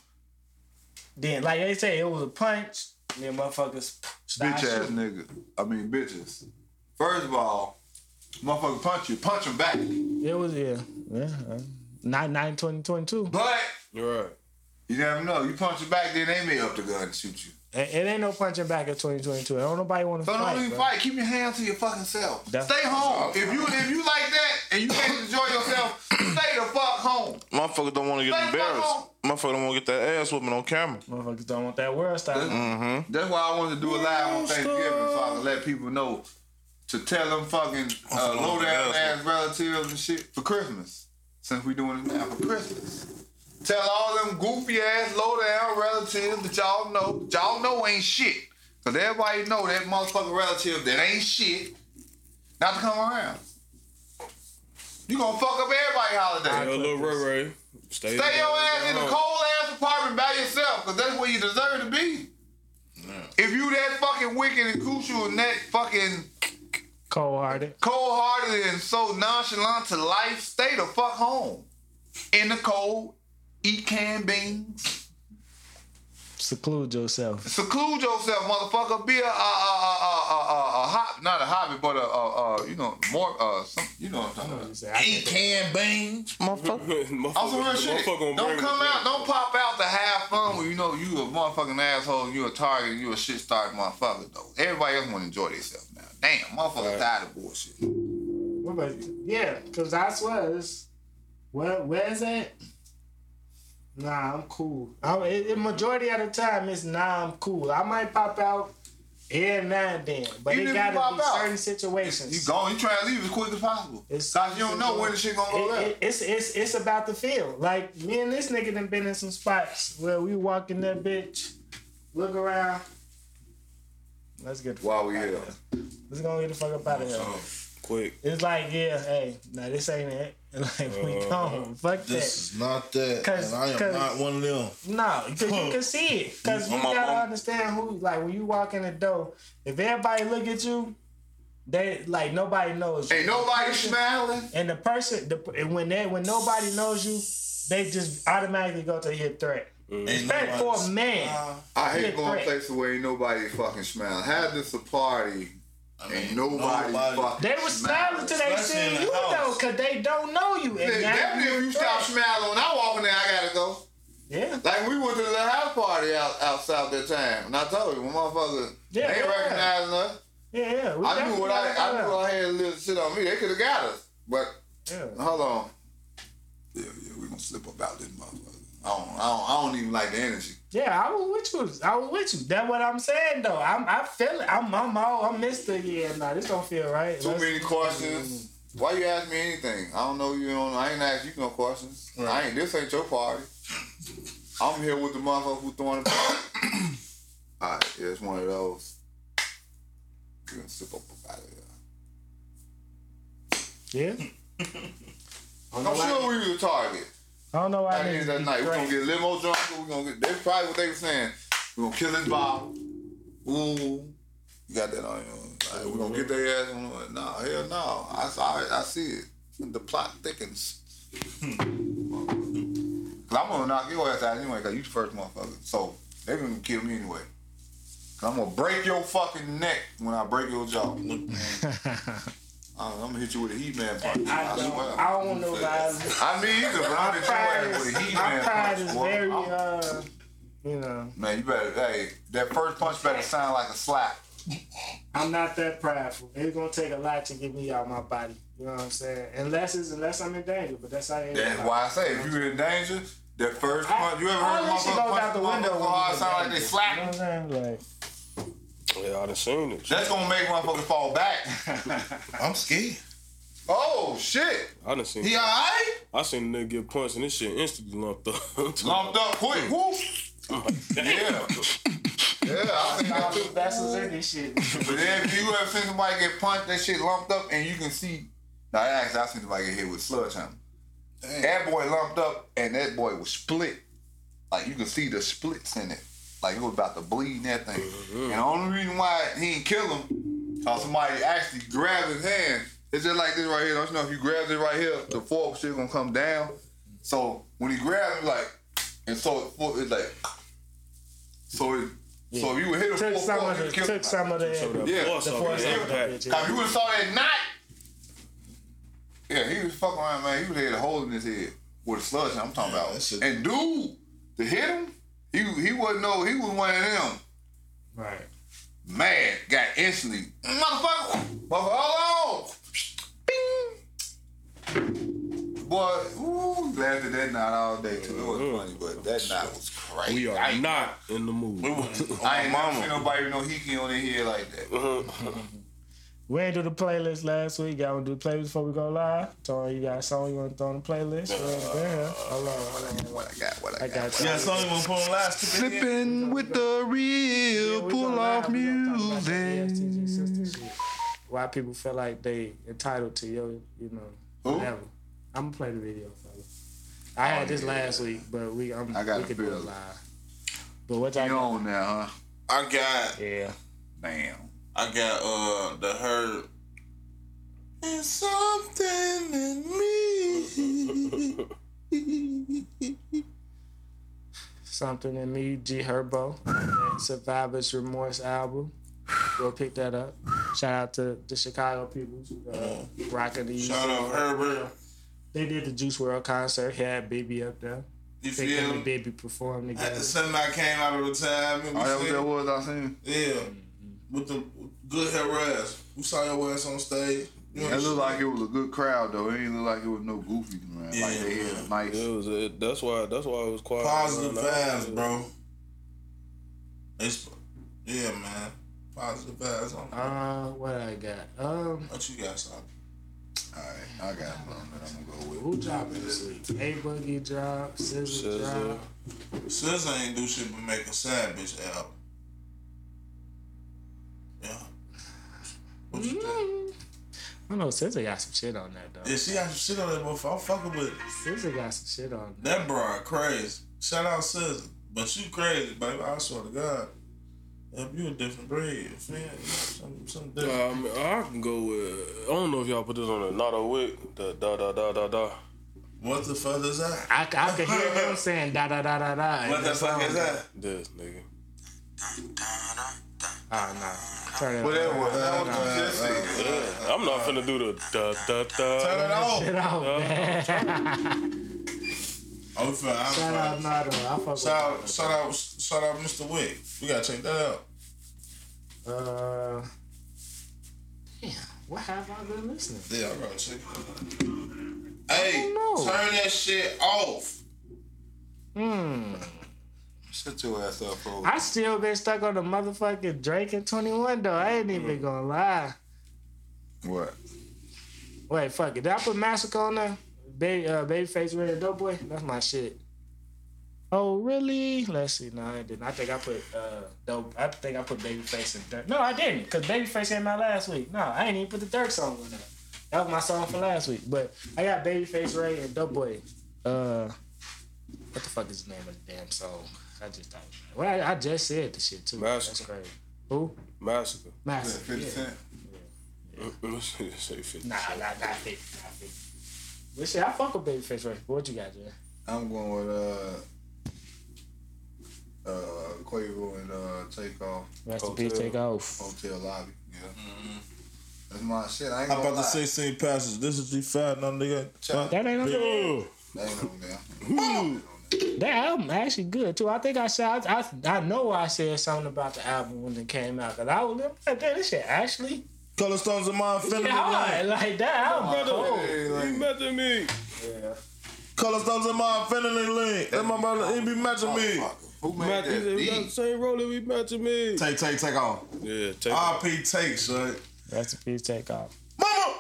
Speaker 2: Then like they say it was a punch. and Then motherfuckers
Speaker 5: bitch
Speaker 2: start
Speaker 5: ass
Speaker 2: shooting.
Speaker 5: nigga. I mean bitches. First of all, motherfucker punch you, punch him back.
Speaker 2: It was yeah yeah uh, nine nine twenty twenty two.
Speaker 5: But
Speaker 4: You're right.
Speaker 5: you never know. You punch him back, then they may up the gun and shoot you.
Speaker 2: It, it ain't no punching back at twenty twenty two. Don't nobody want to
Speaker 5: So
Speaker 2: fight.
Speaker 5: don't even
Speaker 2: bro.
Speaker 5: fight. Keep your hands to your fucking self.
Speaker 2: That's-
Speaker 5: Stay home. If you if you like that and you can't enjoy yourself, stay the fuck home.
Speaker 3: Motherfuckers don't want to get
Speaker 5: Like, fuck
Speaker 3: embarrassed.
Speaker 5: off.
Speaker 3: Motherfuckers don't want to get that ass whooping on camera. Mm-hmm.
Speaker 2: Motherfuckers don't want that world style.
Speaker 5: That's why I wanted to do a live on Thanksgiving, so I can let people know to tell them fucking uh, low down ass relatives and shit for Christmas. Since we doing it now for Christmas. Tell all them goofy ass low down relatives that y'all know, that y'all know ain't shit. Cause everybody know that motherfucking relative that ain't shit, not to come around. You gonna fuck up everybody's holiday.
Speaker 4: Yo, little Ray Ray. Stay,
Speaker 5: Stay your ass in the
Speaker 4: home.
Speaker 5: cold ass apartment by yourself, cause that's where you deserve to be. If you that fucking wicked and crucial and that fucking
Speaker 2: Cold hearted.
Speaker 5: cold hearted and so nonchalant to life, stay the fuck home. In the cold, eat canned beans.
Speaker 2: Seclude yourself.
Speaker 5: Seclude yourself, motherfucker. Be a a a a a, a, a hop, not a hobby, but a, a, a you know more uh some, you know what I'm talking about.
Speaker 3: Eat canned beans, motherfucker.
Speaker 4: *laughs* Motherfucker-
Speaker 5: On some real shit.
Speaker 4: motherfucker gonna
Speaker 5: Don't
Speaker 4: bring
Speaker 5: come
Speaker 4: it.
Speaker 5: out. Don't pop out to have fun when you know you a motherfucking asshole. and You a target. and You a shit starting motherfucker though. Everybody else want to enjoy themselves now. Damn, motherfucker tired of bullshit.
Speaker 2: What about Yeah, because I swear, it's, where, where's that? Nah, I'm cool. I, it, it- majority of the time, it's nah, I'm cool. I might pop out here and now and then, but it
Speaker 5: Even if you
Speaker 2: gotta be
Speaker 5: pop out,
Speaker 2: certain
Speaker 5: You
Speaker 2: situations.
Speaker 5: gone. You try to leave as quick as possible.
Speaker 2: It's-
Speaker 5: Cause you don't know when the shit gonna go
Speaker 2: It-
Speaker 5: left.
Speaker 2: it- it's it's it's about the feel. Like me and this nigga done been in some spots where we walk in that bitch, look around. Let's get the fuck
Speaker 5: While we
Speaker 2: out of
Speaker 5: here,
Speaker 2: Let's go get the fuck up out of here.
Speaker 4: Quick.
Speaker 2: It's like, yeah, hey, no, this ain't it. *laughs* Like we
Speaker 5: Uh,
Speaker 2: gone. Fuck that.
Speaker 3: This is not that.
Speaker 2: Cause-
Speaker 3: and I am
Speaker 2: cause-
Speaker 3: not one of them.
Speaker 2: No, because you can see it.
Speaker 5: *laughs*
Speaker 2: Because you
Speaker 3: I'm- I'm-
Speaker 2: gotta
Speaker 3: I'm-
Speaker 2: understand who. Like when you walk in the door, if everybody look at you, they like nobody knows you.
Speaker 5: ain't nobody smiling.
Speaker 2: And the person, the, and when they when nobody knows you, they just automatically go to your threat.
Speaker 5: Mm.
Speaker 3: Ain't
Speaker 2: Threat
Speaker 3: nobody-
Speaker 2: for a man.
Speaker 5: I hate
Speaker 2: Good
Speaker 5: going
Speaker 2: threat.
Speaker 5: places where ain't nobody fucking smiling. Have this a party
Speaker 3: I
Speaker 5: and nobody, fucking.
Speaker 2: they was smiling till they
Speaker 3: Especially in
Speaker 2: see
Speaker 3: the
Speaker 2: you though,
Speaker 3: house.
Speaker 2: because they don't know you. And now
Speaker 5: Definitely, if
Speaker 2: you
Speaker 5: you
Speaker 2: a threat.
Speaker 5: stop smiling when I walk in there, I gotta go.
Speaker 2: Yeah.
Speaker 5: Like we went to the little house party out outside that time, and I told you, when motherfuckers
Speaker 2: Yeah,
Speaker 5: they ain't
Speaker 2: yeah.
Speaker 5: recognizing us.
Speaker 2: Yeah, yeah. we
Speaker 5: I knew what I,
Speaker 2: definitely
Speaker 5: I knew I had a little shit on me. They could have got us, but
Speaker 2: Yeah.
Speaker 5: hold on. Yeah, yeah, we gonna slip up out this motherfucker. I don't, I don't, I don't even like the energy.
Speaker 2: Yeah, I was with you. I was with you. That's what I'm saying though. I'm I feel it. I'm I'm all I'm Mr. Yeah, nah, this don't feel right.
Speaker 5: Too
Speaker 2: Let's-
Speaker 5: many questions. Why you ask me anything? I don't know you. Don't, I ain't ask you no questions. I ain't. This ain't your party. I'm here with the motherfucker who throwing the party. *coughs* All right, yeah, it's one of those. You can slip up out of
Speaker 2: Yeah.
Speaker 5: here.
Speaker 2: I don't know
Speaker 5: I'm
Speaker 2: why-
Speaker 5: sure we was a target.
Speaker 2: I don't know why
Speaker 5: At the
Speaker 2: niggas
Speaker 5: end of
Speaker 2: be
Speaker 5: that night, we're gonna
Speaker 2: great.
Speaker 5: get limo drunk. We're gonna get. That's probably what they were saying. We're gonna kill this bottle. Ooh, you got that on you. Like, we're gonna get their ass. On. No, hell no. I saw it. I see it. The plot thickens. Cause I'm gonna knock your ass out anyway. Cause you the first motherfucker. So they gonna kill me anyway. Cause I'm gonna break your fucking neck when I break
Speaker 2: *laughs*
Speaker 5: your jaw. I am gonna hit you with a heat man punch.
Speaker 2: I don't,
Speaker 5: swear.
Speaker 2: I don't want no violence.
Speaker 5: I mean, either, but I'm just
Speaker 2: Pride
Speaker 5: trying with a
Speaker 2: is,
Speaker 5: heat
Speaker 2: my
Speaker 5: man
Speaker 2: pride
Speaker 5: punch.
Speaker 2: is
Speaker 5: boy.
Speaker 2: very,
Speaker 5: I'm-
Speaker 2: uh, you know,
Speaker 5: man, you better, hey, that first punch better sound like a slap.
Speaker 2: I'm not that prideful. It's gonna take a lot to get me out my body. You know what I'm saying? Unless it's unless I'm in danger, but that's how it is.
Speaker 5: That's why I say, if you're in danger, that first
Speaker 2: I-
Speaker 5: punch, you ever
Speaker 2: I
Speaker 5: heard
Speaker 2: wish it goes
Speaker 5: motherfucker
Speaker 2: out
Speaker 5: punch
Speaker 2: the
Speaker 5: the
Speaker 2: window
Speaker 5: motherfucker
Speaker 2: when
Speaker 5: hard
Speaker 2: you
Speaker 5: sound like they
Speaker 2: get You know
Speaker 5: slapping?
Speaker 2: what I'm saying? Like,
Speaker 4: Yeah, I done seen it.
Speaker 5: That's gonna make motherfucker fall back.
Speaker 3: *laughs* I'm scared.
Speaker 5: oh, shit.
Speaker 4: I done seen
Speaker 5: He all right?
Speaker 4: I seen a nigga get punched and this shit instantly lumped up. *laughs*
Speaker 5: Lumped up quick. Woo.
Speaker 3: *laughs*
Speaker 5: Yeah. Yeah, I think
Speaker 2: all
Speaker 5: that
Speaker 2: the
Speaker 5: too.
Speaker 2: vessels in this shit.
Speaker 5: But then if you ever seen somebody get punched, that shit lumped up, and you can see. Now, actually, I seen somebody get hit with a sledgehammer. That boy lumped up, and that boy was split. Like you can see the splits in it. Like it was about to bleed and everything. And the only reason why he didn't kill him, cause somebody actually grabbed his hand It's just like this right here. Don't you know if you grab it right here, the fork shit gonna come down. So when he grabs it, like, and so it, fork- it's like, so it, so if you would hit a
Speaker 2: Took
Speaker 5: fork,
Speaker 2: some
Speaker 5: fork,
Speaker 2: of the
Speaker 5: it'd kill-
Speaker 2: took some of the
Speaker 5: yeah. Cause
Speaker 4: Force
Speaker 2: the
Speaker 4: off
Speaker 2: force
Speaker 4: the
Speaker 2: out of that
Speaker 4: impact.
Speaker 2: bitch. yeah.
Speaker 5: if you would have saw that knot, yeah, he was fucking around, man. He would have had a hole in his head with a sludge. I'm talking
Speaker 3: Yeah,
Speaker 5: about.
Speaker 3: that shit-
Speaker 5: And dude, to hit him, he he wasn't no, he was one of them.
Speaker 2: Right.
Speaker 5: mad, got instantly, motherfucker, motherfucker, hold on. Bing. Boy, ooh, laughed at that knot all day too. It was funny, but that knot was crazy.
Speaker 4: We are
Speaker 5: I,
Speaker 4: not in the
Speaker 3: We
Speaker 4: mood.
Speaker 3: was
Speaker 5: I ain't never
Speaker 3: mama.
Speaker 5: seen nobody with no hickey on their head like that.
Speaker 2: We ain't do the playlist last week. Y'all wanna do the playlist before we go live? Tori, you got a song you wanna throw on the playlist? Uh, yeah. Hold on, hold on.
Speaker 5: What I got, what I,
Speaker 2: I
Speaker 5: got.
Speaker 2: got you.
Speaker 3: Yeah, Sonny gonna put on last. Slipping.
Speaker 5: Flipping with the real
Speaker 2: we gonna laugh. We gonna talk about that ESTG sister shit. Why people feel like they entitled to your, you know,
Speaker 5: Who?
Speaker 2: whatever. I'm gonna play the video for you. I had this last week, but we I'm,
Speaker 5: I got
Speaker 2: we
Speaker 5: a
Speaker 2: could do it
Speaker 5: feeling.
Speaker 2: live. But what y'all
Speaker 5: You
Speaker 2: got?
Speaker 5: on now, huh?
Speaker 3: I got,
Speaker 2: Yeah.
Speaker 5: Damn.
Speaker 3: I got uh the herd. There's something
Speaker 5: *laughs*
Speaker 3: in me.
Speaker 2: Something in me, G Herbo, that Survivor's Remorse album. Go pick that up. Shout out to the Chicago people uh, rocking the
Speaker 3: Shout out Herbert.
Speaker 2: They did the Juice World concert. He had Baby up there.
Speaker 3: You
Speaker 2: They him
Speaker 3: feel
Speaker 2: and
Speaker 3: me?
Speaker 2: Baby performed
Speaker 3: At the
Speaker 2: together.
Speaker 3: seminar came out of retirement. We
Speaker 5: Oh, that was
Speaker 3: seen-
Speaker 5: that was I seen.
Speaker 3: Yeah, with the good hair ass. We saw your ass on stage. You
Speaker 5: It looked like it was a good crowd though. It ain't look like it was no goofy man. Like they had a nice.
Speaker 4: It was, it, that's why. That's why it was quiet.
Speaker 3: positive
Speaker 4: Nah, nah,
Speaker 3: vibes, bro. It's yeah, man. Positive vibes on
Speaker 2: Uh, what I got? Um,
Speaker 3: what you got, son.
Speaker 5: All right, I got one that I'm gonna go with.
Speaker 2: who dropping this week? A Boogie drop, SZA
Speaker 4: SZA.
Speaker 2: drop.
Speaker 3: SZA ain't do shit but make a sad bitch album. Yeah. What you think?
Speaker 2: Mm. I don't know SZA got some shit on that though.
Speaker 3: Yeah, she got some shit on that motherfucker. I'm fucking with it.
Speaker 2: SZA got some shit on.
Speaker 3: that broad crazy. Shout out SZA, but you crazy, baby. I swear to God, if you a different breed, you feel me? Something, something different.
Speaker 4: Um, I can go with. I don't know if y'all put this on the not a wick. The da da da da da.
Speaker 3: What the fuck is that?
Speaker 2: I, I can hear him saying da da da da da. in
Speaker 3: What the fuck
Speaker 2: song.
Speaker 3: is that?
Speaker 4: This nigga.
Speaker 2: Oh no, turn it
Speaker 5: Whatever. That was
Speaker 3: uh,
Speaker 4: I'm not finna do the da da da.
Speaker 3: Turn it off.
Speaker 2: Shit off, man. *laughs*
Speaker 3: I'm fine. I'm
Speaker 2: Shout out
Speaker 3: fine.
Speaker 2: Nado. I fuck with
Speaker 3: Shout out, shout out, shout out, Mr. Wick. We gotta check that out.
Speaker 2: Uh, damn, what have I been listening?
Speaker 3: Yeah, I gotta check. it out. Hey,
Speaker 2: don't know.
Speaker 3: turn that shit off.
Speaker 2: Hmm.
Speaker 5: Shut your ass up, bro.
Speaker 2: I still been stuck on the motherfucking Drake and 21 though. I ain't even gonna lie.
Speaker 5: What?
Speaker 2: Wait, fuck it. Did I put Massacre on there? Baby, uh, Babyface Red Dope Boy? That's my shit. Oh, really? Let's see. No, I didn't. I think I put uh, Dope. I think I put Babyface and Dirk. No, I didn't. Because Babyface came out last week. No, I ain't even put the Dirk song on there. That was my song for last week. But I got Babyface Ray and Dope Boy. Uh, what the fuck is the name of the damn song? I just thought. Well, I, I just said the shit too. That's
Speaker 4: Massacre.
Speaker 2: crazy. Who?
Speaker 4: Massacre. Uh,
Speaker 2: Massacre.
Speaker 5: Fifty
Speaker 2: yeah.
Speaker 5: Cent.
Speaker 4: *laughs* Say fifty.
Speaker 2: Nah, nah, not 50, not 50. But shit, I fuck with Babyface Ray. What you got, Jay?
Speaker 5: I'm going with uh uh Quavo and uh Takeoff
Speaker 2: Rest
Speaker 3: Oh,
Speaker 4: in peace, take
Speaker 2: off.
Speaker 5: Hotel Lobby. Yeah. That's my shit. I ain't
Speaker 3: How
Speaker 5: gonna
Speaker 3: Mm-hmm. about the
Speaker 5: lie.
Speaker 3: 16 passes? This is G5, no nigga.
Speaker 5: Check.
Speaker 2: That ain't on there.
Speaker 5: That ain't on there.
Speaker 2: That album actually good too. I think I said I, I, I know I said something about the album when it came out, cause I was like, damn, this shit actually
Speaker 3: Color Stones of my infinity
Speaker 2: hard. *laughs*
Speaker 3: line.
Speaker 2: Like that album, cold.
Speaker 5: Hey,
Speaker 4: You
Speaker 5: like,
Speaker 4: better than me.
Speaker 3: Color Stones of my infinity line. That's my brother. He be matching me.
Speaker 5: motherfucker, Who made
Speaker 4: Matt, you
Speaker 5: that
Speaker 4: said we got the
Speaker 5: beat?
Speaker 4: same roller. We matching me.
Speaker 3: Take, take, take off.
Speaker 4: Yeah, take.
Speaker 3: RP take, son.
Speaker 2: Rest in peace, take off.
Speaker 3: Mama!